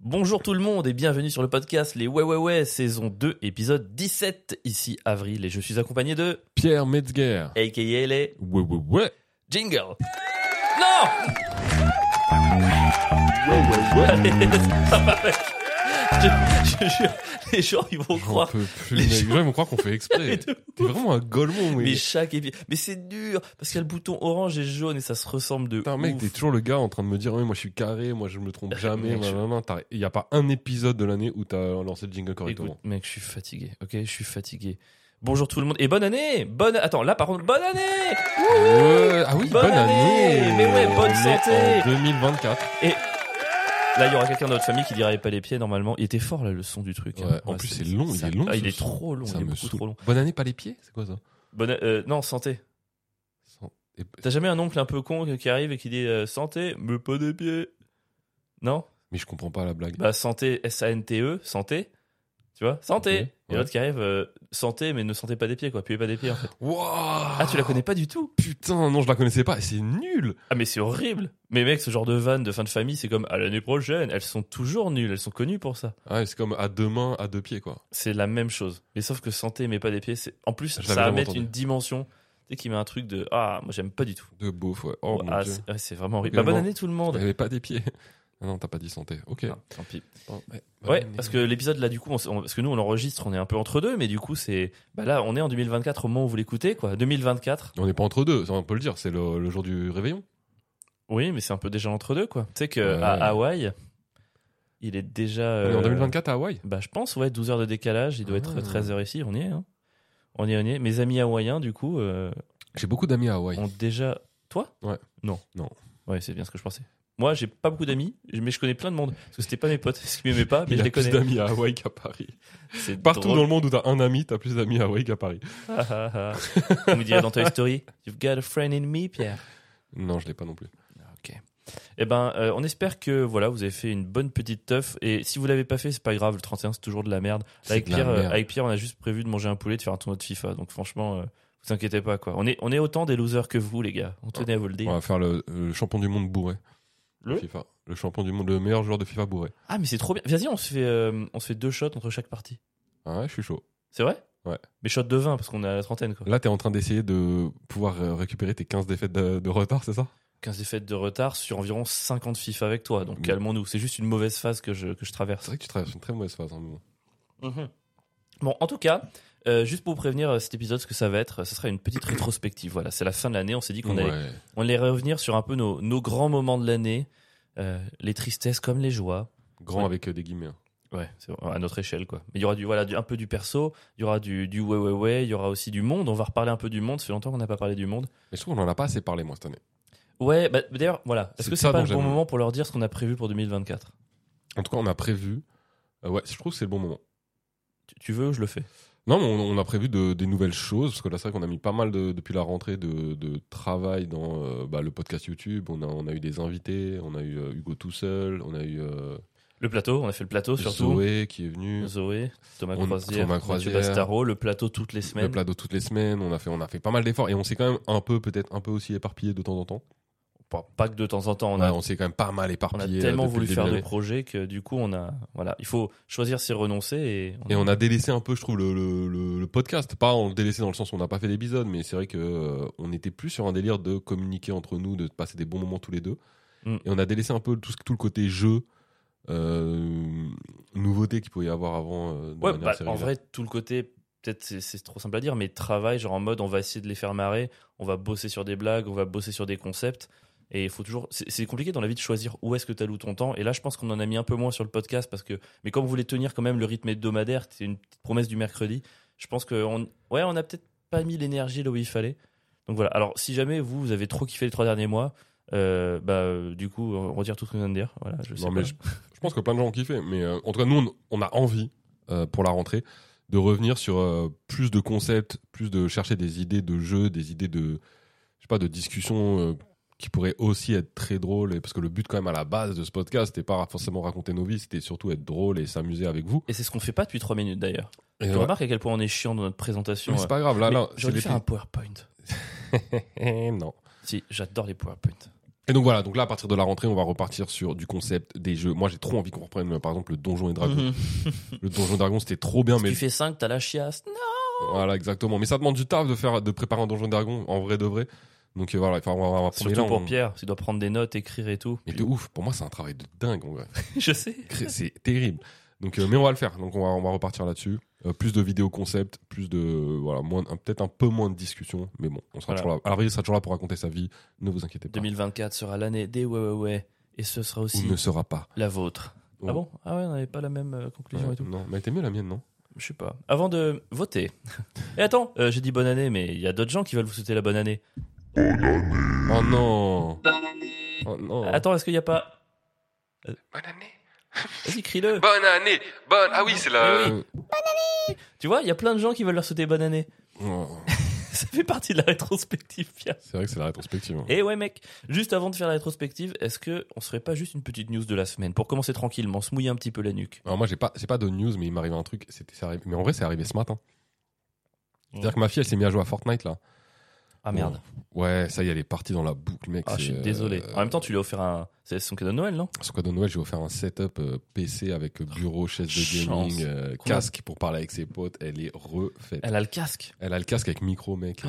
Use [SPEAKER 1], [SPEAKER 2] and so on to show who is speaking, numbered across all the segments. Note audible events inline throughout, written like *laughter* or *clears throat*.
[SPEAKER 1] Bonjour tout le monde et bienvenue sur le podcast Les Ouais Ouais Ouais, saison 2, épisode 17, ici avril. Et je suis accompagné de
[SPEAKER 2] Pierre Metzger.
[SPEAKER 1] a.k.a. les
[SPEAKER 2] Ouais, ouais, ouais.
[SPEAKER 1] Jingle. Non Allez, ça va, mec. Je, je jure, les gens ils vont
[SPEAKER 2] J'en
[SPEAKER 1] croire.
[SPEAKER 2] peux plus,
[SPEAKER 1] les
[SPEAKER 2] mec.
[SPEAKER 1] gens-
[SPEAKER 2] Les gens ils vont croire qu'on
[SPEAKER 1] *laughs*
[SPEAKER 2] fait exprès. T'es vraiment un golemon,
[SPEAKER 1] Mais
[SPEAKER 2] mais.
[SPEAKER 1] chaque épisode. Mais c'est dur parce qu'il y a le bouton orange et jaune et ça se ressemble de.
[SPEAKER 2] Putain, mec,
[SPEAKER 1] ouf. Bah,
[SPEAKER 2] t'es toujours le gars en train de me dire, oui, moi je suis carré, moi je me trompe jamais,
[SPEAKER 1] Mec, je-
[SPEAKER 2] nanana. T'as- Il n'y a pas un épisode de l'année où t'as lancé le jingle correctement.
[SPEAKER 1] Écoute, mec, je suis fatigué, ok Je suis fatigué. Bonjour tout le monde et bonne année Bonne. Attends, là par contre, bonne année
[SPEAKER 2] Ouais, ah oui,
[SPEAKER 1] Bonne
[SPEAKER 2] bonne,
[SPEAKER 1] année.
[SPEAKER 2] année.
[SPEAKER 1] Mais ouais, bonne
[SPEAKER 2] On est
[SPEAKER 1] santé.
[SPEAKER 2] En 2024.
[SPEAKER 1] Là, il y aura quelqu'un de notre famille qui dirait pas les pieds normalement. Il était fort là le son du truc.
[SPEAKER 2] Ouais,
[SPEAKER 1] hein.
[SPEAKER 2] en
[SPEAKER 1] Ouais,
[SPEAKER 2] plus, c'est long, il
[SPEAKER 1] ça-
[SPEAKER 2] est long,
[SPEAKER 1] Ah, il
[SPEAKER 2] ce
[SPEAKER 1] est
[SPEAKER 2] son.
[SPEAKER 1] trop long,
[SPEAKER 2] Ça
[SPEAKER 1] il est
[SPEAKER 2] me
[SPEAKER 1] beaucoup
[SPEAKER 2] saoule.
[SPEAKER 1] trop long.
[SPEAKER 2] Bonne année, pas les pieds C'est quoi ça
[SPEAKER 1] Bonne- euh, non, santé.
[SPEAKER 2] Sans- et-
[SPEAKER 1] T'as jamais un oncle un peu con qui arrive et qui dit euh, santé, mais pas des pieds. Non
[SPEAKER 2] Mais je comprends pas la blague.
[SPEAKER 1] Bah santé, S-A-N-T-E, E, santé. Tu vois Santé.
[SPEAKER 2] Ok,
[SPEAKER 1] Et
[SPEAKER 2] ouais.
[SPEAKER 1] l'autre qui arrive, euh, santé, mais ne sentez pas des pieds, quoi. Puez pas des pieds, en fait.
[SPEAKER 2] Wouah
[SPEAKER 1] Ah, tu la connais pas du tout
[SPEAKER 2] Putain, non, je la connaissais pas. C'est nul.
[SPEAKER 1] Ah, mais c'est horrible. Mais mec, ce genre de vanne de fin de famille, c'est comme à l'année prochaine. Elles sont toujours nulles, elles sont connues pour ça.
[SPEAKER 2] Ouais, Ah, c'est comme à deux mains, à deux pieds, quoi.
[SPEAKER 1] C'est la même chose. Mais sauf que santé, mais pas des pieds, c'est. En plus,
[SPEAKER 2] Ah, Je l'avais
[SPEAKER 1] ça va
[SPEAKER 2] jamais
[SPEAKER 1] mettre
[SPEAKER 2] entendu.
[SPEAKER 1] une dimension. Tu sais, qui met un truc de. Ah, moi, j'aime pas du tout.
[SPEAKER 2] De beauf, ouais. Oh, mon
[SPEAKER 1] ah,
[SPEAKER 2] dieu.
[SPEAKER 1] c'est ouais, c'est vraiment horrible. Bah,
[SPEAKER 2] Également. Eh
[SPEAKER 1] bonne année, tout le monde.
[SPEAKER 2] Il avait pas des pieds. Ah non, t'as pas dit santé. Ok.
[SPEAKER 1] Ah, tant pis.
[SPEAKER 2] Bon, ouais,
[SPEAKER 1] Ouais,
[SPEAKER 2] bonne
[SPEAKER 1] parce que
[SPEAKER 2] année.
[SPEAKER 1] l'épisode là, du coup, on s- on- parce que nous on l'enregistre, on est un peu entre deux, mais du coup, c'est. Bah là, on est en 2024 au moment où vous l'écoutez, quoi. 2024.
[SPEAKER 2] On n'est pas entre deux, ça, on peut le dire, c'est le, le jour du réveillon.
[SPEAKER 1] Oui, mais c'est un peu déjà entre deux, quoi. Tu sais qu'à
[SPEAKER 2] Ouais.
[SPEAKER 1] Hawaï, il est déjà.
[SPEAKER 2] On est en
[SPEAKER 1] euh,
[SPEAKER 2] 2024 à Hawaï.
[SPEAKER 1] Bah, je pense, ouais, 12 heures de décalage, il doit être
[SPEAKER 2] Ah.
[SPEAKER 1] 13 heures ici, on y est, hein. On y est, on y est. Mes amis hawaïens, du coup, euh,
[SPEAKER 2] J'ai beaucoup d'amis à Hawaï.
[SPEAKER 1] ont déjà. Toi
[SPEAKER 2] Ouais.
[SPEAKER 1] Non.
[SPEAKER 2] Non.
[SPEAKER 1] Ouais, c'est bien ce que je pensais. Moi, j'ai pas beaucoup d'amis, mais je connais plein de monde. Parce que c'était pas mes potes, *laughs* ce qui m'aimaient pas, mais
[SPEAKER 2] Il
[SPEAKER 1] je
[SPEAKER 2] a
[SPEAKER 1] les
[SPEAKER 2] plus
[SPEAKER 1] connais.
[SPEAKER 2] d'amis à Hawaï qu'à Paris.
[SPEAKER 1] *laughs* C'est
[SPEAKER 2] Partout
[SPEAKER 1] drôle.
[SPEAKER 2] dans le monde où t'as un ami, t'as plus d'amis à Hawaï qu'à Paris.
[SPEAKER 1] Ah, ah, ah. *laughs* On me dirait dans Toy Story, You've got a friend in me, Pierre.
[SPEAKER 2] Non, je l'ai pas non plus.
[SPEAKER 1] Bah, Ok. Eh ben, euh, on espère que voilà, vous avez fait une bonne petite teuf. Et si vous l'avez pas fait, c'est pas grave. Le 31, c'est toujours de la merde.
[SPEAKER 2] C'est
[SPEAKER 1] Avec
[SPEAKER 2] de la
[SPEAKER 1] Pierre, euh,
[SPEAKER 2] merde.
[SPEAKER 1] avec Pierre, on a juste prévu de manger un poulet, de faire un tournoi de FIFA. Donc franchement, euh, vous inquiétez pas quoi. On est, on est autant des losers que vous, les gars. On tenait à vous le dire.
[SPEAKER 2] On va faire le, le champion du monde bourré.
[SPEAKER 1] Le
[SPEAKER 2] FIFA. Le champion du monde, le meilleur joueur de FIFA bourré.
[SPEAKER 1] Ah mais c'est trop bien. Vas-y, on se fait, euh, on se fait deux shots entre chaque partie.
[SPEAKER 2] Ah ouais, je suis chaud.
[SPEAKER 1] C'est vrai
[SPEAKER 2] Ouais.
[SPEAKER 1] Mais shots de 20 parce qu'on est à la trentaine quoi.
[SPEAKER 2] Là, t'es en train d'essayer de pouvoir euh, récupérer tes 15 défaites de, de retard, c'est ça
[SPEAKER 1] 15 défaites de retard sur environ 50 FIFA avec toi. Donc
[SPEAKER 2] Mm.
[SPEAKER 1] calmons-nous. C'est juste une mauvaise phase que je, que je
[SPEAKER 2] C'est
[SPEAKER 1] traverse.
[SPEAKER 2] vrai que tu traverses une très mauvaise phase. hein, mais bon.
[SPEAKER 1] Mhm. Bon, en tout cas, euh, juste pour vous prévenir euh, cet épisode, ce que ça va être, euh, ce sera une *clears throat* petite rétrospective. Voilà, c'est la fin de l'année. On s'est dit qu'on allait,
[SPEAKER 2] Ouais.
[SPEAKER 1] on allait revenir sur un peu nos, nos grands moments de l'année, euh, les tristesses comme les joies.
[SPEAKER 2] Grand avec euh, des guillemets. hein.
[SPEAKER 1] Ouais, c'est vrai, à notre échelle, quoi. Mais il y aura du, voilà, du- un peu du perso, il y aura du, du ouais, ouais, ouais, il y aura aussi du monde. On va reparler un peu du monde. Ça fait longtemps qu'on n'a pas parlé du monde.
[SPEAKER 2] Mais je trouve qu'on en a pas assez parlé, moi, cette année.
[SPEAKER 1] Ouais, bah, d'ailleurs, voilà. Est-ce
[SPEAKER 2] C'est
[SPEAKER 1] que
[SPEAKER 2] ça
[SPEAKER 1] c'est pas
[SPEAKER 2] dont
[SPEAKER 1] le bon
[SPEAKER 2] j'aime.
[SPEAKER 1] moment pour leur dire ce qu'on a prévu pour 2024
[SPEAKER 2] En tout cas, on a prévu. euh, ouais, je trouve que c'est le bon moment.
[SPEAKER 1] Tu- Tu veux ou je le fais
[SPEAKER 2] Non, mais on, on a prévu de- des nouvelles choses, parce que là, c'est vrai qu'on a mis pas mal de- depuis la rentrée de, de travail dans euh, bah, le podcast YouTube. On a, on a eu des invités, on a eu euh, Hugo tout seul, on a eu euh,
[SPEAKER 1] Le plateau, on a fait le plateau surtout.
[SPEAKER 2] Zoé qui est venu,
[SPEAKER 1] Zoé, Thomas
[SPEAKER 2] On-
[SPEAKER 1] Croisière,
[SPEAKER 2] Thomas
[SPEAKER 1] Mathieu
[SPEAKER 2] Croisière.
[SPEAKER 1] Bastaro, le plateau toutes les semaines.
[SPEAKER 2] le plateau toutes les semaines. On a fait, on a fait pas mal d'efforts et on s'est quand même un peu, peut-être un peu aussi éparpillé de temps en temps.
[SPEAKER 1] Pas- pas que de temps en temps, on
[SPEAKER 2] On,
[SPEAKER 1] a,
[SPEAKER 2] on s'est quand même pas mal
[SPEAKER 1] on a
[SPEAKER 2] éparpillé. euh,
[SPEAKER 1] tellement
[SPEAKER 2] depuis
[SPEAKER 1] voulu
[SPEAKER 2] le début
[SPEAKER 1] faire
[SPEAKER 2] de
[SPEAKER 1] de
[SPEAKER 2] l'année.
[SPEAKER 1] projets que du coup, on a, voilà, il faut choisir ses renoncer et on,
[SPEAKER 2] Et on a délaissé un peu, je trouve, le, le- le- le podcast. Pas en le délaissé dans le sens où on n'a pas fait d'épisode, mais c'est vrai que euh, on était plus sur un délire de communiquer entre nous, de passer des bons moments tous les deux.
[SPEAKER 1] Mm.
[SPEAKER 2] Et on a délaissé un peu tout, ce- tout le côté jeu, euh, nouveauté qu'il pouvait y avoir avant. euh, de
[SPEAKER 1] Ouais,
[SPEAKER 2] manière
[SPEAKER 1] bah,
[SPEAKER 2] assez
[SPEAKER 1] en
[SPEAKER 2] régulière.
[SPEAKER 1] vrai, tout le côté, peut-être c'est- c'est trop simple à dire, mais travail, genre en mode, on va essayer de les faire marrer, on va bosser sur des blagues, on va bosser sur des concepts. Et il faut toujours. C'est c'est compliqué dans la vie de choisir où est-ce que tu alloues ton temps. Et là, je pense qu'on en a mis un peu moins sur le podcast parce que. Mais comme vous voulez tenir quand même le rythme hebdomadaire, c'est une petite promesse du mercredi. Je pense que. On... Ouais, on a peut-être pas mis l'énergie là où il fallait. Donc voilà. Alors, si jamais vous, vous avez trop kiffé les trois derniers mois, euh, bah, euh, du coup, on retire tout ce qu'on vient de dire. Voilà, je sais
[SPEAKER 2] Non,
[SPEAKER 1] pas.
[SPEAKER 2] mais je, je pense que plein de gens ont kiffé. Mais euh, en tout cas, nous, on, on a envie, euh, pour la rentrée, de revenir sur euh, plus de concepts, plus de chercher des idées de jeux, des idées de, je sais pas, de discussions euh, qui pourraient aussi être très drôles. Et parce que le but, quand même, à la base de ce podcast, c'était pas forcément raconter nos vies, c'était surtout être drôle et s'amuser avec vous.
[SPEAKER 1] Et c'est ce qu'on fait pas depuis trois minutes d'ailleurs.
[SPEAKER 2] Et
[SPEAKER 1] Tu
[SPEAKER 2] ouais.
[SPEAKER 1] remarques à quel point on est chiant dans notre présentation.
[SPEAKER 2] Mais
[SPEAKER 1] euh.
[SPEAKER 2] c'est pas grave, là,
[SPEAKER 1] Mais
[SPEAKER 2] là, c'est
[SPEAKER 1] J'aurais dû
[SPEAKER 2] les
[SPEAKER 1] faire un PowerPoint.
[SPEAKER 2] prix- *laughs* non.
[SPEAKER 1] Si, j'adore les PowerPoint.
[SPEAKER 2] Et donc voilà, donc là à partir de la rentrée, on va repartir sur du concept des jeux. Moi j'ai trop envie qu'on reprenne euh, par exemple le Donjon et Dragon.
[SPEAKER 1] Mhm.
[SPEAKER 2] Le Donjon et Dragon c'était trop bien,
[SPEAKER 1] Si
[SPEAKER 2] mais
[SPEAKER 1] tu fais 5, t'as la chiasse. Non.
[SPEAKER 2] voilà exactement. Mais ça demande du taf de faire, de préparer un Donjon et Dragon en vrai de vrai. Donc euh, voilà, enfin, on va, on va prendre- mais
[SPEAKER 1] Surtout
[SPEAKER 2] là,
[SPEAKER 1] pour
[SPEAKER 2] on-
[SPEAKER 1] Pierre, il doit prendre des notes, écrire et tout.
[SPEAKER 2] hein. Mais de ouf, pour moi c'est un travail de dingue en vrai.
[SPEAKER 1] *laughs* Je sais.
[SPEAKER 2] Cré- C'est terrible. Donc, euh, mais on va le faire. Donc, on va, on va repartir là-dessus. Euh, plus de vidéos concept, plus de voilà, moins, un- peut-être un peu moins de discussion, mais bon, on sera
[SPEAKER 1] Voilà.
[SPEAKER 2] toujours là. Alaric sera toujours là pour raconter sa vie. Ne vous inquiétez pas.
[SPEAKER 1] 2024 sera l'année des ouais ouais ouais. Et ce sera
[SPEAKER 2] Ou
[SPEAKER 1] aussi
[SPEAKER 2] ne sera pas.
[SPEAKER 1] la vôtre.
[SPEAKER 2] Oh.
[SPEAKER 1] Ah bon Ah ouais, on n'avait pas la même euh, conclusion
[SPEAKER 2] Ouais,
[SPEAKER 1] et tout.
[SPEAKER 2] Non, mais t'es mieux la mienne, non
[SPEAKER 1] Je sais pas. Avant de voter. *laughs* et attends, euh, j'ai dit bonne année, mais il y a d'autres gens qui veulent vous souhaiter la bonne année.
[SPEAKER 2] Oh non. Oh non.
[SPEAKER 1] Attends, est-ce qu'il n'y a pas.
[SPEAKER 2] Bonne année.
[SPEAKER 1] Vas-y, crie-le.
[SPEAKER 2] Bonne année. Bonne. Ah oui, c'est
[SPEAKER 1] la- Eh Tu vois, il y a plein de gens qui veulent leur souhaiter bonne année. Ça fait partie de la rétrospective, Pierre.
[SPEAKER 2] Oh. c'est vrai que c'est la rétrospective. hein.
[SPEAKER 1] Et Eh ouais, mec. Juste avant de faire la rétrospective, est-ce que on serait pas juste une petite news de la semaine pour commencer tranquillement, se mouiller un petit peu la nuque
[SPEAKER 2] Alors moi j'ai pas j'ai pas de news mais il m'arrive un truc c'était ça arrive- mais en vrai c'est arrivé ce matin c'est à dire que ma fille elle s'est mise à jouer à Fortnite là
[SPEAKER 1] Ah merde.
[SPEAKER 2] ouais ça y est elle est partie dans la boucle mec
[SPEAKER 1] Ah, je suis
[SPEAKER 2] c'est, euh,
[SPEAKER 1] désolé. En même temps, tu lui as offert un. C'est son cadeau de Noël, non
[SPEAKER 2] Sur quoi de Noël, j'ai offert un setup euh, PC avec euh, bureau, chaise de
[SPEAKER 1] Chance.
[SPEAKER 2] gaming, euh,
[SPEAKER 1] Combien
[SPEAKER 2] casque pour parler avec ses potes. Elle est refaite. Elle,
[SPEAKER 1] Elle a le casque.
[SPEAKER 2] a le casque avec micro, mec.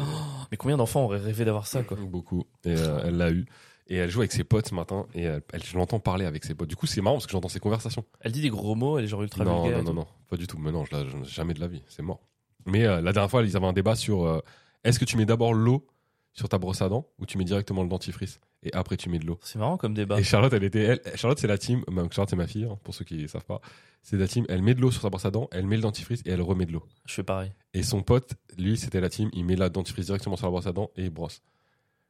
[SPEAKER 1] Mais combien d'enfants auraient rêvé d'avoir ça, quoi
[SPEAKER 2] Beaucoup. Et euh, elle l'a eu. Et elle joue avec ses potes ce matin. Et elle, elle- je l'entends parler avec ses potes. Du coup, c'est marrant parce que j'entends ses conversations.
[SPEAKER 1] Elle dit des gros mots, elle est genre ultra
[SPEAKER 2] non,
[SPEAKER 1] vulgaire.
[SPEAKER 2] non,
[SPEAKER 1] et
[SPEAKER 2] non,
[SPEAKER 1] tout.
[SPEAKER 2] non, pas du tout. Mais non, je la- je- jamais de la vie. C'est mort. Mais euh, la dernière fois, ils avaient un débat sur euh, est-ce que tu mets d'abord l'eau sur ta brosse à dents ou tu mets directement le dentifrice et après tu mets de l'eau
[SPEAKER 1] C'est marrant comme débat.
[SPEAKER 2] Et Charlotte, elle était, elle, Charlotte, c'est la team. ma- Charlotte, c'est ma fille, hein, pour ceux qui ne savent pas. C'est la team. Elle met de l'eau sur sa brosse à dents, elle met le dentifrice et elle remet de l'eau.
[SPEAKER 1] Je fais pareil.
[SPEAKER 2] Et son pote, lui, c'était la team. Il met la dentifrice directement sur la brosse à dents et il brosse.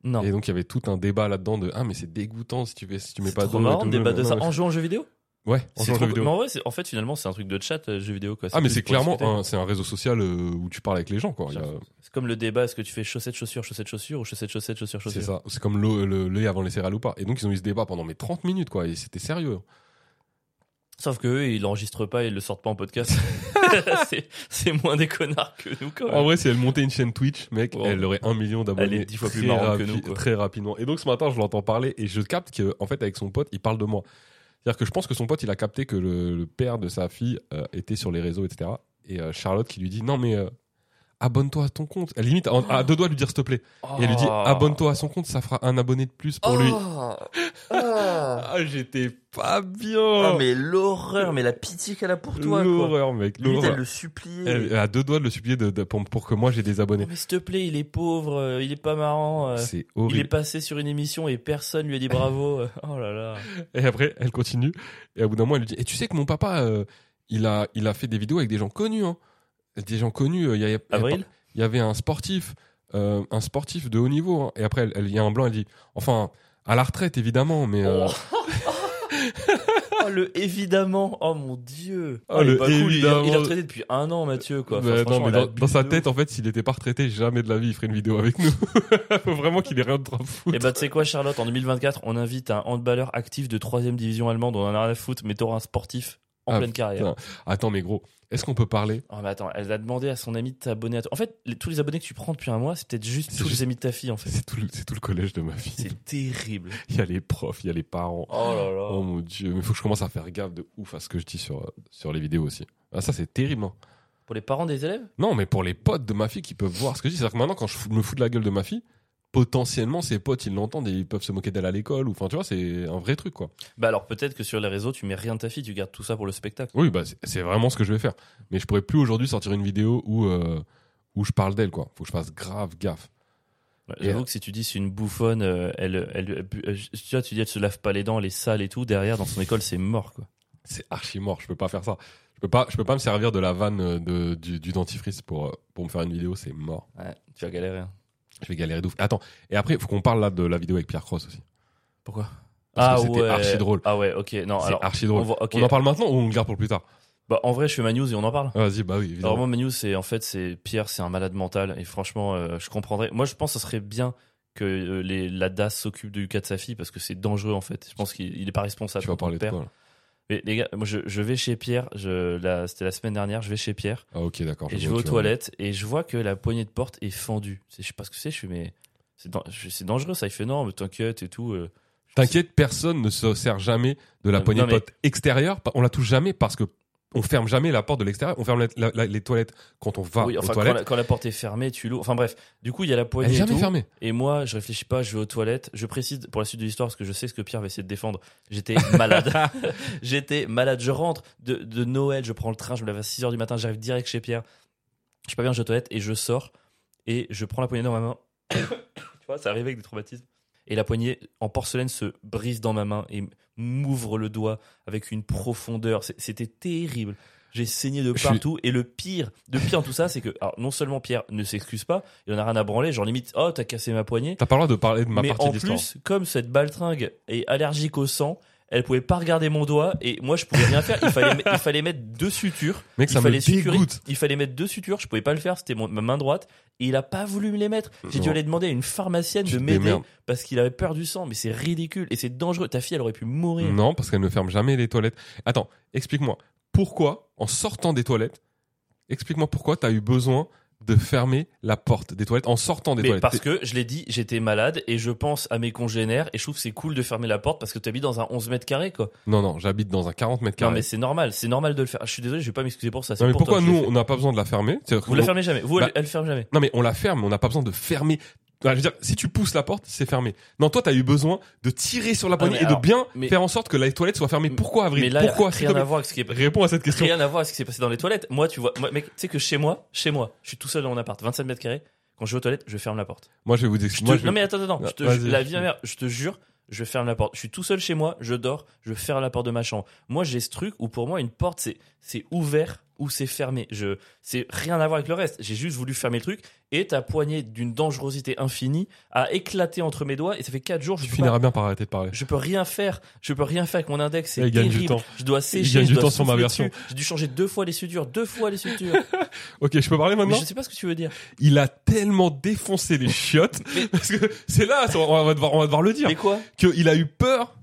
[SPEAKER 1] Non.
[SPEAKER 2] Et donc, il y avait tout un débat là-dedans de ah, mais c'est dégoûtant si tu fais, si tu mets
[SPEAKER 1] C'est
[SPEAKER 2] pas
[SPEAKER 1] trop
[SPEAKER 2] d'eau et
[SPEAKER 1] marrant
[SPEAKER 2] tout.
[SPEAKER 1] de débattre de
[SPEAKER 2] Non,
[SPEAKER 1] ça
[SPEAKER 2] mais-
[SPEAKER 1] en jouant aux jeux vidéo.
[SPEAKER 2] Ouais, en
[SPEAKER 1] C'est
[SPEAKER 2] jouant aux
[SPEAKER 1] trop
[SPEAKER 2] jeux
[SPEAKER 1] cool.
[SPEAKER 2] vidéo.
[SPEAKER 1] Mais en vrai, c'est- en fait, finalement, c'est un truc de chat, euh, jeux vidéo. Quoi.
[SPEAKER 2] Ah, mais
[SPEAKER 1] plus
[SPEAKER 2] c'est
[SPEAKER 1] pour
[SPEAKER 2] clairement,
[SPEAKER 1] discuter.
[SPEAKER 2] un, c'est un réseau social euh, où tu parles avec les gens, quoi. Il y a-
[SPEAKER 1] C'est comme le débat est-ce que tu fais chaussettes, chaussures, chaussettes, chaussures ou chaussettes, chaussettes, chaussures,
[SPEAKER 2] C'est
[SPEAKER 1] chaussures
[SPEAKER 2] ça. C'est comme l'eau- le lait avant les céréales ou pas. Et donc, ils ont eu ce débat pendant mes 30 minutes, quoi. Et c'était sérieux.
[SPEAKER 1] Sauf que eux, ils l'enregistrent pas et ils le sortent pas en podcast.
[SPEAKER 2] *laughs*
[SPEAKER 1] C'est- c'est moins des connards que nous, quand même.
[SPEAKER 2] En vrai, si elle montait une chaîne Twitch, mec,
[SPEAKER 1] Wow.
[SPEAKER 2] elle aurait un million d'abonnés.
[SPEAKER 1] Elle est dix fois plus
[SPEAKER 2] très
[SPEAKER 1] marrante que nous, quoi.
[SPEAKER 2] Très rapidement. Et donc ce matin, je l'entends parler et je capte que, en fait, avec son pote, il parle de moi. C'est-à-dire que je pense que son pote, il a capté que le, le père de sa fille euh, était sur les réseaux, etc. Et euh, Charlotte qui lui dit non mais euh, abonne-toi à ton compte. Elle limite en- à deux doigts de lui dire s'il te plaît. Et elle lui dit
[SPEAKER 1] Ah.
[SPEAKER 2] abonne-toi à son compte, ça fera un abonné de plus pour lui.
[SPEAKER 1] Ah. Ah.
[SPEAKER 2] Ah j'étais pas bien.
[SPEAKER 1] Ah, mais l'horreur, mais la pitié qu'elle a pour toi, quoi.
[SPEAKER 2] l'horreur mec,
[SPEAKER 1] Limite, elle
[SPEAKER 2] l'horreur.
[SPEAKER 1] le supplie.
[SPEAKER 2] Elle- À deux doigts de le supplier de, de- pour, pour que moi j'ai des abonnés.
[SPEAKER 1] Non, Oh, mais s'il te plaît, il est pauvre, euh, il est pas marrant. euh,
[SPEAKER 2] C'est
[SPEAKER 1] il
[SPEAKER 2] horrible.
[SPEAKER 1] est passé sur une émission et personne lui a dit
[SPEAKER 2] *laughs*
[SPEAKER 1] bravo. euh, oh là là.
[SPEAKER 2] Et après, elle continue. Et au bout d'un moment, elle lui dit Et tu sais que mon papa, euh, il, a, il a fait des vidéos avec des gens connus. Hein. Des gens connus. euh, Il y, a- il y a-
[SPEAKER 1] Avril
[SPEAKER 2] il y avait un sportif, euh, un sportif de haut niveau. hein. Et après, elle- elle- il y a un blanc, elle dit Enfin, à la retraite, évidemment, mais. euh,
[SPEAKER 1] Oh, le évidemment. Oh mon dieu.
[SPEAKER 2] Oh,
[SPEAKER 1] il est
[SPEAKER 2] le
[SPEAKER 1] pas cool, il est-
[SPEAKER 2] évidemment.
[SPEAKER 1] Il, a traité depuis un an, Mathieu, quoi. Enfin,
[SPEAKER 2] bah, non,
[SPEAKER 1] franchement,
[SPEAKER 2] mais
[SPEAKER 1] elle
[SPEAKER 2] dans,
[SPEAKER 1] abuse
[SPEAKER 2] dans sa
[SPEAKER 1] de
[SPEAKER 2] tête, en fait, s'il n'était pas retraité, jamais de la vie, il ferait une vidéo avec nous. *laughs* Faut vraiment qu'il ait rien de trop fou.
[SPEAKER 1] Et bah, tu sais quoi, Charlotte, en 2024, on invite un handballeur actif de 3 division allemande, on en a rien à foutre, mais t'auras un sportif en
[SPEAKER 2] Ah,
[SPEAKER 1] pleine carrière.
[SPEAKER 2] Attends, mais gros, est-ce qu'on peut parler
[SPEAKER 1] Oh, mais attends, elle a demandé à son ami de t'abonner à toi. En fait, les- tous les abonnés que tu prends depuis un mois, c'est peut-être juste
[SPEAKER 2] C'est
[SPEAKER 1] tous
[SPEAKER 2] juste-
[SPEAKER 1] les amis de ta fille, en fait.
[SPEAKER 2] C'est tout, le- c'est tout le collège de ma fille.
[SPEAKER 1] C'est terrible.
[SPEAKER 2] Il y a les profs, il y a les parents.
[SPEAKER 1] Oh là là.
[SPEAKER 2] Oh mon dieu, mais faut que je commence à faire gaffe de ouf à ce que je dis sur, euh, sur les vidéos aussi. Ah, ça, c'est terrible. hein.
[SPEAKER 1] Pour les parents des élèves
[SPEAKER 2] Non, mais pour les potes de ma fille qui peuvent voir ce que je dis, c'est-à-dire que maintenant, quand je fous- me fous de la gueule de ma fille, potentiellement, ses potes, ils l'entendent et ils peuvent se moquer d'elle à l'école. ou Enfin, tu vois, c'est un vrai truc, quoi.
[SPEAKER 1] Bah alors peut-être que sur les réseaux, tu mets rien de ta fille, tu gardes tout ça pour le spectacle.
[SPEAKER 2] Oui, bah, c'est- c'est vraiment ce que je vais faire. Mais je pourrais plus aujourd'hui sortir une vidéo où, euh, où je parle d'elle, quoi. Faut que je fasse grave gaffe.
[SPEAKER 1] Ouais,
[SPEAKER 2] Et,
[SPEAKER 1] J'avoue
[SPEAKER 2] euh,
[SPEAKER 1] que si tu dis c'est une bouffonne, euh, elle, elle, elle bu- euh, tu vois, tu dis elle se lave pas les dents, elle est sale et tout, derrière dans son école, c'est mort quoi.
[SPEAKER 2] C'est archi mort, je peux pas faire ça. Je peux pas, je peux pas me servir de la vanne euh, de, du, du dentifrice pour, euh, pour me faire une vidéo, c'est mort.
[SPEAKER 1] Ouais, tu vas galérer. hein.
[SPEAKER 2] Je vais galérer de ouf. Attends, et après, faut qu'on parle là de la vidéo avec Pierre Cross aussi.
[SPEAKER 1] Pourquoi
[SPEAKER 2] Parce que c'était archi drôle.
[SPEAKER 1] Ah ouais, ok. Non,
[SPEAKER 2] C'est
[SPEAKER 1] alors.
[SPEAKER 2] archi
[SPEAKER 1] On,
[SPEAKER 2] drôle.
[SPEAKER 1] voit- ok.
[SPEAKER 2] On en parle maintenant ou on le garde pour plus tard
[SPEAKER 1] Bah, en vrai, je fais ma news et on en parle.
[SPEAKER 2] Ah, Vas-y, bah oui,
[SPEAKER 1] Alors
[SPEAKER 2] évidemment.
[SPEAKER 1] moi, ma news, c'est en fait, c'est Pierre, c'est un malade mental et franchement, euh, je comprendrais. Moi, je pense que ce serait bien que euh, les, la DAS s'occupe du cas de sa fille parce que c'est dangereux en fait. Je pense qu'il il est pas responsable.
[SPEAKER 2] tu vas
[SPEAKER 1] en tant que
[SPEAKER 2] parler de
[SPEAKER 1] père.
[SPEAKER 2] quoi là
[SPEAKER 1] Mais les gars, moi, je, je vais chez Pierre. Je, la- c'était la semaine dernière. Je vais chez Pierre.
[SPEAKER 2] Ah, ok, d'accord.
[SPEAKER 1] Et je vais
[SPEAKER 2] vois
[SPEAKER 1] aux
[SPEAKER 2] où tu
[SPEAKER 1] toilettes et je vois que la poignée de porte est fendue. C'est- Je sais pas ce que c'est, je fais, mais c'est dan- je- c'est dangereux ça. Il fait non, mais t'inquiète et tout. euh,
[SPEAKER 2] T'inquiète, personne ne se sert jamais de la
[SPEAKER 1] Non,
[SPEAKER 2] poignée
[SPEAKER 1] Euh, non, mais-
[SPEAKER 2] de porte extérieure. On la touche jamais parce que on ferme jamais la porte de l'extérieur. On ferme la- la- la- les toilettes quand on va
[SPEAKER 1] Oui,
[SPEAKER 2] aux
[SPEAKER 1] enfin, quand,
[SPEAKER 2] toilettes.
[SPEAKER 1] la, quand la porte est fermée, tu l'ouvres. Enfin bref, du coup, il y a la
[SPEAKER 2] Elle
[SPEAKER 1] poignée.
[SPEAKER 2] est
[SPEAKER 1] et
[SPEAKER 2] jamais
[SPEAKER 1] tout.
[SPEAKER 2] fermée.
[SPEAKER 1] Et moi, je réfléchis pas, je vais aux toilettes. Je précise pour la suite de l'histoire, parce que je sais ce que Pierre va essayer de défendre.
[SPEAKER 2] *laughs*
[SPEAKER 1] J'étais malade. *laughs* J'étais malade. Je rentre de, de Noël, je prends le train, je me lève à 6h du matin, j'arrive direct chez Pierre. Je suis pas bien, je vais aux toilettes et je sors. Et je prends la poignée dans ma main. *coughs* tu vois, ça arrive avec des traumatismes. Et la poignée en porcelaine se brise dans ma main et m'ouvre le doigt avec une profondeur. C'est- C'était terrible. J'ai saigné de
[SPEAKER 2] Je suis-
[SPEAKER 1] partout. Et le pire, de pire en tout ça, c'est que alors, non seulement Pierre ne s'excuse pas, il en a rien à branler. Genre limite, oh, t'as cassé ma poignée
[SPEAKER 2] T'as pas le droit de parler de ma
[SPEAKER 1] mais
[SPEAKER 2] partie
[SPEAKER 1] en
[SPEAKER 2] d'histoire.
[SPEAKER 1] plus, comme cette baltringue est allergique au sang, elle pouvait pas regarder mon doigt et moi je pouvais rien faire. Il fallait, il fallait mettre deux sutures.
[SPEAKER 2] Mec,
[SPEAKER 1] il
[SPEAKER 2] *laughs* ça me
[SPEAKER 1] fallait suturer.
[SPEAKER 2] dégoûte.
[SPEAKER 1] Il fallait mettre deux sutures. Je pouvais pas le faire. C'était mon- ma main droite. Et il a pas voulu me les mettre. J'ai dû
[SPEAKER 2] Non.
[SPEAKER 1] aller demander à une pharmacienne
[SPEAKER 2] Tu
[SPEAKER 1] de
[SPEAKER 2] te
[SPEAKER 1] m'aider
[SPEAKER 2] démerdes.
[SPEAKER 1] parce qu'il avait peur du sang. Mais c'est ridicule et c'est dangereux. Ta fille, elle aurait pu mourir.
[SPEAKER 2] Non, parce qu'elle ne ferme jamais les toilettes. Attends, explique-moi. Pourquoi, en sortant des toilettes, explique-moi pourquoi t'as eu besoin de fermer la porte des toilettes en sortant des
[SPEAKER 1] Mais
[SPEAKER 2] toilettes.
[SPEAKER 1] parce que je l'ai dit, j'étais malade et je pense à mes congénères et je trouve que c'est cool de fermer la porte parce que tu habites dans un 11 mètres carrés quoi.
[SPEAKER 2] Non, non, j'habite dans un 40 mètres
[SPEAKER 1] Non
[SPEAKER 2] carrés.
[SPEAKER 1] mais c'est normal, c'est normal de le faire. Ah, Je suis désolé, je vais pas m'excuser pour ça. c'est
[SPEAKER 2] Non, mais
[SPEAKER 1] pour toi
[SPEAKER 2] pourquoi
[SPEAKER 1] que je l'ai
[SPEAKER 2] nous,
[SPEAKER 1] fait.
[SPEAKER 2] on n'a pas besoin de la fermer C'est-à-dire
[SPEAKER 1] vous
[SPEAKER 2] que-
[SPEAKER 1] la fermez jamais Vous,
[SPEAKER 2] Bah-
[SPEAKER 1] elle, elle ferme jamais.
[SPEAKER 2] Non, mais on la ferme, mais on n'a pas besoin de fermer. Enfin, je veux dire, si tu pousses la porte, c'est fermé. Non, toi, t'as eu besoin de tirer sur la poignée
[SPEAKER 1] Ah, mais
[SPEAKER 2] et
[SPEAKER 1] alors,
[SPEAKER 2] de bien
[SPEAKER 1] mais-
[SPEAKER 2] faire en sorte que les toilettes soient fermées.
[SPEAKER 1] Mais-
[SPEAKER 2] Pourquoi, Avril
[SPEAKER 1] Mais là,
[SPEAKER 2] Pourquoi s'il
[SPEAKER 1] rien
[SPEAKER 2] te
[SPEAKER 1] à
[SPEAKER 2] plaît
[SPEAKER 1] voir avec ce qui est
[SPEAKER 2] Réponds à cette question.
[SPEAKER 1] rien à voir avec ce qui s'est passé dans les toilettes. Moi, tu vois, moi, mec, tu sais que chez moi, chez moi, je suis tout seul dans mon appart, 27 mètres carrés. Quand je vais aux toilettes, je ferme la porte.
[SPEAKER 2] Moi, je vais vous
[SPEAKER 1] Je
[SPEAKER 2] expliquer.
[SPEAKER 1] te-
[SPEAKER 2] Moi, je-
[SPEAKER 1] Non mais attends, attends, attends.
[SPEAKER 2] Ah,
[SPEAKER 1] je te,
[SPEAKER 2] vas-y.
[SPEAKER 1] ju- la vie de ma mère, je te jure, je ferme la porte. Je suis tout seul chez moi, je dors, je ferme la porte de ma chambre. Moi, j'ai ce truc où pour moi une porte c'est c'est ouvert ou c'est fermé. Je c'est rien à voir avec le reste. J'ai juste voulu fermer le truc et ta poignée d'une dangerosité infinie a éclaté entre mes doigts et ça fait 4 jours je
[SPEAKER 2] Tu
[SPEAKER 1] peux pas-
[SPEAKER 2] finiras bien par arrêter de parler.
[SPEAKER 1] je peux rien faire. Je peux rien faire avec mon index. C'est
[SPEAKER 2] Il gagne
[SPEAKER 1] terrible.
[SPEAKER 2] du temps.
[SPEAKER 1] Je dois sécher.
[SPEAKER 2] gagne
[SPEAKER 1] je
[SPEAKER 2] du
[SPEAKER 1] dois
[SPEAKER 2] temps sur ma
[SPEAKER 1] souffler
[SPEAKER 2] version. Ah
[SPEAKER 1] dessus. J'ai dû changer deux fois les sutures, deux fois les
[SPEAKER 2] *laughs*
[SPEAKER 1] sutures.
[SPEAKER 2] Ok, je peux parler
[SPEAKER 1] mais
[SPEAKER 2] maintenant
[SPEAKER 1] je sais pas ce que tu veux dire.
[SPEAKER 2] Il a tellement défoncé les chiottes
[SPEAKER 1] Mais-
[SPEAKER 2] *laughs* parce que c'est là, ça, on va devoir, on va devoir le dire,
[SPEAKER 1] Mais quoi
[SPEAKER 2] qu'il a eu peur.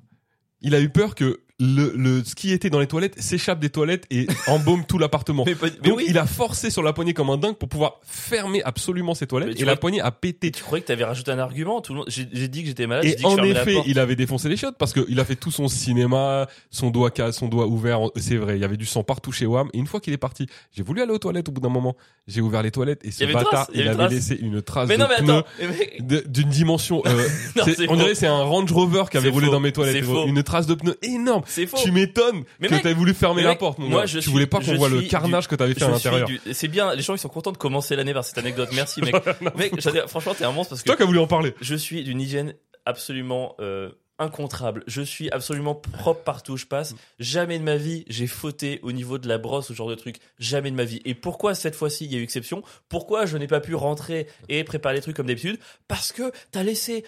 [SPEAKER 2] Il a eu peur que le, le ce qui était dans les toilettes s'échappe des toilettes
[SPEAKER 1] *laughs*
[SPEAKER 2] et embaume tout l'appartement.
[SPEAKER 1] Mais, pas- mais
[SPEAKER 2] Donc
[SPEAKER 1] oui.
[SPEAKER 2] il a forcé sur la poignée comme un dingue pour pouvoir fermer absolument ses
[SPEAKER 1] Mais
[SPEAKER 2] toilettes
[SPEAKER 1] tu
[SPEAKER 2] et la
[SPEAKER 1] vois-
[SPEAKER 2] poignée a pété.
[SPEAKER 1] Tu croyais que t'avais rajouté un argument. Tout le monde. J'ai j'ai dit que j'étais malade. j'ai
[SPEAKER 2] Et
[SPEAKER 1] dit que je
[SPEAKER 2] en
[SPEAKER 1] fermais la
[SPEAKER 2] effet,
[SPEAKER 1] porte.
[SPEAKER 2] il avait défoncé les chiottes parce qu'il a fait tout son cinéma, son doigt ca- son doigt ouvert. en- C'est vrai, il y avait du sang partout chez Wam. Et une fois qu'il est parti, j'ai voulu aller aux toilettes au bout d'un moment. J'ai ouvert les toilettes et ce
[SPEAKER 1] Il y avait
[SPEAKER 2] bâtard,
[SPEAKER 1] trace, il y
[SPEAKER 2] il
[SPEAKER 1] avait
[SPEAKER 2] avait
[SPEAKER 1] trace.
[SPEAKER 2] laissé une trace
[SPEAKER 1] Mais
[SPEAKER 2] de
[SPEAKER 1] non, mais
[SPEAKER 2] pneu
[SPEAKER 1] attends. mais mec, *laughs*
[SPEAKER 2] de- d'une dimension. euh,
[SPEAKER 1] non,
[SPEAKER 2] c'est-
[SPEAKER 1] c'est
[SPEAKER 2] on
[SPEAKER 1] faux.
[SPEAKER 2] dirait c'est un Range Rover qui avait
[SPEAKER 1] C'est
[SPEAKER 2] roulé
[SPEAKER 1] faux.
[SPEAKER 2] dans mes toilettes.
[SPEAKER 1] C'est
[SPEAKER 2] gros.
[SPEAKER 1] faux.
[SPEAKER 2] Une trace de pneu énorme.
[SPEAKER 1] C'est faux.
[SPEAKER 2] Tu m'étonnes que
[SPEAKER 1] Mais mec,
[SPEAKER 2] t'avais voulu fermer
[SPEAKER 1] mais
[SPEAKER 2] la
[SPEAKER 1] mec,
[SPEAKER 2] porte, mon
[SPEAKER 1] moi,
[SPEAKER 2] gars.
[SPEAKER 1] je
[SPEAKER 2] Tu
[SPEAKER 1] suis-
[SPEAKER 2] voulais pas
[SPEAKER 1] je
[SPEAKER 2] qu'on voit le
[SPEAKER 1] suis
[SPEAKER 2] carnage que t'avais fait
[SPEAKER 1] Je
[SPEAKER 2] à
[SPEAKER 1] suis
[SPEAKER 2] l'intérieur.
[SPEAKER 1] du- C'est bien. Les gens ils sont contents de commencer l'année par cette anecdote. Merci
[SPEAKER 2] *laughs*
[SPEAKER 1] mec. mec, j'allais dire, franchement t'es un monstre parce
[SPEAKER 2] C'est
[SPEAKER 1] que
[SPEAKER 2] toi qui as voulu en parler.
[SPEAKER 1] je suis d'une hygiène absolument euh, incontrable. Je suis absolument propre partout où je passe. Jamais de ma vie, j'ai fauté au niveau de la brosse ou ce genre de truc. Jamais de ma vie. Et pourquoi cette fois-ci, il y a eu exception Pourquoi je n'ai pas pu rentrer et préparer les trucs comme d'habitude Parce que t'as laissé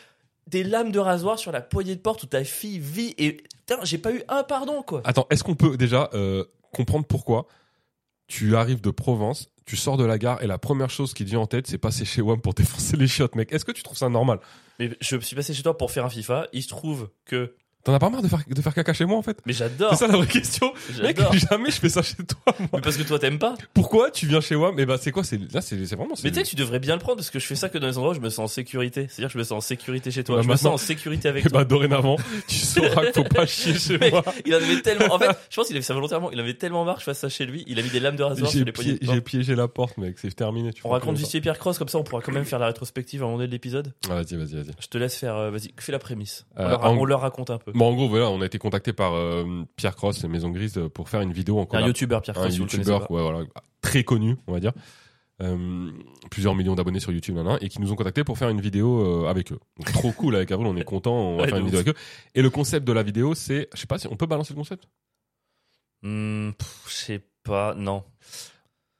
[SPEAKER 1] des lames de rasoir sur la poignée de porte où ta fille vit et putain, j'ai pas eu un pardon quoi.
[SPEAKER 2] Attends, est-ce qu'on peut déjà euh, comprendre pourquoi tu arrives de province, tu sors de la gare et la première chose qui te vient en tête, c'est passer chez WAM pour défoncer les chiottes, mec. Est-ce que tu trouves ça normal
[SPEAKER 1] Mais je suis passé chez toi pour faire un FIFA. Il se trouve que.
[SPEAKER 2] T'en as pas marre de faire, de faire caca chez moi, en fait
[SPEAKER 1] Mais j'adore.
[SPEAKER 2] C'est ça la vraie question. Mec,
[SPEAKER 1] J'adore.
[SPEAKER 2] *laughs* jamais je fais ça chez toi. moi.
[SPEAKER 1] Mais parce que toi t'aimes pas.
[SPEAKER 2] Pourquoi tu viens chez WAM Eh ben, c'est quoi c'est, Là, c'est, c'est vraiment. c'est-
[SPEAKER 1] Mais tu sais que tu devrais bien le prendre parce que je fais ça que dans les endroits où je me sens en sécurité. C'est-à-dire que je me sens en sécurité chez toi.
[SPEAKER 2] Bah,
[SPEAKER 1] je me sens
[SPEAKER 2] maintenant-
[SPEAKER 1] en sécurité
[SPEAKER 2] *laughs*
[SPEAKER 1] avec
[SPEAKER 2] Eh
[SPEAKER 1] toi. *laughs*
[SPEAKER 2] ben, dorénavant, tu sauras qu'il faut pas chier chez
[SPEAKER 1] Mec,
[SPEAKER 2] moi.
[SPEAKER 1] il en avait tellement. En fait, je pense qu'il avait fait ça volontairement. Il en avait tellement marre que je fasse ça chez lui. Il a mis des lames de rasoir
[SPEAKER 2] J'ai,
[SPEAKER 1] sur les poignées.
[SPEAKER 2] pié-
[SPEAKER 1] de
[SPEAKER 2] j'ai
[SPEAKER 1] porte.
[SPEAKER 2] piégé la porte, mec. C'est terminé.
[SPEAKER 1] On
[SPEAKER 2] Tu feras
[SPEAKER 1] raconte
[SPEAKER 2] plus
[SPEAKER 1] du Pierre Cross comme ça. On pourra quand même faire la rétrospective à un moment donné de l'épisode.
[SPEAKER 2] ça. Ah, vas-y, vas-y, vas-y.
[SPEAKER 1] Je te laisse faire. euh, Vas-y, fais la prémisse. On,
[SPEAKER 2] Euh,
[SPEAKER 1] leur,
[SPEAKER 2] en-
[SPEAKER 1] on leur raconte un peu.
[SPEAKER 2] Bon, en gros, voilà, on a été contacté par euh, Pierre Cross et Maison Grise euh, pour faire une vidéo
[SPEAKER 1] Il y
[SPEAKER 2] en
[SPEAKER 1] a
[SPEAKER 2] collab
[SPEAKER 1] un youtubeur Pierre
[SPEAKER 2] un
[SPEAKER 1] Cross. si vous le connaissez
[SPEAKER 2] youtubeur
[SPEAKER 1] pas.
[SPEAKER 2] ouais, voilà, très connu, on va dire. Euh, plusieurs millions d'abonnés sur YouTube, nanana, et qui nous ont contactés pour faire une vidéo euh, avec eux. Donc, trop cool avec Avril, on est content, on va
[SPEAKER 1] Ouais,
[SPEAKER 2] faire une
[SPEAKER 1] de
[SPEAKER 2] vidéo
[SPEAKER 1] ouf.
[SPEAKER 2] avec eux. Et le concept de la vidéo, c'est, je sais pas si on peut balancer le concept.
[SPEAKER 1] Hmm, pff, Je sais pas. Non.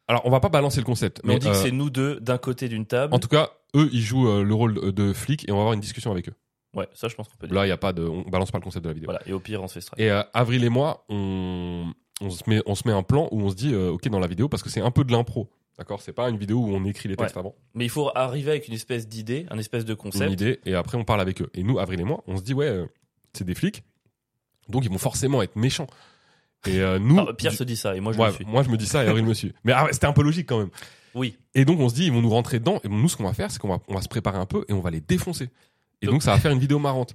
[SPEAKER 2] Alors, on va pas balancer le concept,
[SPEAKER 1] Mais
[SPEAKER 2] mais,
[SPEAKER 1] on dit que
[SPEAKER 2] euh,
[SPEAKER 1] c'est nous deux d'un côté d'une table.
[SPEAKER 2] en tout cas, eux, ils jouent euh, le rôle de, de flic et on va avoir une discussion avec eux.
[SPEAKER 1] Ouais, ça je pense qu'on peut dire.
[SPEAKER 2] Là, il y a pas de, on balance pas le concept de la vidéo.
[SPEAKER 1] Voilà. Et au pire, on se fait strike.
[SPEAKER 2] Et euh, Avril et moi, on, on, se met, on se met un plan où on se dit, euh, ok, dans la vidéo, parce que c'est un peu de l'impro. D'accord C'est pas une vidéo où on écrit les textes avant.
[SPEAKER 1] Mais il faut arriver avec une espèce d'idée, un espèce de
[SPEAKER 2] une
[SPEAKER 1] concept.
[SPEAKER 2] idée et après on parle avec eux. Et nous, Avril et moi, on se dit ouais, euh, c'est des flics, donc ils vont forcément être méchants. Et euh, nous,
[SPEAKER 1] Ah, Pierre
[SPEAKER 2] du-
[SPEAKER 1] se dit ça et moi je
[SPEAKER 2] ouais,
[SPEAKER 1] le suis.
[SPEAKER 2] moi je me dis ça et Avril me suit. Mais ah ouais, c'était un peu logique quand même.
[SPEAKER 1] Oui.
[SPEAKER 2] Et donc on se dit ils vont nous rentrer dedans et nous ce qu'on va faire c'est qu'on va on va se préparer un peu et on va les défoncer. Et donc, ça va faire une vidéo
[SPEAKER 1] *laughs*
[SPEAKER 2] marrante.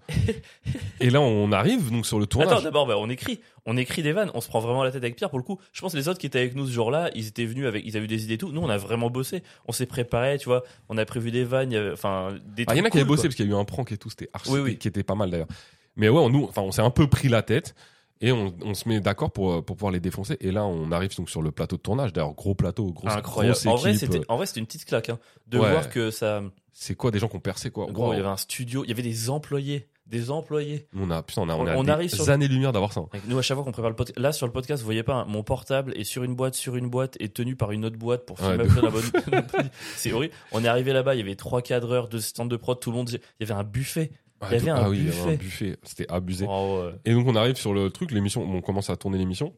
[SPEAKER 2] et là, on arrive donc sur le tournage.
[SPEAKER 1] Attends, d'abord, bah, on écrit, on écrit des vannes, on se prend vraiment la tête avec Pierre. Pour le coup, je pense que les autres qui étaient avec nous ce jour-là, ils étaient venus avec, ils avaient des idées et tout. Nous, on a vraiment bossé, on s'est préparé, tu vois, on a prévu des vannes, il y avait- enfin des.
[SPEAKER 2] Ah, Il y en a
[SPEAKER 1] trucs
[SPEAKER 2] qui avaient
[SPEAKER 1] cool,
[SPEAKER 2] bossé
[SPEAKER 1] quoi.
[SPEAKER 2] parce qu'il y a eu un prank et tout, c'était archi,
[SPEAKER 1] Oui, oui.
[SPEAKER 2] qui était pas mal d'ailleurs. Mais ouais, on, nous, enfin, on s'est un peu pris la tête et on, on se met d'accord pour, euh, pour pouvoir les défoncer. Et là, on arrive donc sur le plateau de tournage. D'ailleurs, gros plateau, grosse,
[SPEAKER 1] Incroyable.
[SPEAKER 2] grosse
[SPEAKER 1] En vrai,
[SPEAKER 2] équipe.
[SPEAKER 1] c'était, en vrai, c'était une petite claque, hein, de
[SPEAKER 2] Ouais.
[SPEAKER 1] voir que ça.
[SPEAKER 2] C'est quoi des gens qu'on perçait quoi
[SPEAKER 1] En
[SPEAKER 2] Wow.
[SPEAKER 1] gros, il y avait un studio, il y avait des employés, des employés.
[SPEAKER 2] On a, putain, on a, on a
[SPEAKER 1] On
[SPEAKER 2] des
[SPEAKER 1] arrive sur-
[SPEAKER 2] années-lumière d'avoir ça.
[SPEAKER 1] Avec nous, à chaque fois qu'on prépare le podcast, là sur le podcast, vous voyez pas, hein, mon portable est sur une boîte, sur une boîte, et tenu par une autre boîte pour filmer
[SPEAKER 2] Ouais, de
[SPEAKER 1] après *laughs* la bonne. C'est horrible. On est arrivé là-bas, il y avait trois cadreurs, deux stands de prod, tout le monde, disait- il y avait un buffet. Il y avait un
[SPEAKER 2] ah oui, il y avait
[SPEAKER 1] buffet.
[SPEAKER 2] un buffet. C'était abusé.
[SPEAKER 1] Oh, ouais.
[SPEAKER 2] Et donc on arrive sur le truc, l'émission, on commence à tourner l'émission.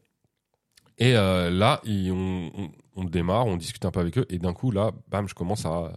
[SPEAKER 2] Et euh, là, il- on, on- on démarre, on discute un peu avec eux, et d'un coup, là, bam, je commence à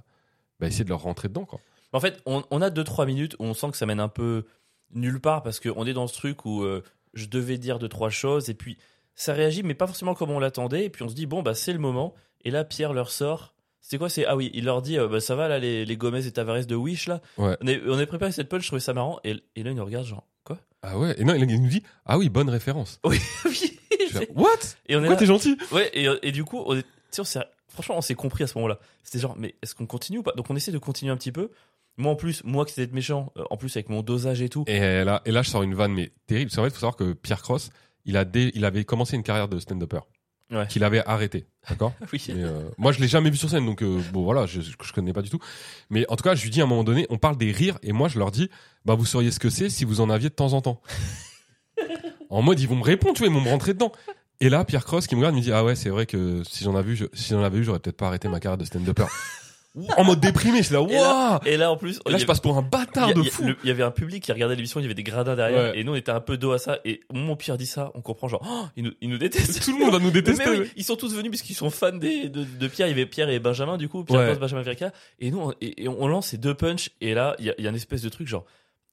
[SPEAKER 2] bah, essayer de leur rentrer dedans. Quoi.
[SPEAKER 1] En fait, on, on a 2-3 minutes où on sent que ça mène un peu nulle part parce qu'on est dans ce truc où euh, je devais dire 2-3 choses et puis ça réagit, mais pas forcément comme on l'attendait. Et puis on se dit, bon, bah c'est le moment. Et là, Pierre leur sort. C'est quoi c'est Ah oui, il leur dit, euh, bah, ça va là, les, les Gomez et Tavares de Wish là
[SPEAKER 2] Ouais.
[SPEAKER 1] on, est, on est préparé à cette punch, je trouvais ça marrant. Et, et là, ils nous regardent, genre,
[SPEAKER 2] *laughs*
[SPEAKER 1] quoi
[SPEAKER 2] Ah ouais, et non, il, il nous dit, ah oui, bonne référence.
[SPEAKER 1] Oui
[SPEAKER 2] Je fais,
[SPEAKER 1] *laughs*
[SPEAKER 2] What
[SPEAKER 1] Et on est
[SPEAKER 2] Pourquoi
[SPEAKER 1] là.
[SPEAKER 2] t'es gentil
[SPEAKER 1] Ouais, et, et du coup, on est- tu sais, on s'est- franchement, on s'est compris à ce moment-là. C'était genre, mais est-ce qu'on continue ou pas Donc on essaie de continuer un petit peu. Moi en plus, moi qui étais méchant, euh, en plus avec mon dosage et tout.
[SPEAKER 2] Et là, et là, je sors une vanne, mais terrible. C'est en fait, il faut savoir que Pierre Cross, il, a dé- il avait commencé une carrière de stand-upper.
[SPEAKER 1] Ouais.
[SPEAKER 2] Qu'il avait arrêté,
[SPEAKER 1] *laughs*
[SPEAKER 2] d'accord
[SPEAKER 1] Oui.
[SPEAKER 2] Mais, euh, Moi, je l'ai jamais vu sur scène, donc euh, bon, voilà, je, je connais pas du tout. Mais en tout cas, je lui dis à un moment donné, on parle des rires, et moi, je leur dis, bah, vous sauriez ce que c'est si vous en aviez de temps
[SPEAKER 1] *laughs*
[SPEAKER 2] en temps. en mode, ils vont me répondre, tu vois, ils vont me rentrer dedans. Et là, Pierre Cross qui me regarde, il me dit, ah ouais, c'est vrai que si j'en avais vu, je- si j'en avais eu, j'aurais peut-être pas arrêté ma carrière de stand-upper. en mode déprimé, je suis là,
[SPEAKER 1] Et là-
[SPEAKER 2] waouh
[SPEAKER 1] Et là, en plus,
[SPEAKER 2] Et
[SPEAKER 1] il y
[SPEAKER 2] Là, je
[SPEAKER 1] avait-
[SPEAKER 2] passe pour un
[SPEAKER 1] il y
[SPEAKER 2] bâtard
[SPEAKER 1] a-
[SPEAKER 2] de
[SPEAKER 1] il y a-
[SPEAKER 2] fou.
[SPEAKER 1] le- Il y avait un public qui regardait l'émission, il y avait des gradins derrière,
[SPEAKER 2] Ouais.
[SPEAKER 1] et nous on était un peu dos à ça. Et mon pire dit ça, on comprend genre, Oh, ils, nous, ils nous détestent.
[SPEAKER 2] *laughs* Tout le monde va nous détester.
[SPEAKER 1] Mais oui, ils sont tous venus parce qu'ils sont fans des, de, de Pierre. Il y avait Pierre et Benjamin du coup, Pierre
[SPEAKER 2] Ouais.
[SPEAKER 1] Cross, Benjamin Verka. Et nous, on, et- et on lance ces deux punchs. Et là, il y a, il y a une espèce de truc genre.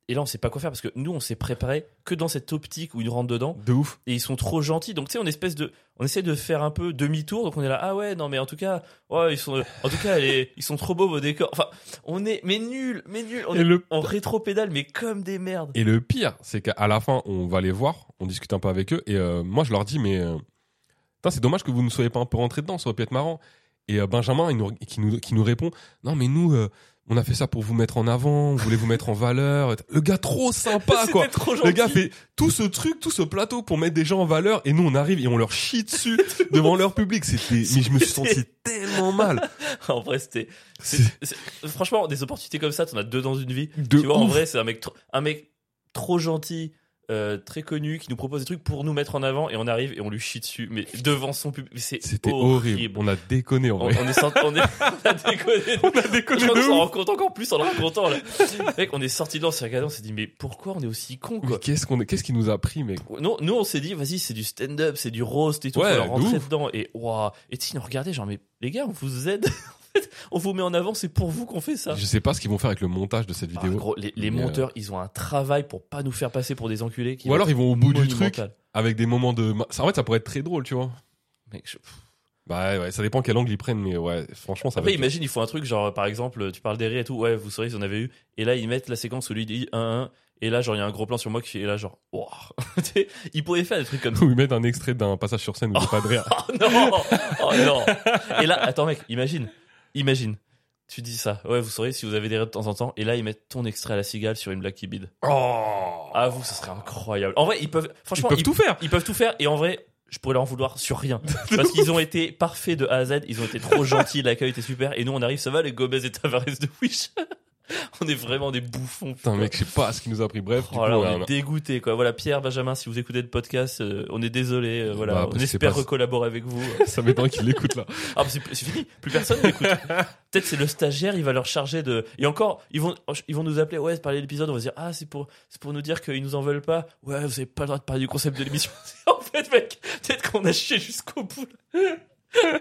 [SPEAKER 1] Et là, on sait pas quoi faire parce que nous, on s'est préparé que dans cette optique où ils rentrent dedans
[SPEAKER 2] De ouf.
[SPEAKER 1] et ils sont trop gentils. Donc tu sais, on espèce de, on essaie de faire un peu demi-tour. Donc on est là, ah ouais, non mais en tout cas, ouais, ils sont, en tout cas, les- ils sont trop beaux vos décors. Enfin, on est, mais nul, mais nul. On
[SPEAKER 2] Et
[SPEAKER 1] est
[SPEAKER 2] le,
[SPEAKER 1] en rétro-pédale, mais comme des merdes.
[SPEAKER 2] et le pire, c'est qu'à la fin, on va les voir, on discute un peu avec eux, et euh, moi, je leur dis, mais euh, putain, c'est dommage que vous ne soyez pas un peu rentrés dedans, ça aurait pu être marrant. Et euh, Benjamin, il nous- qui, nous, qui nous répond, non, mais nous, euh, on a fait ça pour vous mettre en avant, on voulait vous mettre en valeur. Le gars, trop *laughs* sympa,
[SPEAKER 1] *laughs* C'était
[SPEAKER 2] quoi.
[SPEAKER 1] trop gentil.
[SPEAKER 2] Le gars fait tout ce truc, tout ce plateau pour mettre des gens en valeur, et nous, on arrive et on leur chie *laughs* dessus devant leur public. C'était, mais je me suis senti tellement mal.
[SPEAKER 1] *laughs* En vrai, c'était, c'est-
[SPEAKER 2] *laughs* C'est
[SPEAKER 1] c'est- franchement, des opportunités comme ça, t'en as deux dans une vie.
[SPEAKER 2] de
[SPEAKER 1] tu vois, en
[SPEAKER 2] ouf.
[SPEAKER 1] vrai, c'est un mec, trop- un mec trop gentil. euh, très connu qui nous propose des trucs pour nous mettre en avant et on arrive et on lui chie dessus mais devant son public c'est
[SPEAKER 2] C'était horrible. On a déconné, en
[SPEAKER 1] On,
[SPEAKER 2] vrai.
[SPEAKER 1] on est sent- on est- *laughs* on a déconné.
[SPEAKER 2] *laughs* On a déconné
[SPEAKER 1] Je crois qu'on
[SPEAKER 2] de
[SPEAKER 1] s'en
[SPEAKER 2] ouf.
[SPEAKER 1] rend compte encore plus en le racontant là. Mec, on est sorti de là, on s'est regardé, on s'est dit mais pourquoi on est aussi con
[SPEAKER 2] Mais
[SPEAKER 1] quoi
[SPEAKER 2] qu'est-ce qu'on, qu'est-ce qui nous a pris, mec
[SPEAKER 1] non, nous on s'est dit vas-y c'est du stand-up, c'est du roast et tout,
[SPEAKER 2] Ouais,
[SPEAKER 1] on va
[SPEAKER 2] de
[SPEAKER 1] rentrer
[SPEAKER 2] ouf.
[SPEAKER 1] dedans et waouh et tu sais, ils nous regardaient genre mais les gars on vous aide, *laughs* En fait, on vous met en avant, c'est pour vous qu'on fait ça.
[SPEAKER 2] Je sais pas ce qu'ils vont faire avec le montage de cette
[SPEAKER 1] Ah,
[SPEAKER 2] vidéo.
[SPEAKER 1] gros, les, les
[SPEAKER 2] Mais, euh,
[SPEAKER 1] monteurs ils ont un travail pour pas nous faire passer pour des enculés. qui
[SPEAKER 2] Ou
[SPEAKER 1] est
[SPEAKER 2] alors ils vont au bout du truc
[SPEAKER 1] monumental.
[SPEAKER 2] avec des moments de. ma- Ça, en fait, ça pourrait être très drôle, tu vois.
[SPEAKER 1] Mec, je-
[SPEAKER 2] Bah ouais, ça dépend quel angle ils prennent, mais ouais, franchement, ça va.
[SPEAKER 1] Après,
[SPEAKER 2] être-
[SPEAKER 1] imagine, ils font un truc genre, par exemple, tu parles des rires et tout, ouais, vous saurez, ils en avaient eu. Et là, ils mettent la séquence où lui dit 1-1. Et là, genre, il y a un gros plan sur moi qui fait, et là, genre, waouh. *laughs* Tu sais, ils pourraient faire des trucs comme ça.
[SPEAKER 2] Ou ils mettent un extrait d'un passage sur scène où il y a pas de
[SPEAKER 1] *laughs*
[SPEAKER 2] rire.
[SPEAKER 1] Oh non Oh non Et là, attends, mec, imagine, imagine. Tu dis ça, ouais, vous saurez si vous avez des rires de temps en temps. Et là, ils mettent ton extrait à la cigale sur une blague qui bide.
[SPEAKER 2] Oh
[SPEAKER 1] Ah, vous, ce serait incroyable. En vrai, ils peuvent,
[SPEAKER 2] Ils
[SPEAKER 1] franchement,
[SPEAKER 2] peuvent
[SPEAKER 1] ils-
[SPEAKER 2] tout faire
[SPEAKER 1] ils peuvent tout faire et en vrai je pourrais leur en vouloir sur rien parce qu'ils ont été parfaits de A à Z ils ont été trop gentils l'accueil était super et nous on arrive ça va les Gomez et Tavares de Wish *laughs* on est vraiment des bouffons
[SPEAKER 2] Putain, mec, je sais pas ce qui nous a pris. Bref, du
[SPEAKER 1] Oh là, on
[SPEAKER 2] coup, ouais,
[SPEAKER 1] est dégoûté quoi voilà Pierre Benjamin si vous écoutez le podcast euh, on est désolé euh,
[SPEAKER 2] Bah,
[SPEAKER 1] voilà
[SPEAKER 2] parce
[SPEAKER 1] on
[SPEAKER 2] que c'est
[SPEAKER 1] espère
[SPEAKER 2] pas-
[SPEAKER 1] recollaborer avec
[SPEAKER 2] *laughs*
[SPEAKER 1] vous
[SPEAKER 2] on a- ça m'étonne qu'ils
[SPEAKER 1] *laughs*
[SPEAKER 2] l'écoutent là.
[SPEAKER 1] ah bah, c'est c'est fini plus personne n'écoute peut-être c'est le stagiaire il va leur charger de et encore ils vont ils vont nous appeler ouais parler de l'épisode on va se dire ah c'est pour c'est pour nous dire qu'ils nous en veulent pas ouais vous avez pas le droit de parler du concept de l'émission *laughs* en fait mec peut-être qu'on a chié jusqu'au
[SPEAKER 2] *laughs*
[SPEAKER 1] bout là.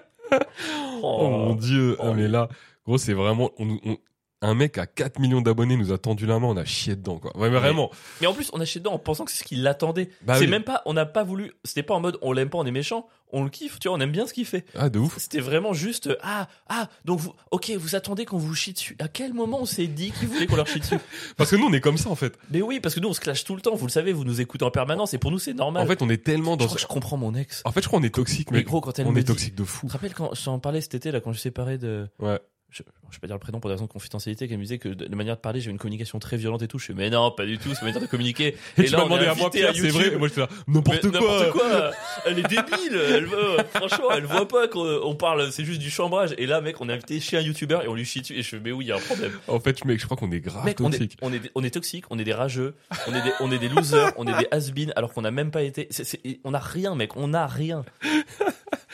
[SPEAKER 2] Oh, mon dieu,
[SPEAKER 1] Oh,
[SPEAKER 2] Ah, mais
[SPEAKER 1] les-
[SPEAKER 2] là, gros, c'est vraiment. On, on- un mec à 4 millions d'abonnés nous a tendu la main, on a chié dedans, quoi. Ouais, mais vraiment.
[SPEAKER 1] Mais en plus, on a chez dedans en pensant que c'est ce qu'il attendait.
[SPEAKER 2] Bah
[SPEAKER 1] c'est
[SPEAKER 2] oui.
[SPEAKER 1] même pas, on n'a pas voulu, c'était pas en mode on l'aime pas, on est méchant, on le kiffe, tu vois, on aime bien ce qu'il fait.
[SPEAKER 2] Ah, de ouf.
[SPEAKER 1] C'était vraiment juste euh, ah ah donc vous ok vous attendez qu'on vous chie dessus. À quel moment on s'est dit qu'il voulait qu'on leur chie dessus
[SPEAKER 2] Parce que nous, on est comme ça, en fait.
[SPEAKER 1] Mais oui parce que nous on se clash tout le temps. Vous le savez, vous nous écoutez en permanence et pour nous c'est normal.
[SPEAKER 2] En fait, on est tellement
[SPEAKER 1] je
[SPEAKER 2] dans.
[SPEAKER 1] crois que je comprends mon ex.
[SPEAKER 2] En fait, je crois qu'on est toxique,
[SPEAKER 1] Mais
[SPEAKER 2] mais
[SPEAKER 1] gros quand elle
[SPEAKER 2] on
[SPEAKER 1] me
[SPEAKER 2] est
[SPEAKER 1] dit.
[SPEAKER 2] toxique de
[SPEAKER 1] Tu
[SPEAKER 2] fou.
[SPEAKER 1] te rappelles quand je t'en parlais cet été là quand je suis séparé de.
[SPEAKER 2] Ouais.
[SPEAKER 1] Je, je vais pas dire le prénom pour des raisons de confidentialité qu'elle me disait que de de manière de parler j'avais une communication très violente et tout. Je fais mais non pas du tout c'est ma manière de communiquer.
[SPEAKER 2] Et, tu
[SPEAKER 1] là
[SPEAKER 2] m'as
[SPEAKER 1] on
[SPEAKER 2] demandé
[SPEAKER 1] est
[SPEAKER 2] à moi,
[SPEAKER 1] invité
[SPEAKER 2] Pierre, c'est
[SPEAKER 1] YouTube.
[SPEAKER 2] vrai. Et moi, j'étais là,
[SPEAKER 1] Mais
[SPEAKER 2] *laughs* n'importe quoi.
[SPEAKER 1] euh, Elle est débile. Elle veut, franchement, elle voit pas qu'on on parle. C'est juste du chambrage. Et là, mec, on a invité chez un youtubeur et on lui chie dessus. Et je fais, mais oui, il y a un problème.
[SPEAKER 2] En fait, mec, je crois qu'on est grave
[SPEAKER 1] Mec, on est,
[SPEAKER 2] toxique.
[SPEAKER 1] on, est, des- on est toxique, on est des rageux, on est des, on est des losers, on est des has-been, alors qu'on n'a même pas été. c'est- c'est- on a rien, mec, on a rien.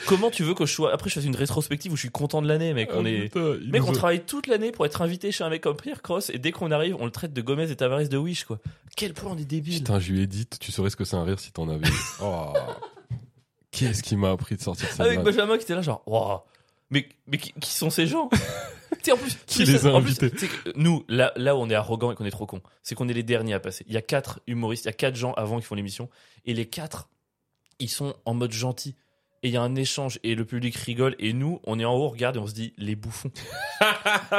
[SPEAKER 1] Comment tu veux que je sois. Après, je fasse une rétrospective où je suis content de l'année, mec.
[SPEAKER 2] Ah,
[SPEAKER 1] On est.
[SPEAKER 2] putain, il
[SPEAKER 1] Mec,
[SPEAKER 2] nous
[SPEAKER 1] on
[SPEAKER 2] a-
[SPEAKER 1] travaille toute l'année pour être invité chez un mec comme Pierre Cross et dès qu'on arrive, on le traite de Gomez et Tavares de Wish, quoi. Quel point on est débile.
[SPEAKER 2] Putain, je lui ai dit, tu saurais ce que c'est un rire si
[SPEAKER 1] *laughs*
[SPEAKER 2] t'en avais. Oh. Qu'est-ce qui m'a appris de sortir ça
[SPEAKER 1] avec Benjamin qui était là genre waouh mais mais qui, qui sont ces *laughs* gens Tu sais, en plus
[SPEAKER 2] Qui
[SPEAKER 1] mais
[SPEAKER 2] les
[SPEAKER 1] ça-
[SPEAKER 2] a
[SPEAKER 1] en plus,
[SPEAKER 2] invités
[SPEAKER 1] tu sais que nous là là où on est arrogant et qu'on est trop con c'est qu'on est les derniers à passer il y a quatre humoristes il y a quatre gens avant qui font l'émission et les quatre ils sont en mode gentil et il y a un échange et le public rigole et nous on est en haut on regarde et on se dit les
[SPEAKER 2] *laughs*
[SPEAKER 1] bouffons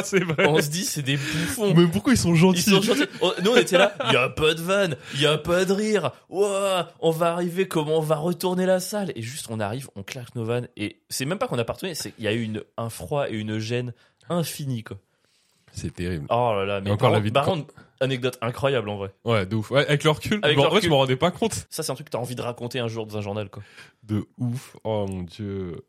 [SPEAKER 2] c'est vrai.
[SPEAKER 1] on se dit c'est des bouffons
[SPEAKER 2] Mais pourquoi ils sont
[SPEAKER 1] ils
[SPEAKER 2] gentils
[SPEAKER 1] sont gentils. On- Nous, on était là. *laughs* Il y a pas de vanne. Il y a pas de rire. Ouah, on va arriver. Comment on va retourner la salle Et juste, on arrive, on claque nos vannes. Et c'est même pas qu'on a pas retourné. C'est qu'il y a eu une, un froid et une gêne infinie, quoi.
[SPEAKER 2] C'est terrible.
[SPEAKER 1] Oh là là. Mais
[SPEAKER 2] Et
[SPEAKER 1] par
[SPEAKER 2] encore la
[SPEAKER 1] contre-
[SPEAKER 2] vie de
[SPEAKER 1] par
[SPEAKER 2] con-
[SPEAKER 1] contre, anecdote incroyable en vrai.
[SPEAKER 2] Ouais, de ouf. Ouais, avec le recul,
[SPEAKER 1] Avec
[SPEAKER 2] mais
[SPEAKER 1] le
[SPEAKER 2] en vrai, je
[SPEAKER 1] recul.
[SPEAKER 2] m'en rendais pas compte.
[SPEAKER 1] Ça, c'est un truc que t'as envie de raconter un jour dans un journal, quoi.
[SPEAKER 2] De ouf. Oh mon dieu.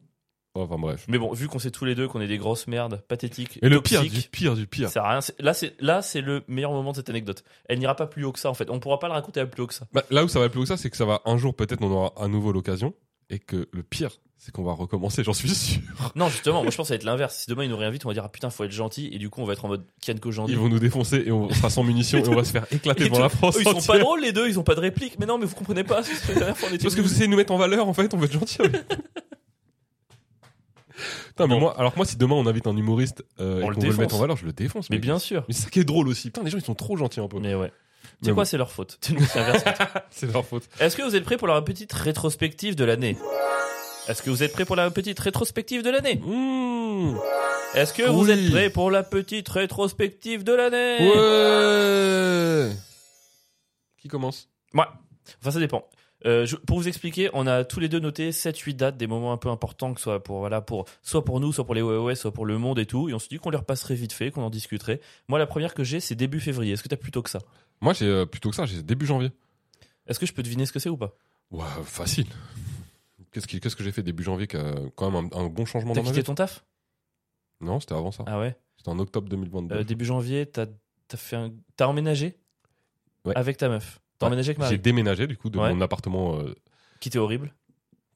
[SPEAKER 2] Oh, Enfin bref.
[SPEAKER 1] Mais bon, vu qu'on sait tous les deux qu'on est des grosses merdes, pathétiques,
[SPEAKER 2] Et le pire
[SPEAKER 1] toxiques,
[SPEAKER 2] du pire du pire.
[SPEAKER 1] Ça a rien. c'est- Là, c'est là, c'est le meilleur moment de cette anecdote. Elle n'ira pas plus haut que ça, en fait. On pourra pas le raconter à plus haut que ça.
[SPEAKER 2] Bah, là où ça va plus haut que ça, c'est que ça va un jour peut-être on aura à nouveau l'occasion et que le pire, c'est qu'on va recommencer. J'en suis sûr.
[SPEAKER 1] Non, justement, moi je pense que ça va être l'inverse. Si demain ils nous réinvitent, on va dire ah putain, faut être gentil et du coup on va être en mode Kian Kojandi.
[SPEAKER 2] Ils vont nous défoncer et on sera sans munitions et on va se faire éclater
[SPEAKER 1] Et
[SPEAKER 2] devant
[SPEAKER 1] tout-
[SPEAKER 2] la France
[SPEAKER 1] Eux, ils sont
[SPEAKER 2] entière.
[SPEAKER 1] pas drôles les deux, ils ont pas de réplique. Mais non, mais vous comprenez pas. c'est parce que la dernière fois, on était
[SPEAKER 2] Parce que vous
[SPEAKER 1] nuls.
[SPEAKER 2] essayez de nous mettre en valeur, en fait, on veut être gentil. avec vous. Putain, mais
[SPEAKER 1] Bon.
[SPEAKER 2] moi, alors que moi, si demain on invite un humoriste euh,
[SPEAKER 1] On le
[SPEAKER 2] et qu'on veut le
[SPEAKER 1] défonce.
[SPEAKER 2] mettre en valeur, je le défonce.
[SPEAKER 1] Mais
[SPEAKER 2] mec.
[SPEAKER 1] bien sûr.
[SPEAKER 2] Mais c'est ça qui est drôle aussi. Putain, les gens ils sont trop gentils un peu.
[SPEAKER 1] Mais ouais.
[SPEAKER 2] Mais
[SPEAKER 1] C'est quoi, c'est leur faute. C'est nous, c'est l'inverse. *laughs*
[SPEAKER 2] bon, C'est leur faute.
[SPEAKER 1] Est-ce que vous êtes prêts pour la petite rétrospective de l'année Est-ce que vous êtes prêts pour la petite rétrospective de l'année
[SPEAKER 2] Mmh.
[SPEAKER 1] Est-ce que vous êtes
[SPEAKER 2] Oui.
[SPEAKER 1] prêts pour la petite rétrospective de l'année
[SPEAKER 2] Ouais. Qui commence
[SPEAKER 1] Enfin, ça dépend. Euh, je- pour vous expliquer, on a tous les deux noté 7-8 dates, des moments un peu importants, que ce soit pour, voilà, pour, soit pour nous, soit pour les OOS, soit pour le monde et tout. Et on se dit qu'on les repasserait vite fait, qu'on en discuterait. Moi, la première que j'ai, c'est début février. Est-ce que t'as plutôt que ça
[SPEAKER 2] Moi, j'ai euh, plutôt que ça, j'ai début janvier.
[SPEAKER 1] Est-ce que je peux deviner ce que c'est ou pas
[SPEAKER 2] Ouais, facile. Qu'est-ce qui- qu'est-ce que j'ai fait début janvier qui a quand même un, un bon changement
[SPEAKER 1] T'as
[SPEAKER 2] dans ma
[SPEAKER 1] quitté
[SPEAKER 2] vie
[SPEAKER 1] ton taf
[SPEAKER 2] Non, c'était avant ça.
[SPEAKER 1] Ah ouais
[SPEAKER 2] C'était en octobre 2022.
[SPEAKER 1] Euh, Début janvier, t'as t'as fait un- t'as emménagé
[SPEAKER 2] Ouais.
[SPEAKER 1] avec ta meuf. T'as
[SPEAKER 2] Ouais.
[SPEAKER 1] emménagé avec
[SPEAKER 2] J'ai
[SPEAKER 1] Marie,
[SPEAKER 2] déménagé du coup de
[SPEAKER 1] Ouais.
[SPEAKER 2] mon appartement euh,
[SPEAKER 1] qui était horrible,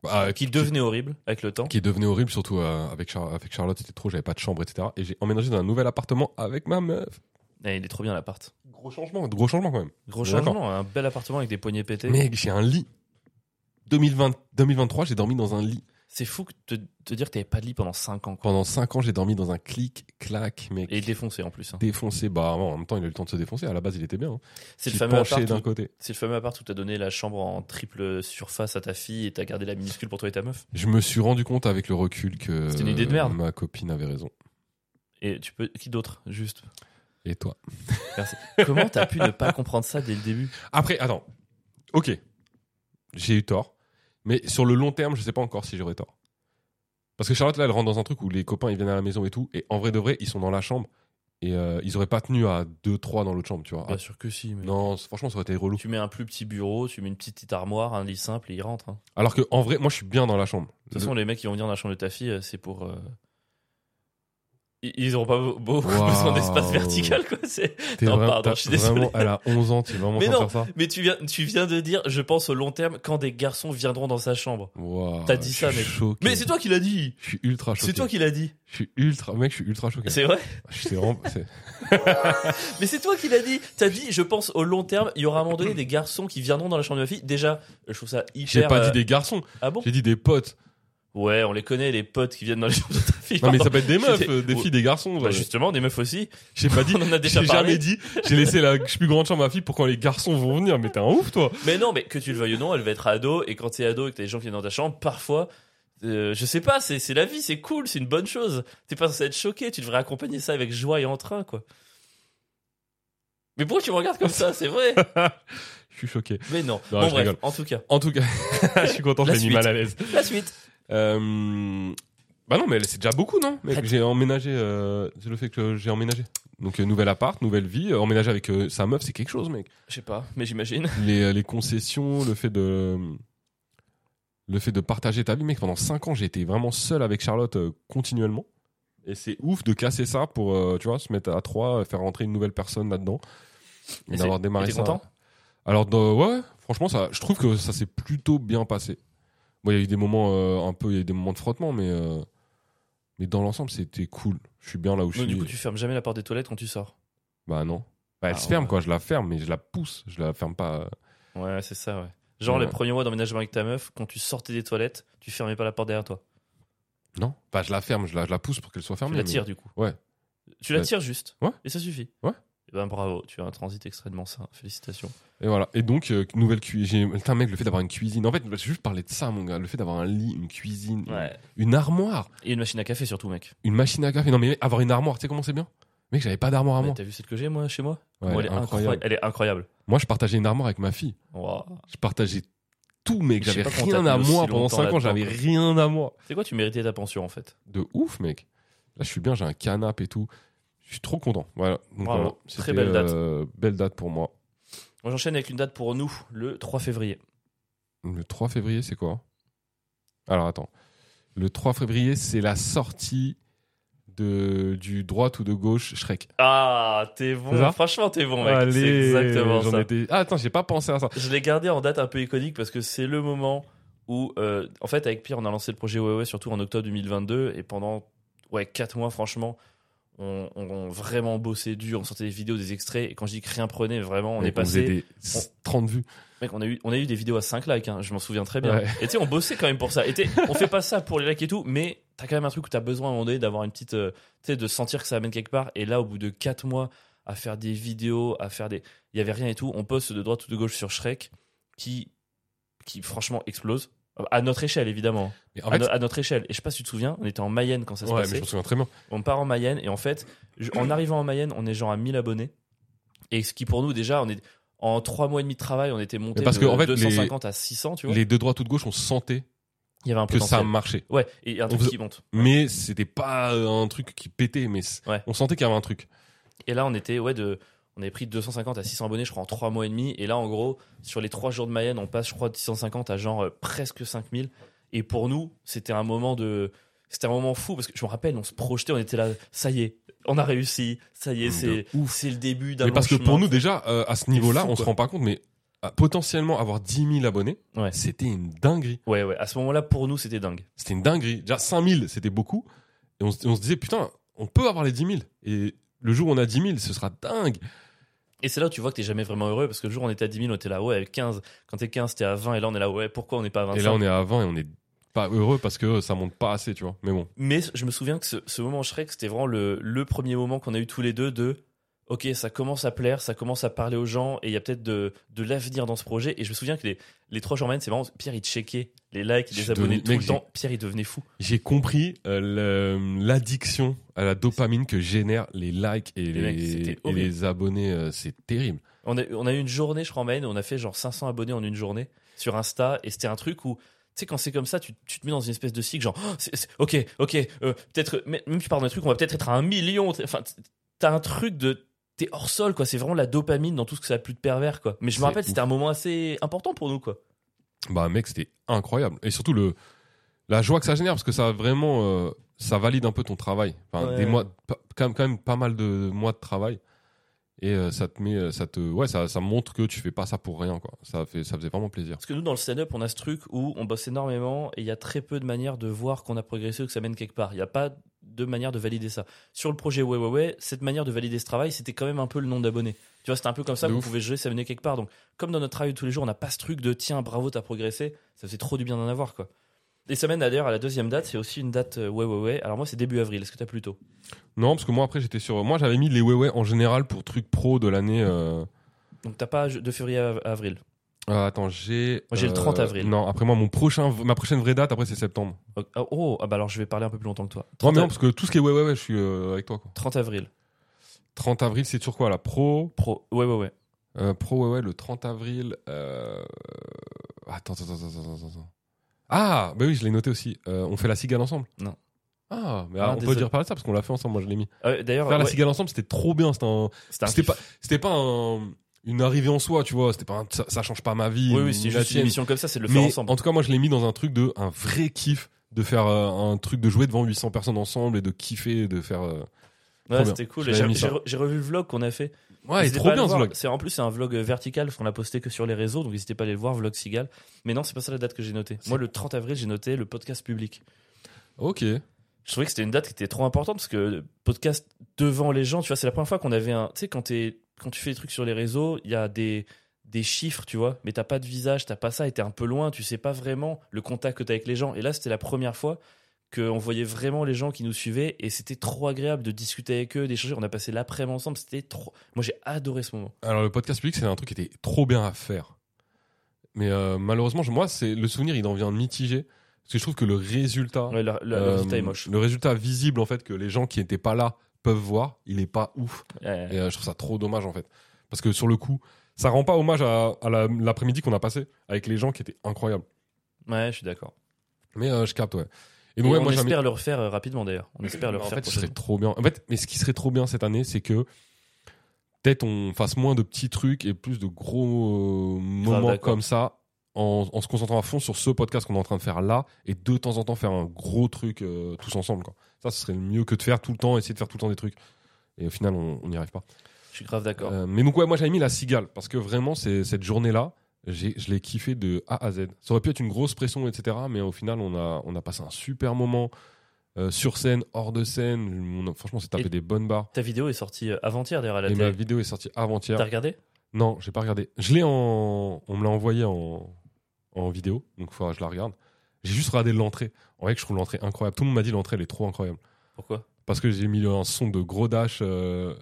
[SPEAKER 2] bah,
[SPEAKER 1] qui devenait horrible avec le temps.
[SPEAKER 2] qui devenait horrible, surtout euh, avec, Char- avec Charlotte, c'était trop, j'avais pas de chambre, etc. Et j'ai emménagé dans un nouvel appartement avec ma meuf.
[SPEAKER 1] Eh, il est trop bien l'appart.
[SPEAKER 2] Gros changement, gros changement quand même.
[SPEAKER 1] Gros
[SPEAKER 2] D'accord.
[SPEAKER 1] changement, hein. un bel appartement avec des poignées pétées.
[SPEAKER 2] Mec, j'ai un lit. 2020, 2023, j'ai dormi dans un lit.
[SPEAKER 1] C'est fou que te, te dire que t'avais pas de lit pendant 5 ans. quoi.
[SPEAKER 2] Pendant 5 ans, j'ai dormi dans un clic-clac, mec.
[SPEAKER 1] Et défoncé en plus. hein.
[SPEAKER 2] défoncé. Bah, en même temps, il a eu le temps de se défoncer. À la base, il était bien. hein.
[SPEAKER 1] C'est le
[SPEAKER 2] Petit
[SPEAKER 1] fameux
[SPEAKER 2] penché
[SPEAKER 1] appart
[SPEAKER 2] d'un
[SPEAKER 1] où-
[SPEAKER 2] côté.
[SPEAKER 1] c'est le fameux appart où t'as donné la chambre en triple surface à ta fille et t'as gardé la minuscule pour toi et ta meuf.
[SPEAKER 2] Je me suis rendu compte avec le recul que
[SPEAKER 1] C'était une idée de merde.
[SPEAKER 2] ma copine avait raison.
[SPEAKER 1] Et tu peux qui d'autre juste
[SPEAKER 2] Et toi
[SPEAKER 1] Merci. Comment t'as pu ne pas comprendre ça dès le début
[SPEAKER 2] Après, attends. Ok. J'ai eu tort. Mais sur le long terme, je sais pas encore si j'aurais tort. Parce que Charlotte, là, elle rentre dans un truc où les copains, ils viennent à la maison et tout. Et en vrai de vrai, ils sont dans la chambre. Et euh, ils auraient pas tenu à 2-3 dans l'autre chambre, tu vois.
[SPEAKER 1] Bien sûr que si. Mais...
[SPEAKER 2] Non, c- franchement, ça aurait été relou.
[SPEAKER 1] Tu mets un plus petit bureau, tu mets une petite, petite armoire, un lit simple et il rentre. hein.
[SPEAKER 2] Alors que, en vrai, moi, je suis bien dans la chambre.
[SPEAKER 1] De toute façon, les mecs qui vont venir dans la chambre de ta fille, euh, c'est pour. euh, Ils ils auront pas beau- *laughs* beaucoup
[SPEAKER 2] Waouh.
[SPEAKER 1] besoin d'espace vertical quoi. c'est-
[SPEAKER 2] T'es
[SPEAKER 1] Non,
[SPEAKER 2] vra-
[SPEAKER 1] pardon,
[SPEAKER 2] t'as
[SPEAKER 1] je suis désolé.
[SPEAKER 2] Vraiment, elle a 11 ans, tu es vraiment
[SPEAKER 1] Mais
[SPEAKER 2] sans
[SPEAKER 1] non.
[SPEAKER 2] faire ça
[SPEAKER 1] Mais tu viens, tu viens de dire, je pense au long terme quand des garçons viendront dans sa chambre.
[SPEAKER 2] Waouh,
[SPEAKER 1] T'as dit
[SPEAKER 2] je
[SPEAKER 1] ça,
[SPEAKER 2] suis
[SPEAKER 1] mec.
[SPEAKER 2] choqué.
[SPEAKER 1] Mais c'est toi qui l'as dit.
[SPEAKER 2] Ah, Je suis ultra choqué.
[SPEAKER 1] C'est toi qui l'as dit.
[SPEAKER 2] Je suis ultra, mec, je suis ultra choqué.
[SPEAKER 1] C'est vrai.
[SPEAKER 2] Je suis vraiment-
[SPEAKER 1] *laughs*
[SPEAKER 2] c'est-
[SPEAKER 1] Mais c'est toi qui l'as dit. T'as dit, je pense au long terme, il y aura à un moment donné des garçons qui viendront dans la chambre de ma fille. Déjà, je trouve ça hyper.
[SPEAKER 2] J'ai pas
[SPEAKER 1] euh,
[SPEAKER 2] dit des garçons,
[SPEAKER 1] Ah bon
[SPEAKER 2] j'ai dit des potes.
[SPEAKER 1] Ouais, on les connaît, les potes qui viennent dans les chambres de ta fille.
[SPEAKER 2] Non, mais ça
[SPEAKER 1] Pardon.
[SPEAKER 2] peut être des
[SPEAKER 1] *laughs*
[SPEAKER 2] meufs,
[SPEAKER 1] J'étais-
[SPEAKER 2] euh, des
[SPEAKER 1] Ouais.
[SPEAKER 2] filles, des garçons.
[SPEAKER 1] Bah,
[SPEAKER 2] ouais.
[SPEAKER 1] justement, des meufs aussi.
[SPEAKER 2] J'ai pas dit.
[SPEAKER 1] *laughs* On en a déjà
[SPEAKER 2] J'ai
[SPEAKER 1] parlé.
[SPEAKER 2] jamais dit. J'ai laissé la plus grande chambre à filles pour quand les garçons vont venir. Mais t'es un ouf, toi.
[SPEAKER 1] Mais non, mais que tu le veuilles ou non, elle va être ado. Et quand t'es ado et que t'as des gens qui viennent dans ta chambre, parfois, euh, je sais pas, c'est c'est la vie, c'est cool, c'est une bonne chose. T'es pas censé être choqué, tu devrais accompagner ça avec joie et entrain, quoi. Mais pourquoi tu me regardes comme ça C'est
[SPEAKER 2] *laughs*
[SPEAKER 1] vrai.
[SPEAKER 2] Je suis choqué.
[SPEAKER 1] Mais non.
[SPEAKER 2] Non,
[SPEAKER 1] bon,
[SPEAKER 2] je
[SPEAKER 1] bref,
[SPEAKER 2] rigole.
[SPEAKER 1] en tout cas,
[SPEAKER 2] En tout cas, *laughs* je suis content, je
[SPEAKER 1] La
[SPEAKER 2] l'ai mis
[SPEAKER 1] suite.
[SPEAKER 2] mal à l'aise.
[SPEAKER 1] la suite.
[SPEAKER 2] Euh, Bah non, mais c'est déjà beaucoup, non Mec,
[SPEAKER 1] Arrête.
[SPEAKER 2] J'ai emménagé, euh, c'est le fait que j'ai emménagé. Donc, euh, nouvel appart, nouvelle vie, euh, emménager avec euh, sa meuf, c'est quelque chose, mec.
[SPEAKER 1] Je sais pas, mais j'imagine.
[SPEAKER 2] Les, euh, les concessions, le fait de. Le fait de partager ta vie, mec, pendant 5 ans, j'ai été vraiment seul avec Charlotte euh, continuellement. Et c'est ouf de casser ça pour, euh, tu vois, se mettre à trois, euh, faire rentrer une nouvelle personne là-dedans.
[SPEAKER 1] Et
[SPEAKER 2] Et d'avoir
[SPEAKER 1] c'est-
[SPEAKER 2] démarré
[SPEAKER 1] et t'es
[SPEAKER 2] ça.
[SPEAKER 1] content
[SPEAKER 2] Alors, dans- ouais, franchement, ça, je trouve que ça s'est plutôt bien passé. Bon, il y a eu des moments euh, un peu, il y a eu des moments de frottement, mais, euh, mais dans l'ensemble, c'était cool. Je suis bien là où je
[SPEAKER 1] Non,
[SPEAKER 2] suis.
[SPEAKER 1] du coup, tu fermes jamais la porte des toilettes quand tu sors.
[SPEAKER 2] Bah non. Bah, elle
[SPEAKER 1] Ah,
[SPEAKER 2] se ferme,
[SPEAKER 1] ouais.
[SPEAKER 2] quoi. Je la ferme, mais je la pousse. Je la ferme pas. euh.
[SPEAKER 1] Ouais, c'est ça, ouais. Genre
[SPEAKER 2] Ouais.
[SPEAKER 1] les premiers mois d'emménagement avec ta meuf, quand tu sortais des toilettes, tu fermais pas la porte derrière toi.
[SPEAKER 2] Non. Bah, je la ferme, je la, je la pousse pour qu'elle soit fermée.
[SPEAKER 1] tu la
[SPEAKER 2] mais-
[SPEAKER 1] tires du coup.
[SPEAKER 2] Ouais.
[SPEAKER 1] Tu la
[SPEAKER 2] Ouais.
[SPEAKER 1] tires juste.
[SPEAKER 2] Ouais.
[SPEAKER 1] Et ça suffit.
[SPEAKER 2] Ouais.
[SPEAKER 1] Et ben bravo, tu as un transit extrêmement sain. Félicitations.
[SPEAKER 2] Et voilà. Et donc, euh, nouvelle cuisine. Putain, mec, le fait d'avoir une cuisine. En fait, je vais juste parler de ça, mon gars. Le fait d'avoir un lit, une cuisine, une- une, armoire,
[SPEAKER 1] Et une machine à café surtout, mec.
[SPEAKER 2] une machine à café. Non, mais avoir une armoire, tu sais comment c'est bien Mec, j'avais pas d'armoire à
[SPEAKER 1] Ouais,
[SPEAKER 2] moi.
[SPEAKER 1] T'as vu celle que j'ai moi chez moi
[SPEAKER 2] Ouais,
[SPEAKER 1] Moi, elle, est incroyable. elle est incroyable.
[SPEAKER 2] Moi, je partageais une armoire avec ma fille.
[SPEAKER 1] Waouh.
[SPEAKER 2] Je partageais tout, mec.
[SPEAKER 1] Je sais pas
[SPEAKER 2] J'avais
[SPEAKER 1] comment t'as
[SPEAKER 2] rien
[SPEAKER 1] tenu
[SPEAKER 2] à
[SPEAKER 1] aussi
[SPEAKER 2] moi
[SPEAKER 1] longtemps
[SPEAKER 2] pendant 5 ans.
[SPEAKER 1] là-dedans,
[SPEAKER 2] J'avais
[SPEAKER 1] quoi.
[SPEAKER 2] rien à moi.
[SPEAKER 1] C'est quoi tu méritais ta pension en fait
[SPEAKER 2] De ouf, mec. Là, je suis bien. J'ai un canapé et tout. Je suis trop content. Voilà. Donc,
[SPEAKER 1] Bravo.
[SPEAKER 2] voilà,
[SPEAKER 1] Très
[SPEAKER 2] c'était,
[SPEAKER 1] belle date.
[SPEAKER 2] euh, belle date pour moi.
[SPEAKER 1] Moi j'enchaîne avec une date pour nous, le 3 février.
[SPEAKER 2] Le 3 février, c'est quoi Alors, attends. Le 3 février, c'est la sortie de, du droite ou de gauche Shrek.
[SPEAKER 1] Ah, t'es
[SPEAKER 2] C'est ça
[SPEAKER 1] bon. Franchement, t'es bon, mec. C'est exactement
[SPEAKER 2] j'en
[SPEAKER 1] ça.
[SPEAKER 2] étais- Ah, attends, j'ai pas pensé à ça.
[SPEAKER 1] Je l'ai gardé en date un peu iconique parce que c'est le moment où, euh, en fait, avec Pierre, on a lancé le projet Huawei surtout en octobre 2022 et pendant ouais 4 mois, franchement, on, on- on vraiment bossé dur, on sortait des vidéos, des extraits et quand je dis que rien prenait, vraiment, on
[SPEAKER 2] Mec,
[SPEAKER 1] est passé.
[SPEAKER 2] faisait des 30 vues.
[SPEAKER 1] Mec, on a eu, on a eu des vidéos à 5 likes, hein, je m'en souviens très bien.
[SPEAKER 2] Ouais.
[SPEAKER 1] Et tu sais, on bossait quand même pour ça. Et tu sais, on fait pas ça pour les likes et tout, mais t'as quand même un truc où t'as besoin à un moment donné d'avoir une petite, euh, tu sais, de sentir que ça amène quelque part. Et là, au bout de 4 mois, à faire des vidéos, à faire des, il y avait rien et tout. On poste de droite ou de gauche sur Shrek, qui, qui franchement explose. À notre échelle, évidemment.
[SPEAKER 2] Mais en
[SPEAKER 1] à,
[SPEAKER 2] fait,
[SPEAKER 1] no- à notre échelle. Et je sais pas si tu te souviens, on était en Mayenne quand Ah, ça se
[SPEAKER 2] ouais, mais
[SPEAKER 1] passait.
[SPEAKER 2] je me souviens très bien.
[SPEAKER 1] On part en Mayenne et en fait, je- en arrivant en Mayenne, on est genre à 1000 abonnés. Et ce qui pour nous, déjà, on est en 3 mois et demi de travail, on était monté
[SPEAKER 2] Mais parce
[SPEAKER 1] de
[SPEAKER 2] que, en fait,
[SPEAKER 1] 250 à 600, tu vois.
[SPEAKER 2] Les deux droites ou de gauche, on sentait
[SPEAKER 1] Il y avait un
[SPEAKER 2] que ça
[SPEAKER 1] potentiel.
[SPEAKER 2] marchait.
[SPEAKER 1] Ouais, et il y a un truc
[SPEAKER 2] faisait-
[SPEAKER 1] qui monte.
[SPEAKER 2] Mais c'était pas euh, un truc qui pétait, mais c-
[SPEAKER 1] Ouais.
[SPEAKER 2] on sentait qu'il y avait un truc.
[SPEAKER 1] Et là, on était, ouais, de. On avait pris 250 à 600 abonnés, je crois, en 3 mois et demi. Et là, en gros, sur les 3 jours de Mayenne, on passe, je crois, de 650 à genre euh, presque 5000. Et pour nous, c'était un moment de. C'était un moment fou parce que je me rappelle, on se projetait, on était là, ça y est, on a réussi, ça y est,
[SPEAKER 2] De
[SPEAKER 1] c'est c'est le début d'un
[SPEAKER 2] Mais parce
[SPEAKER 1] long
[SPEAKER 2] que pour
[SPEAKER 1] chemin.
[SPEAKER 2] nous, déjà, euh, à ce niveau-là,
[SPEAKER 1] fou,
[SPEAKER 2] on se
[SPEAKER 1] quoi.
[SPEAKER 2] rend pas compte, mais euh, potentiellement avoir 10 000 abonnés,
[SPEAKER 1] Ouais.
[SPEAKER 2] c'était une dinguerie.
[SPEAKER 1] Ouais, ouais, à ce moment-là, pour nous, c'était dingue.
[SPEAKER 2] C'était une dinguerie. Déjà, 5 000, c'était beaucoup. Et on, se- on se disait, putain, on peut avoir les 10 000. Et le jour où on a 10 000, ce sera dingue.
[SPEAKER 1] Et c'est là où tu vois que t'es jamais vraiment heureux parce que le jour où on était à 10 000, on était là, ouais, avec 15. Quand t'es 15, t'es à 20 et là on est là, ouais, pourquoi on n'est pas à 25
[SPEAKER 2] Et là, on est à 20 et on est pas heureux parce que ça monte pas assez, tu vois. Mais bon,
[SPEAKER 1] Mais je me souviens que ce, ce moment Shrek, c'était vraiment le, le premier moment qu'on a eu tous les deux de Ok, ça commence à plaire, ça commence à parler aux gens et il y a peut-être de, de l'avenir dans ce projet. Et je me souviens que les, les trois journées, c'est vraiment Pierre, il checkait les likes,
[SPEAKER 2] Je
[SPEAKER 1] les
[SPEAKER 2] suis
[SPEAKER 1] abonnés
[SPEAKER 2] devenu-
[SPEAKER 1] tout
[SPEAKER 2] mec,
[SPEAKER 1] le temps. Pierre, il devenait fou.
[SPEAKER 2] j'ai compris euh, le- l'addiction à la dopamine que génèrent les likes et
[SPEAKER 1] Les
[SPEAKER 2] les,
[SPEAKER 1] likes, c'était
[SPEAKER 2] et
[SPEAKER 1] horrible.
[SPEAKER 2] les abonnés. euh, C'est terrible.
[SPEAKER 1] On a, on a eu une journée, je crois, en Mayenne, où on a fait genre 500 abonnés en une journée sur Insta. Et c'était un truc où, tu sais, quand c'est comme ça, tu, tu te mets dans une espèce de cycle, genre, Oh, c'est- c'est- ok, ok, euh, peut-être, mais- même tu parles d'un truc, on va peut-être être à un million. t- Enfin, t- t'as un truc de. T'es hors sol, quoi. C'est vraiment la dopamine dans tout ce que ça a plus de pervers, quoi. Mais je me
[SPEAKER 2] C'est
[SPEAKER 1] rappelle,
[SPEAKER 2] ouf.
[SPEAKER 1] c'était un moment assez important pour nous, quoi.
[SPEAKER 2] Bah mec, c'était incroyable. Et surtout le la joie que ça génère parce que ça vraiment euh, ça valide un peu ton travail. Enfin,
[SPEAKER 1] Ouais.
[SPEAKER 2] des mois pa- quand même, quand même pas mal de mois de travail et euh, ça te met euh, ça te ouais ça, ça montre que tu fais pas ça pour rien quoi. Ça fait ça faisait vraiment plaisir.
[SPEAKER 1] Parce que nous, dans le stand-up, on a ce truc où on bosse énormément et il y a très peu de manières de voir qu'on a progressé ou que ça mène quelque part. Il n'y a pas de manière de valider ça. Sur le projet Ouais Ouais Ouais, cette manière de valider ce travail, c'était quand même un peu le nombre d'abonnés. Tu vois, c'était un peu comme ça
[SPEAKER 2] De
[SPEAKER 1] qu'on
[SPEAKER 2] ouf.
[SPEAKER 1] pouvait juger ça venait quelque part. Donc, comme dans notre travail de tous les jours, on n'a pas ce truc de tiens, bravo, t'as progressé, ça faisait trop du bien d'en avoir, quoi. Et ça mène d'ailleurs à la deuxième date, c'est aussi une date euh, ouais ouais ouais. Alors moi c'est début avril, est-ce que t'as plus tôt
[SPEAKER 2] Non, parce que moi, après, j'étais sur. Moi, j'avais mis les Huawei en général pour trucs pro de l'année. euh,
[SPEAKER 1] Donc t'as pas de février à à avril.
[SPEAKER 2] euh, attends, j'ai. euh,
[SPEAKER 1] Moi, j'ai le 30 avril.
[SPEAKER 2] Non, après, moi, mon prochain, ma prochaine vraie date, après, c'est septembre.
[SPEAKER 1] Oh, oh, ah bah alors je vais parler un peu plus longtemps que toi.
[SPEAKER 2] Non,
[SPEAKER 1] 30,
[SPEAKER 2] mais non,
[SPEAKER 1] av-
[SPEAKER 2] parce que tout ce qui est Huawei, ouais, je suis euh, avec toi. Quoi.
[SPEAKER 1] 30 avril,
[SPEAKER 2] 30 avril, c'est sur quoi là Pro
[SPEAKER 1] pro. Ouais ouais ouais.
[SPEAKER 2] euh, Pro Huawei, le 30 avril. euh, Attends, attends, attends, attends, attends, attends. Ah, bah oui, je l'ai noté aussi. Euh, on fait la cigale ensemble
[SPEAKER 1] Non.
[SPEAKER 2] Ah, mais
[SPEAKER 1] Ah,
[SPEAKER 2] on peut
[SPEAKER 1] désolé.
[SPEAKER 2] dire parler de ça parce qu'on l'a fait ensemble, moi je l'ai mis.
[SPEAKER 1] Euh, D'ailleurs,
[SPEAKER 2] Faire
[SPEAKER 1] ouais,
[SPEAKER 2] la cigale ensemble, c'était trop bien. C'était un,
[SPEAKER 1] c'était un
[SPEAKER 2] c'était
[SPEAKER 1] kiff.
[SPEAKER 2] pas c'était pas un- une arrivée en soi tu vois c'était pas un- ça, ça change pas ma vie
[SPEAKER 1] Oui
[SPEAKER 2] ni
[SPEAKER 1] oui, c'est
[SPEAKER 2] la
[SPEAKER 1] juste une
[SPEAKER 2] tienne.
[SPEAKER 1] émission comme ça, c'est de le faire
[SPEAKER 2] mais
[SPEAKER 1] ensemble.
[SPEAKER 2] en tout cas moi je l'ai mis dans un truc de un vrai kiff de faire euh, un truc de jouer devant 800 personnes ensemble et de kiffer de faire euh,
[SPEAKER 1] Ouais,
[SPEAKER 2] bien.
[SPEAKER 1] c'était cool.
[SPEAKER 2] Je
[SPEAKER 1] Et
[SPEAKER 2] l'avais
[SPEAKER 1] J'ai
[SPEAKER 2] mis ça.
[SPEAKER 1] j'ai re- j'ai revu le vlog qu'on a fait.
[SPEAKER 2] ouais
[SPEAKER 1] N'hésitez
[SPEAKER 2] trop
[SPEAKER 1] pas à
[SPEAKER 2] bien
[SPEAKER 1] le
[SPEAKER 2] ce
[SPEAKER 1] voir.
[SPEAKER 2] vlog
[SPEAKER 1] C'est en plus c'est un vlog euh, vertical parce qu'on l'a posté que sur les réseaux, donc n'hésitez pas à aller le voir, vlog Sigal. Mais non, c'est pas ça la date que j'ai notée. Moi, le 30 avril, j'ai noté le podcast public.
[SPEAKER 2] ok
[SPEAKER 1] Je trouvais que c'était une date qui était trop importante parce que le podcast devant les gens, tu vois, c'est la première fois qu'on avait un. Tu sais, quand, t'es- quand tu fais des trucs sur les réseaux, il y a des des chiffres, tu vois, mais t'as pas de visage, t'as pas ça, et t'es un peu loin, tu sais pas vraiment le contact que t'as avec les gens. Et là, c'était la première fois qu'on voyait vraiment les gens qui nous suivaient, et c'était trop agréable de discuter avec eux, d'échanger. On a passé l'après-midi ensemble, c'était trop. Moi, j'ai adoré ce moment.
[SPEAKER 2] alors le podcast public c'est un truc qui était trop bien à faire mais euh, malheureusement je- moi c'est le souvenir il en vient mitigé parce que je trouve que le résultat
[SPEAKER 1] Ouais, le, le- le
[SPEAKER 2] euh,
[SPEAKER 1] résultat est moche.
[SPEAKER 2] le résultat visible en fait que les gens qui étaient pas là peuvent voir il est pas ouf
[SPEAKER 1] Ouais.
[SPEAKER 2] Et euh, je trouve ça trop dommage en fait. Parce que sur le coup, ça rend pas hommage à, à la- l'après-midi qu'on a passé avec les gens qui étaient incroyables.
[SPEAKER 1] Ouais, je suis d'accord.
[SPEAKER 2] Mais euh, je capte, ouais. Et
[SPEAKER 1] Et
[SPEAKER 2] donc, ouais,
[SPEAKER 1] on
[SPEAKER 2] moi j'ai un-
[SPEAKER 1] espère le refaire euh, rapidement d'ailleurs. On espère le
[SPEAKER 2] Bah, en
[SPEAKER 1] refaire.
[SPEAKER 2] fait, ce serait
[SPEAKER 1] prochainement.
[SPEAKER 2] trop bien. En fait, mais ce qui serait trop bien cette année, c'est que peut-être on fasse moins de petits trucs et plus de gros euh, moments
[SPEAKER 1] Ah, d'accord.
[SPEAKER 2] comme ça en, en se concentrant à fond sur ce podcast qu'on est en train de faire là et de temps en temps faire un gros truc euh, tous ensemble. Quoi. Ça, ce serait le mieux que de faire tout le temps, essayer de faire tout le temps des trucs. Et au final, on on n'y arrive pas.
[SPEAKER 1] Je suis grave d'accord.
[SPEAKER 2] Euh, mais donc ouais, moi j'avais mis la cigale parce que vraiment c'est cette journée-là, j'ai- je l'ai kiffé de A à Z. Ça aurait pu être une grosse pression, etc. Mais au final, on a on a passé un super moment euh, sur scène, hors de scène. On a- franchement, on s'est tapé
[SPEAKER 1] Et-
[SPEAKER 2] des bonnes barres.
[SPEAKER 1] Ta vidéo est sortie euh, avant-hier d'ailleurs à la
[SPEAKER 2] Et ma
[SPEAKER 1] télé.
[SPEAKER 2] vidéo est sortie avant-hier.
[SPEAKER 1] T'as regardé
[SPEAKER 2] Non, j'ai pas regardé. Je l'ai en, on me l'a envoyé en en vidéo, donc faudra que je la regarde. J'ai juste regardé l'entrée. En vrai, que je trouve l'entrée incroyable. Tout le monde m'a dit l'entrée elle est trop incroyable
[SPEAKER 1] Pourquoi
[SPEAKER 2] parce que j'ai mis un son de gros dash euh,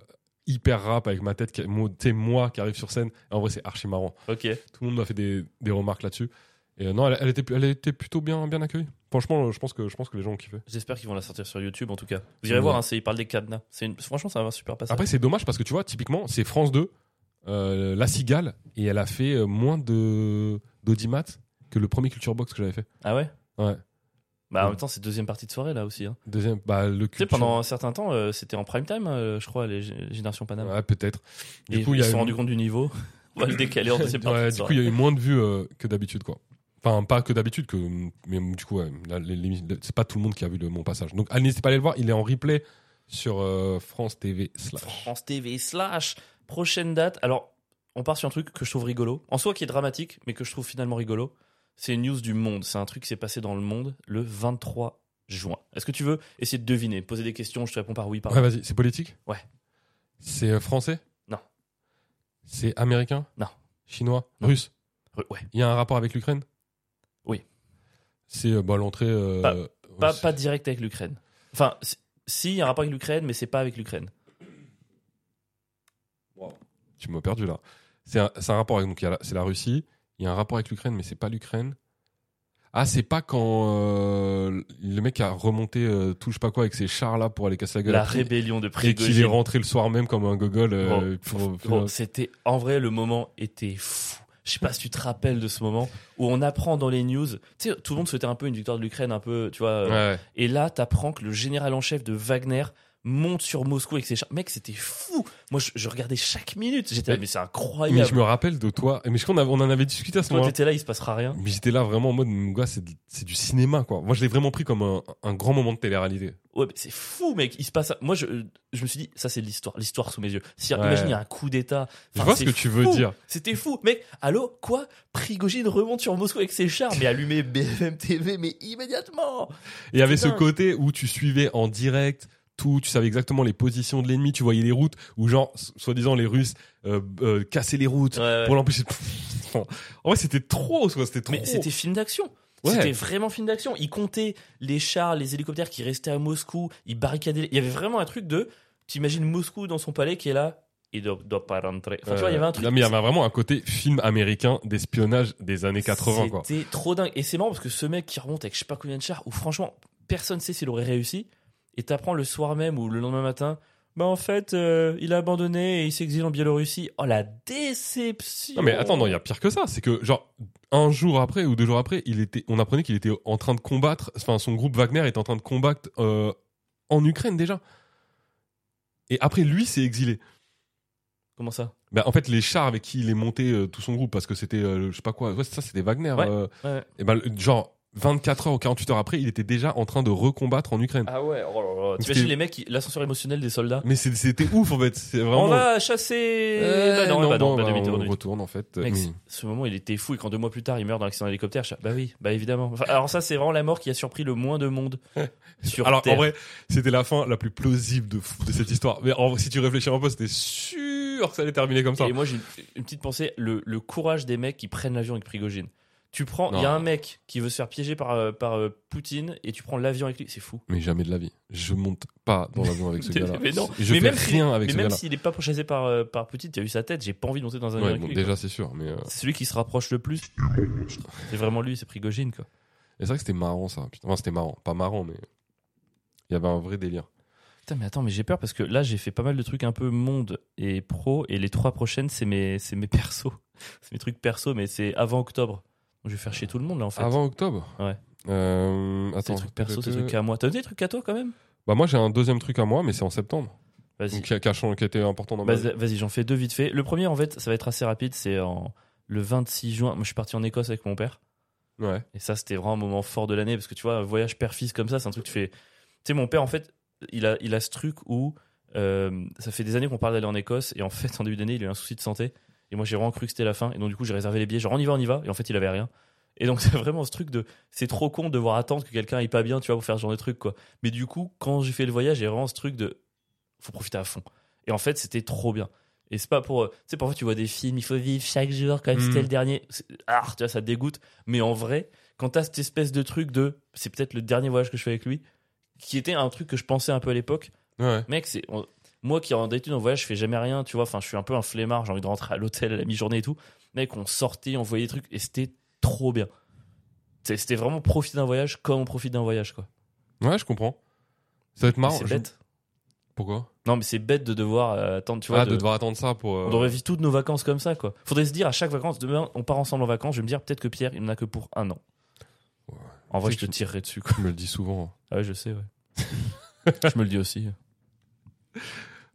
[SPEAKER 2] hyper rap avec ma tête, qui- mo- tu sais, moi qui arrive sur scène. En vrai, c'est archi marrant.
[SPEAKER 1] Ok.
[SPEAKER 2] Tout le monde m'a fait des, des remarques là-dessus. Et euh, non, elle, elle était, elle était plutôt bien, bien accueillie. Franchement, euh, je pense que, je pense que les gens ont kiffé.
[SPEAKER 1] J'espère qu'ils vont la sortir sur YouTube en tout cas. Vous irez
[SPEAKER 2] Ouais.
[SPEAKER 1] voir, hein, c'est- ils parlent des cadenas. C'est une- Franchement, ça va un super passage.
[SPEAKER 2] Mmh. Après, c'est dommage parce que tu vois, typiquement, c'est France 2, euh, La Cigale, et elle a fait euh, moins de d'audimat que le premier Culture Box que j'avais fait.
[SPEAKER 1] ah ouais
[SPEAKER 2] Ouais.
[SPEAKER 1] Bah en
[SPEAKER 2] Ouais.
[SPEAKER 1] même temps, c'est deuxième partie de soirée là aussi. hein.
[SPEAKER 2] Deuxième, bah, le
[SPEAKER 1] Tu sais,
[SPEAKER 2] Culture.
[SPEAKER 1] pendant un certain temps, euh, c'était en prime time, euh, je crois, les G- Générations Panama.
[SPEAKER 2] Ouais, peut-être. Du
[SPEAKER 1] Et
[SPEAKER 2] coup, il y
[SPEAKER 1] ils
[SPEAKER 2] a
[SPEAKER 1] se sont
[SPEAKER 2] eu-
[SPEAKER 1] rendus compte du niveau. *laughs* On va le décaler en deuxième partie.
[SPEAKER 2] Ouais,
[SPEAKER 1] de
[SPEAKER 2] du coup,
[SPEAKER 1] soirée.
[SPEAKER 2] il y a eu moins de vues euh, que d'habitude, quoi. Enfin, pas que d'habitude, que, mais du coup, ouais, là, les- les- c'est pas tout le monde qui a vu le, mon passage. Donc, allez, n'hésitez pas à aller le voir, il est en replay sur euh, France TV. slash.
[SPEAKER 1] France TV slash prochaine date. Alors, on part sur un truc que je trouve rigolo, en soi qui est dramatique, mais que je trouve finalement rigolo. C'est une news du monde. C'est un truc qui s'est passé dans le monde le 23 juin. Est-ce que tu veux essayer de deviner, poser des questions, je te réponds par oui, par
[SPEAKER 2] Ouais,
[SPEAKER 1] non.
[SPEAKER 2] vas-y, c'est politique
[SPEAKER 1] Ouais.
[SPEAKER 2] C'est euh, français
[SPEAKER 1] Non.
[SPEAKER 2] C'est américain
[SPEAKER 1] Non.
[SPEAKER 2] Chinois
[SPEAKER 1] Non.
[SPEAKER 2] Russe
[SPEAKER 1] Re- Ouais.
[SPEAKER 2] Il y a un rapport avec l'Ukraine
[SPEAKER 1] Oui.
[SPEAKER 2] C'est euh, bah, l'entrée. euh,
[SPEAKER 1] Pas-
[SPEAKER 2] ouais,
[SPEAKER 1] Pas,
[SPEAKER 2] c'est-
[SPEAKER 1] pas direct avec l'Ukraine. Enfin, si- si, il y a un rapport avec l'Ukraine, mais c'est pas avec l'Ukraine.
[SPEAKER 2] Tu m'as perdu là. C'est un, c'est un rapport avec. Donc, il y a la- c'est la Russie. Il y a un rapport avec l'Ukraine, mais c'est pas l'Ukraine. Ah, c'est pas quand euh, le mec a remonté euh, tout je sais pas quoi avec ses chars là pour aller casser la gueule
[SPEAKER 1] La
[SPEAKER 2] à Pri-
[SPEAKER 1] rébellion de
[SPEAKER 2] et qu'il est
[SPEAKER 1] Prigogine.
[SPEAKER 2] rentré le soir même comme un gogol. euh, pour- pour-
[SPEAKER 1] Gros, c'était en vrai le moment était fou. Je sais pas si tu te rappelles de ce moment où on apprend dans les news, tu sais, tout le monde souhaitait un peu une victoire de l'Ukraine, un peu, tu vois, euh,
[SPEAKER 2] Ouais.
[SPEAKER 1] Et là, t'apprends que le général en chef de Wagner monte sur Moscou avec ses chars. Mec, c'était fou. Moi, je, je regardais chaque minute. J'étais là,
[SPEAKER 2] Mais-
[SPEAKER 1] mais c'est
[SPEAKER 2] Mais je
[SPEAKER 1] incroyable.
[SPEAKER 2] me rappelle de toi. Mais je crois qu'on avait- on en avait discuté à ce
[SPEAKER 1] Toi,
[SPEAKER 2] moment.
[SPEAKER 1] t'étais là, il se passera rien.
[SPEAKER 2] Mais j'étais là vraiment en mode, mon gars, c'est de- c'est du cinéma quoi. Moi, je l'ai vraiment pris comme un, un grand moment de télé-réalité.
[SPEAKER 1] Ouais, mais c'est fou, mec. Il se passe. Moi, je, je me suis dit, ça, c'est de l'histoire, l'histoire sous mes yeux. Si,
[SPEAKER 2] Ouais.
[SPEAKER 1] Imagine, il y a un coup d'État.
[SPEAKER 2] Je
[SPEAKER 1] Enfin,
[SPEAKER 2] vois ce
[SPEAKER 1] c'est
[SPEAKER 2] que tu veux
[SPEAKER 1] fou.
[SPEAKER 2] dire.
[SPEAKER 1] C'était fou, mec. Allô, quoi Prigogine remonte sur Moscou avec ses chars, mais allumez BFM TV, mais immédiatement.
[SPEAKER 2] Et il y avait ce
[SPEAKER 1] Putain.
[SPEAKER 2] côté où tu suivais en direct tout, tu savais exactement les positions de l'ennemi, tu voyais les routes où genre s- soi-disant les Russes euh, euh, cassaient les routes *laughs*
[SPEAKER 1] Ouais, ouais.
[SPEAKER 2] pour l'empêcher. de- en vrai, c'était trop, quoi, c'était trop.
[SPEAKER 1] Mais c'était film d'action.
[SPEAKER 2] Ouais.
[SPEAKER 1] C'était vraiment film d'action. Ils comptaient les chars, les hélicoptères qui restaient à Moscou. Ils barricadaient. Il y avait vraiment un truc de. T'imagines Moscou dans son palais qui est là et doit, doit pas rentrer. Enfin, tu vois, il y avait un truc.
[SPEAKER 2] Euh, Non, mais il y avait vraiment un côté film américain d'espionnage des années 80, quoi.
[SPEAKER 1] C'était trop dingue. Et c'est marrant parce que ce mec qui remonte avec je sais pas combien de chars, où franchement, personne sait s'il aurait réussi, et t'apprends le soir même ou le lendemain matin, bah en fait, euh, il a abandonné et il s'exile en Biélorussie. Oh la déception
[SPEAKER 2] Non mais attends, non, il y a pire que ça. C'est que genre un jour après ou deux jours après, il était, on apprenait qu'il était en train de combattre. Enfin, son groupe Wagner était en train de combattre euh, en Ukraine déjà. Et après, lui s'est exilé.
[SPEAKER 1] Comment ça
[SPEAKER 2] Bah, en fait, les chars avec qui il est monté euh, tout son groupe, parce que c'était, euh, je sais pas quoi, ouais, ça c'était Wagner.
[SPEAKER 1] Ouais.
[SPEAKER 2] euh,
[SPEAKER 1] Ouais, ouais.
[SPEAKER 2] et ben, le- genre 24 heures ou 48 heures après, il était déjà en train de recombattre en Ukraine.
[SPEAKER 1] Ah ouais, oh là là.
[SPEAKER 2] Parce
[SPEAKER 1] T'imagines
[SPEAKER 2] que-
[SPEAKER 1] les mecs, qui- l'ascenseur émotionnel des soldats
[SPEAKER 2] Mais c'est- c'était ouf en fait. C'est vraiment.
[SPEAKER 1] On va chasser
[SPEAKER 2] Euh,
[SPEAKER 1] Bah non, bah non, bah
[SPEAKER 2] bah,
[SPEAKER 1] demi-tour,
[SPEAKER 2] on Mm.
[SPEAKER 1] demi-tour.
[SPEAKER 2] retourne en fait.
[SPEAKER 1] Mec,
[SPEAKER 2] Mais-
[SPEAKER 1] c- ce moment, il était fou et quand deux mois plus tard, il meurt dans l'accident d'hélicoptère, je- bah oui, bah évidemment. Enfin, alors ça, c'est vraiment la mort qui a surpris le moins de monde sur
[SPEAKER 2] Alors
[SPEAKER 1] Terre.
[SPEAKER 2] en vrai, c'était la fin la plus plausible de, fou- de cette histoire. Mais en vrai, si tu réfléchis un peu, c'était sûr que ça allait terminer comme ça.
[SPEAKER 1] Et moi, j'ai une, une petite pensée, le, le courage des mecs qui prennent l'avion avec Prigogine. Tu prends, il y a
[SPEAKER 2] Non.
[SPEAKER 1] un mec qui veut se faire piéger par, euh, par euh, Poutine et tu prends l'avion avec lui, c'est fou.
[SPEAKER 2] Mais jamais de la vie. Je monte pas dans l'avion avec ce gars-là.
[SPEAKER 1] *laughs* Mais non.
[SPEAKER 2] Et Je
[SPEAKER 1] Mais
[SPEAKER 2] fais
[SPEAKER 1] même si-
[SPEAKER 2] rien avec
[SPEAKER 1] Mais
[SPEAKER 2] ce
[SPEAKER 1] même
[SPEAKER 2] gars-là.
[SPEAKER 1] s'il est pas pourchassé par, euh, par Poutine, tu as vu sa tête, j'ai pas envie de monter dans un avion
[SPEAKER 2] Ouais,
[SPEAKER 1] avec
[SPEAKER 2] bon,
[SPEAKER 1] lui, quoi.
[SPEAKER 2] déjà c'est sûr, mais euh,
[SPEAKER 1] C'est celui qui se rapproche le plus. C'est vraiment lui, c'est Prigogine, quoi.
[SPEAKER 2] et c'est vrai que c'était marrant ça. Putain. Enfin, c'était marrant, pas marrant, mais il y avait un vrai délire.
[SPEAKER 1] Putain, mais attends, mais j'ai peur parce que là, j'ai fait pas mal de trucs un peu monde et pro, et les trois prochaines, c'est mes, c'est mes persos. *laughs* C'est mes trucs perso, mais c'est avant octobre. Donc, Je vais faire chez tout le monde, là, en fait.
[SPEAKER 2] Avant octobre.
[SPEAKER 1] Ouais.
[SPEAKER 2] Euh,
[SPEAKER 1] c'est
[SPEAKER 2] attends.
[SPEAKER 1] des trucs perso, c'est des
[SPEAKER 2] Euh,
[SPEAKER 1] trucs à moi. T'as des trucs à toi, quand même
[SPEAKER 2] Bah moi j'ai un deuxième truc à moi, mais c'est en septembre.
[SPEAKER 1] Vas-y.
[SPEAKER 2] Donc, qui, a, qui a changé- qui a été important dans ma vie.
[SPEAKER 1] Vas-y, vas-y, j'en fais deux vite fait. Le premier, en fait, ça va être assez rapide. C'est en... le 26 juin. Moi, je suis parti en Écosse avec mon père.
[SPEAKER 2] Ouais.
[SPEAKER 1] Et ça, c'était vraiment un moment fort de l'année. Parce que tu vois, un voyage père-fils comme ça, c'est un truc que tu fais. Tu sais, mon père, en fait, il a, il a ce truc où euh, ça fait des années qu'on parle d'aller en Écosse. Et en fait, en début d'année, il a eu un souci de santé. Et moi, j'ai vraiment cru que c'était la fin. Et donc, du coup, j'ai réservé les billets. Genre, on y va, on y va. Et en fait, il avait rien. Et donc, *laughs* c'est vraiment ce truc de. C'est trop con de devoir attendre que quelqu'un aille pas bien, tu vois, pour faire ce genre de truc, quoi. Mais du coup, quand j'ai fait le voyage, j'ai vraiment ce truc de. Faut profiter à fond. Et en fait, c'était trop bien. Et c'est pas pour. euh, Tu sais, parfois, tu vois des films, il faut vivre chaque jour, comme si
[SPEAKER 2] Mhm.
[SPEAKER 1] c'était le dernier. C'est- Ah, tu vois, ça te dégoûte. Mais en vrai, quand t'as cette espèce de truc de. C'est peut-être le dernier voyage que je fais avec lui, qui était un truc que je pensais un peu à l'époque.
[SPEAKER 2] Ouais.
[SPEAKER 1] Mec, c'est on- moi qui en d'habitude en voyage, je fais jamais rien, tu vois. Enfin, je suis un peu un flemmard, j'ai envie de rentrer à l'hôtel à la mi-journée et tout. Mec, on sortait, on voyait des trucs et c'était trop bien. C'est- C'était vraiment profiter d'un voyage comme on profite d'un voyage, quoi.
[SPEAKER 2] Ouais, je comprends. Ça va être marrant.
[SPEAKER 1] c'est
[SPEAKER 2] je-
[SPEAKER 1] bête.
[SPEAKER 2] Pourquoi
[SPEAKER 1] Non, mais c'est bête de devoir euh, attendre, tu vois.
[SPEAKER 2] Ah, de...
[SPEAKER 1] de-
[SPEAKER 2] devoir attendre ça pour. euh,
[SPEAKER 1] On devrait vivre toutes nos vacances comme ça, quoi. Faudrait se dire à chaque vacances, demain on part ensemble en vacances. Je vais me dire peut-être que Pierre, il n'en a que pour un an.
[SPEAKER 2] Ouais.
[SPEAKER 1] En vrai,
[SPEAKER 2] C'est
[SPEAKER 1] je te
[SPEAKER 2] que-
[SPEAKER 1] tirerai dessus, quoi.
[SPEAKER 2] Tu *laughs* me le dis souvent.
[SPEAKER 1] Ah ouais, je sais, ouais.
[SPEAKER 2] *laughs*
[SPEAKER 1] je me le dis aussi.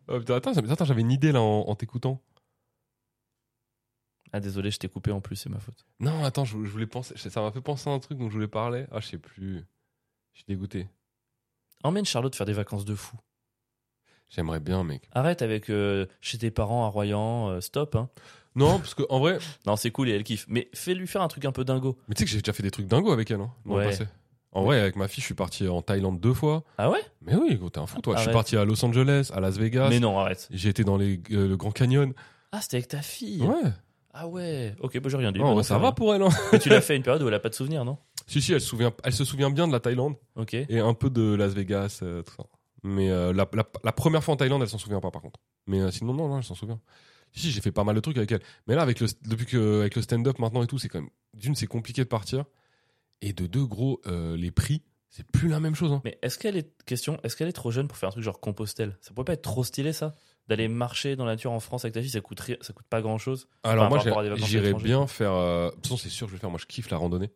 [SPEAKER 2] Oh, putain, attends, ça- attends, j'avais une idée là en, en t'écoutant.
[SPEAKER 1] Ah désolé, je t'ai coupé en plus, c'est ma faute.
[SPEAKER 2] Non, attends, je, je voulais penser. Ça m'a fait penser à un truc dont je voulais parler. Ah, je sais plus. Je suis dégoûté.
[SPEAKER 1] Emmène Charlotte faire des vacances de fou.
[SPEAKER 2] J'aimerais bien, mec.
[SPEAKER 1] Arrête avec euh, chez tes parents à Royan, euh, stop. hein.
[SPEAKER 2] Non, parce que en vrai,
[SPEAKER 1] Non, c'est cool et elle kiffe. Mais fais-lui faire un truc un peu dingo.
[SPEAKER 2] mais tu sais que j'ai déjà fait des trucs dingos avec elle, hein, dans
[SPEAKER 1] Ouais.
[SPEAKER 2] le passé. En vrai, avec ma fille, je suis parti en Thaïlande deux fois.
[SPEAKER 1] Ah ouais
[SPEAKER 2] Mais oui, gros, t'es un fou, toi. Je
[SPEAKER 1] Arrête.
[SPEAKER 2] suis parti à Los Angeles, à Las Vegas.
[SPEAKER 1] Mais non, arrête.
[SPEAKER 2] J'ai été dans les, euh, le Grand Canyon.
[SPEAKER 1] Ah, c'était avec ta fille.
[SPEAKER 2] Ouais.
[SPEAKER 1] Ah ouais. Ok, bah j'ai rien dit.
[SPEAKER 2] Non,
[SPEAKER 1] Bah non,
[SPEAKER 2] ça
[SPEAKER 1] c'est
[SPEAKER 2] va
[SPEAKER 1] rien.
[SPEAKER 2] pour elle. Hein. *laughs*
[SPEAKER 1] Mais tu l'as fait à une période où elle a pas de souvenirs, non
[SPEAKER 2] si, si, elle se, souvient, elle se souvient bien de la Thaïlande
[SPEAKER 1] Ok.
[SPEAKER 2] et un peu de Las Vegas, euh, tout ça. Mais euh, la, la- la première fois en Thaïlande, elle s'en souvient pas, par contre. Mais euh, sinon, non, non, elle s'en souvient. Si, si, j'ai fait pas mal de trucs avec elle. Mais là, avec le, depuis que, avec le stand-up maintenant et tout, c'est quand même. D'une, c'est compliqué de partir. Et de deux, gros, euh, les prix, c'est plus la même chose. hein.
[SPEAKER 1] Mais est-ce qu'elle est question Est-ce qu'elle est trop jeune pour faire un truc genre Compostelle Ça pourrait pas être trop stylé ça D'aller marcher dans la nature en France avec ta fille, ça coûte rien- ça coûte pas grand chose.
[SPEAKER 2] Alors
[SPEAKER 1] Par
[SPEAKER 2] moi,
[SPEAKER 1] rapport à des vacances à
[SPEAKER 2] j'irais
[SPEAKER 1] l'étranger.
[SPEAKER 2] bien faire. euh, De toute façon, c'est sûr que je vais faire. Moi, je kiffe la randonnée.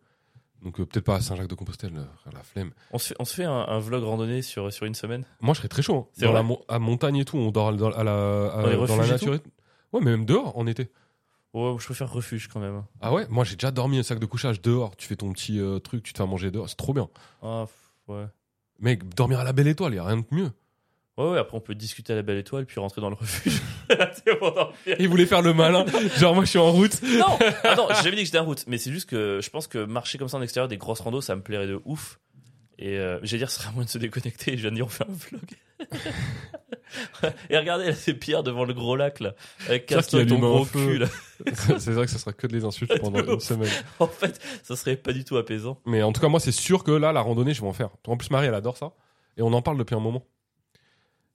[SPEAKER 2] Donc euh, peut-être pas à Saint-Jacques-de-Compostelle, euh, la flemme.
[SPEAKER 1] On se fait, on se fait un, un vlog randonnée sur sur une semaine.
[SPEAKER 2] Moi, je serais très chaud. hein.
[SPEAKER 1] C'est
[SPEAKER 2] Dans
[SPEAKER 1] vrai
[SPEAKER 2] la mon- à montagne et tout, on dort dans, à la, à-
[SPEAKER 1] Dans les
[SPEAKER 2] la
[SPEAKER 1] refuges et
[SPEAKER 2] nature. et tout. Ouais, mais même dehors en été.
[SPEAKER 1] Ouais, je préfère refuge quand même. hein.
[SPEAKER 2] Ah ouais, moi j'ai déjà dormi un sac de couchage dehors. Tu fais ton petit euh, truc, tu te fais à manger dehors, c'est trop bien.
[SPEAKER 1] Ah pff, ouais.
[SPEAKER 2] Mec, dormir à la belle étoile, y a rien de mieux.
[SPEAKER 1] Ouais, ouais, après on peut discuter à la belle étoile puis rentrer dans le refuge. *laughs* C'est bon, non, Pierre.
[SPEAKER 2] Il voulait faire le malin, *laughs* genre moi je suis en route. *laughs*
[SPEAKER 1] Non, attends, j'ai jamais dit que j'étais en route, mais c'est juste que je pense que marcher comme ça en extérieur des grosses randos, ça me plairait de ouf. Et euh, j'allais dire, ce serait à moins de se déconnecter. et Je viens de dire, on fait un vlog. *laughs* Et regardez, là, c'est Pierre devant le gros lac, là. Avec
[SPEAKER 2] Pierre qui
[SPEAKER 1] casse-toi ton
[SPEAKER 2] allume un
[SPEAKER 1] gros
[SPEAKER 2] feu.
[SPEAKER 1] cul, là. *laughs*
[SPEAKER 2] c'est vrai que ça sera que des insultes pendant
[SPEAKER 1] De
[SPEAKER 2] une
[SPEAKER 1] ouf.
[SPEAKER 2] semaine.
[SPEAKER 1] En fait, ça serait pas du tout apaisant.
[SPEAKER 2] Mais en tout cas, moi, c'est sûr que là, la randonnée, je vais en faire. En plus, Marie, elle adore ça. Et on en parle depuis un moment.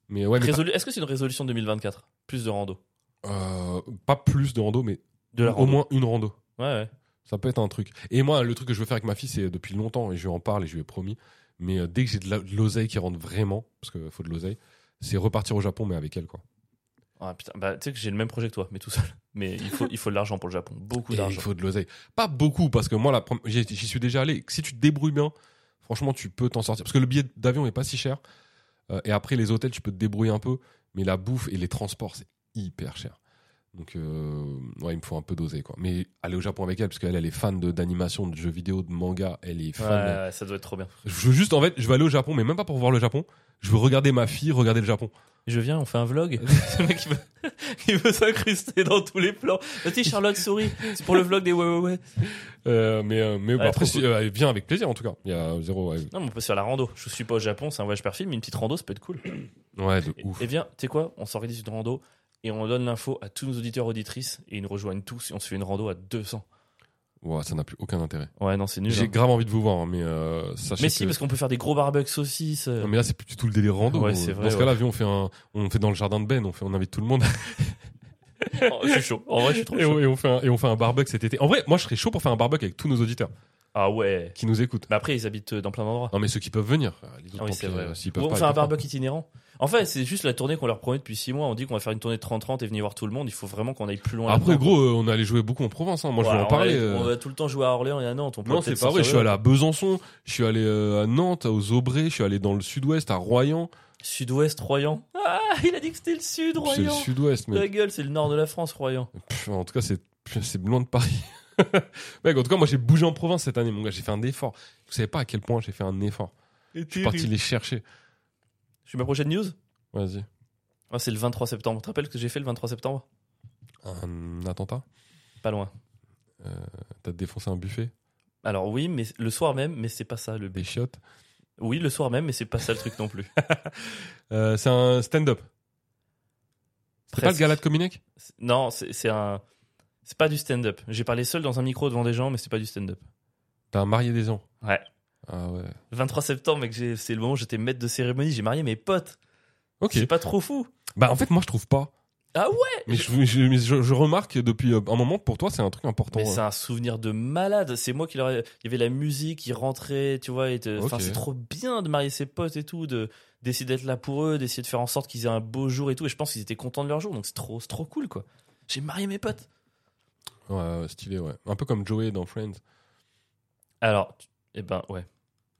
[SPEAKER 2] Mais ouais, mais
[SPEAKER 1] Résolu- Est-ce que c'est une résolution 2024 Plus de rando.
[SPEAKER 2] pas, euh, pas plus de rando, mais
[SPEAKER 1] De la
[SPEAKER 2] au
[SPEAKER 1] rando.
[SPEAKER 2] moins une rando.
[SPEAKER 1] Ouais, ouais.
[SPEAKER 2] Ça peut être un truc. Et moi, le truc que je veux faire avec ma fille, c'est depuis longtemps, et je lui en parle et je lui ai promis. Mais euh, dès que j'ai de la- de l'oseille qui rentre vraiment, parce qu'il faut de l'oseille, c'est repartir au Japon, mais avec elle, quoi.
[SPEAKER 1] Ah, putain, bah, tu sais que j'ai le même projet que toi, mais tout seul. Mais il faut, il faut de l'argent pour le Japon. Beaucoup
[SPEAKER 2] Et
[SPEAKER 1] d'argent.
[SPEAKER 2] il faut de l'oseille. Pas beaucoup, parce que moi, la prom- j'y j'y suis déjà allé. Si tu te débrouilles bien, franchement, tu peux t'en sortir. Parce que le billet d'avion est pas si cher. Euh, et après, les hôtels, tu peux te débrouiller un peu. Mais la bouffe et les transports, c'est hyper cher. Donc, euh, ouais, il me faut un peu d'oseille, quoi. Mais aller au Japon avec elle, parce qu'elle, elle est fan de- d'animation, de, jeux vidéo, de manga. Elle est
[SPEAKER 1] Ouais,
[SPEAKER 2] fan.
[SPEAKER 1] ouais, ça doit être trop bien.
[SPEAKER 2] Je veux juste, en fait, je vais aller au Japon, mais même pas pour voir le Japon. Je veux regarder ma fille, regarder le Japon.
[SPEAKER 1] Je viens, on fait un *laughs* vlog. C'est le mec qui veut, *laughs* il veut s'incruster dans tous les plans. Vas-y, Charlotte, souris. C'est pour le vlog des ouais, ouais, ouais.
[SPEAKER 2] Euh, mais euh, mais bah,
[SPEAKER 1] Ouais,
[SPEAKER 2] après,
[SPEAKER 1] trop
[SPEAKER 2] si- euh, elle vient avec plaisir, en tout cas. Il y a zéro. Ouais,
[SPEAKER 1] Non, mais on peut se faire la rando. Je suis pas au Japon, c'est un voyage perfide, mais une petite rando, ça peut être cool.
[SPEAKER 2] Ouais, de
[SPEAKER 1] Et-
[SPEAKER 2] ouf.
[SPEAKER 1] Eh bien, tu sais quoi On s'organise une rando et on donne l'info à tous nos auditeurs, auditrices et ils nous rejoignent tous et on se fait une rando à 200.
[SPEAKER 2] Ouah, ça n'a plus aucun intérêt.
[SPEAKER 1] Ouais, non, c'est nul.
[SPEAKER 2] J'ai
[SPEAKER 1] hein.
[SPEAKER 2] grave envie de vous voir, hein, mais euh, sachez
[SPEAKER 1] Mais
[SPEAKER 2] que...
[SPEAKER 1] si, parce qu'on peut faire des gros barbecues saucisses. euh,
[SPEAKER 2] Non, mais là, c'est plus du tout le délire rando.
[SPEAKER 1] Ouais,
[SPEAKER 2] Euh,
[SPEAKER 1] c'est vrai,
[SPEAKER 2] dans ce
[SPEAKER 1] ouais.
[SPEAKER 2] cas-là, viens, on fait un, on fait dans le jardin de Ben, on fait, on invite tout
[SPEAKER 1] *laughs*
[SPEAKER 2] le monde
[SPEAKER 1] Oh, je suis chaud. En vrai, je suis trop
[SPEAKER 2] et,
[SPEAKER 1] chaud.
[SPEAKER 2] on, et on fait un, et on fait un barbecue cet été. En vrai, moi, je serais chaud pour faire un barbecue avec tous nos auditeurs
[SPEAKER 1] Ah ouais.
[SPEAKER 2] qui nous écoutent.
[SPEAKER 1] Mais après, ils habitent euh, dans plein d'endroits.
[SPEAKER 2] Non, mais ceux qui peuvent venir. euh, Les autres,
[SPEAKER 1] Ah oui,
[SPEAKER 2] tant
[SPEAKER 1] c'est
[SPEAKER 2] pis,
[SPEAKER 1] vrai.
[SPEAKER 2] euh,
[SPEAKER 1] ouais.
[SPEAKER 2] s'ils
[SPEAKER 1] Ou
[SPEAKER 2] peuvent
[SPEAKER 1] on
[SPEAKER 2] pas,
[SPEAKER 1] fait un
[SPEAKER 2] ils peuvent pas.
[SPEAKER 1] barbecue itinérant. En fait, c'est juste la tournée qu'on leur promet depuis 6 mois. On dit qu'on va faire une tournée de 30-30 et venir voir tout le monde. Il faut vraiment qu'on aille plus loin.
[SPEAKER 2] Après,
[SPEAKER 1] là-dedans.
[SPEAKER 2] gros, euh, on allait jouer beaucoup en Provence. hein. Moi, je
[SPEAKER 1] Voilà,
[SPEAKER 2] vais en
[SPEAKER 1] on
[SPEAKER 2] parler.
[SPEAKER 1] va-
[SPEAKER 2] euh.
[SPEAKER 1] On va tout le temps jouer à Orléans et à Nantes. On peut
[SPEAKER 2] Non,
[SPEAKER 1] peut-être
[SPEAKER 2] c'est pas vrai. Je
[SPEAKER 1] sortir
[SPEAKER 2] suis
[SPEAKER 1] de
[SPEAKER 2] allé à Besançon, je suis allé euh, à Nantes, aux Aubrais, je suis allé dans le sud-ouest, à Royan.
[SPEAKER 1] là. Sud-Ouest, Royan. Ah, il a dit que c'était le Sud,
[SPEAKER 2] C'est le
[SPEAKER 1] Royan.
[SPEAKER 2] sud-ouest, mais
[SPEAKER 1] La gueule, c'est le nord de la France, Royan.
[SPEAKER 2] Pff, en tout cas, c'est pff, c'est loin de Paris. *laughs* Mec, en tout cas, moi j'ai bougé en province cette année, mon gars. J'ai fait un effort. Vous savez pas à quel point j'ai fait un effort. Je suis parti les chercher.
[SPEAKER 1] Je suis ma prochaine news
[SPEAKER 2] Vas-y.
[SPEAKER 1] Ah, C'est le 23 septembre. Tu te rappelles ce que j'ai fait le 23 septembre
[SPEAKER 2] Un attentat
[SPEAKER 1] Pas loin.
[SPEAKER 2] T'as défoncé un buffet
[SPEAKER 1] Alors oui, mais le soir même, mais c'est pas ça le B.
[SPEAKER 2] Des chiottes
[SPEAKER 1] Oui, le soir même, mais c'est pas ça le truc non plus.
[SPEAKER 2] Euh, C'est un stand-up. *laughs* C'est pas le
[SPEAKER 1] Presque.
[SPEAKER 2] gala de Cominec
[SPEAKER 1] C'est- Non, c'est c'est un. C'est pas du stand-up. J'ai parlé seul dans un micro devant des gens, mais c'est pas du stand-up.
[SPEAKER 2] T'as un marié des gens
[SPEAKER 1] Ouais.
[SPEAKER 2] Ah ouais.
[SPEAKER 1] 23 septembre, mec, j'ai- c'est le moment où j'étais maître de cérémonie. J'ai marié mes potes.
[SPEAKER 2] Ok.
[SPEAKER 1] C'est pas trop fou.
[SPEAKER 2] Bah en fait, moi je trouve pas.
[SPEAKER 1] Ah ouais
[SPEAKER 2] Mais je, je- mais je- je remarque depuis euh, un moment, pour toi, c'est un truc important.
[SPEAKER 1] Mais
[SPEAKER 2] ouais.
[SPEAKER 1] c'est un souvenir de malade. C'est moi qui leur ai... Il y avait la musique, ils rentraient, tu vois. et te- Enfin,
[SPEAKER 2] Ok.
[SPEAKER 1] c'est trop bien de marier ses potes et tout, de d'essayer d'être là pour eux, d'essayer de faire en sorte qu'ils aient un beau jour et tout. Et je pense qu'ils étaient contents de leur jour, donc c'est trop, c'est trop cool, quoi. J'ai marié mes potes.
[SPEAKER 2] Ouais, ouais, stylé, ouais. Un peu comme Joey dans Friends.
[SPEAKER 1] Alors, tu- eh ben, ouais.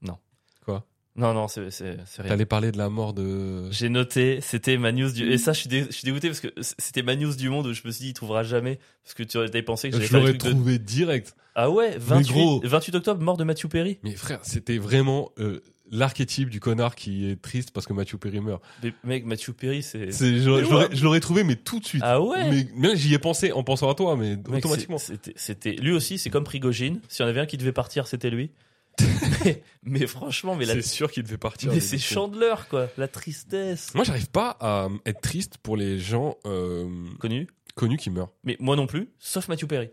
[SPEAKER 1] Non.
[SPEAKER 2] Quoi
[SPEAKER 1] Non, non, c'est c'est- c'est rien.
[SPEAKER 2] T'allais parler de la mort de.
[SPEAKER 1] J'ai noté, c'était ma news
[SPEAKER 2] Mm.
[SPEAKER 1] du. Et ça, je suis, dé- je suis dégoûté parce que c'était ma news du monde où je me suis dit, il trouvera jamais. Parce que tu avais pensé que j'allais
[SPEAKER 2] Je
[SPEAKER 1] faire des
[SPEAKER 2] l'aurais
[SPEAKER 1] trucs de.
[SPEAKER 2] trouvé direct.
[SPEAKER 1] Ah ouais, 28,
[SPEAKER 2] gros.
[SPEAKER 1] 28 octobre, mort de Matthew Perry.
[SPEAKER 2] Mais frère, c'était vraiment euh, l'archétype du connard qui est triste parce que Mathieu Perry meurt.
[SPEAKER 1] Mais mec, Matthew Perry, c'est.
[SPEAKER 2] C'est- Je, je
[SPEAKER 1] ouais.
[SPEAKER 2] l'aurais- je l'aurais trouvé, mais tout de suite.
[SPEAKER 1] Ah ouais
[SPEAKER 2] Mais mais j'y ai pensé en pensant à toi, mais
[SPEAKER 1] Mec,
[SPEAKER 2] automatiquement.
[SPEAKER 1] c'est- C'était, c'était- lui aussi, c'est comme Prigogine. S'il y en avait un qui devait partir, c'était
[SPEAKER 2] *laughs*
[SPEAKER 1] lui. mais, mais franchement, mais la,
[SPEAKER 2] C'est sûr qu'il devait partir.
[SPEAKER 1] mais
[SPEAKER 2] le
[SPEAKER 1] c'est
[SPEAKER 2] bouffon.
[SPEAKER 1] Chandler, quoi. La tristesse.
[SPEAKER 2] Moi, j'arrive pas à euh, être triste pour les gens euh,
[SPEAKER 1] Connu.
[SPEAKER 2] connus qui meurent.
[SPEAKER 1] Mais moi non plus, sauf Matthew Perry.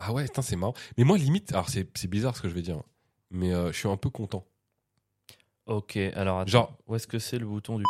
[SPEAKER 2] Ah ouais, putain, c'est marrant. Mais moi, limite, alors c'est c'est bizarre ce que je vais dire, mais euh, je suis un peu content.
[SPEAKER 1] Ok, alors attends.
[SPEAKER 2] Genre-
[SPEAKER 1] Où est-ce que c'est le bouton du.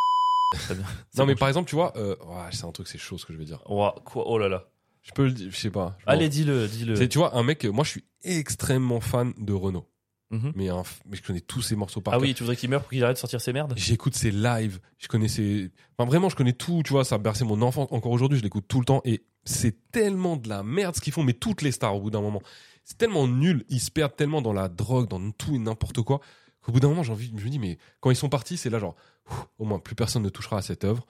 [SPEAKER 1] Très bien. *laughs* C'est
[SPEAKER 2] Non, mais
[SPEAKER 1] bon.
[SPEAKER 2] par exemple, tu vois, euh, ouais, c'est un truc, c'est chaud ce que je vais dire.
[SPEAKER 1] Ouah, quoi Oh là là.
[SPEAKER 2] Je peux le dire, je sais pas. je
[SPEAKER 1] Allez, dis-le, dis-le.
[SPEAKER 2] C'est- tu vois, un mec, euh, moi je suis extrêmement fan de Renaud.
[SPEAKER 1] Mhm.
[SPEAKER 2] Mais, un f- mais je connais tous ses morceaux par
[SPEAKER 1] Ah
[SPEAKER 2] cœur.
[SPEAKER 1] oui, tu voudrais qu'il meure pour qu'il arrête de sortir ses merdes
[SPEAKER 2] J'écoute ses lives, je connais ses. Enfin, vraiment, je connais tout, tu vois, ça a bercé mon enfance. Encore aujourd'hui, je l'écoute tout le temps et c'est tellement de la merde ce qu'ils font, mais toutes les stars au bout d'un moment. C'est tellement nul, ils se perdent tellement dans la drogue, dans tout et n'importe quoi, qu'au bout d'un moment, j'ai envie, je me dis, mais quand ils sont partis, c'est là genre, ouf, au moins plus personne ne touchera à cette œuvre.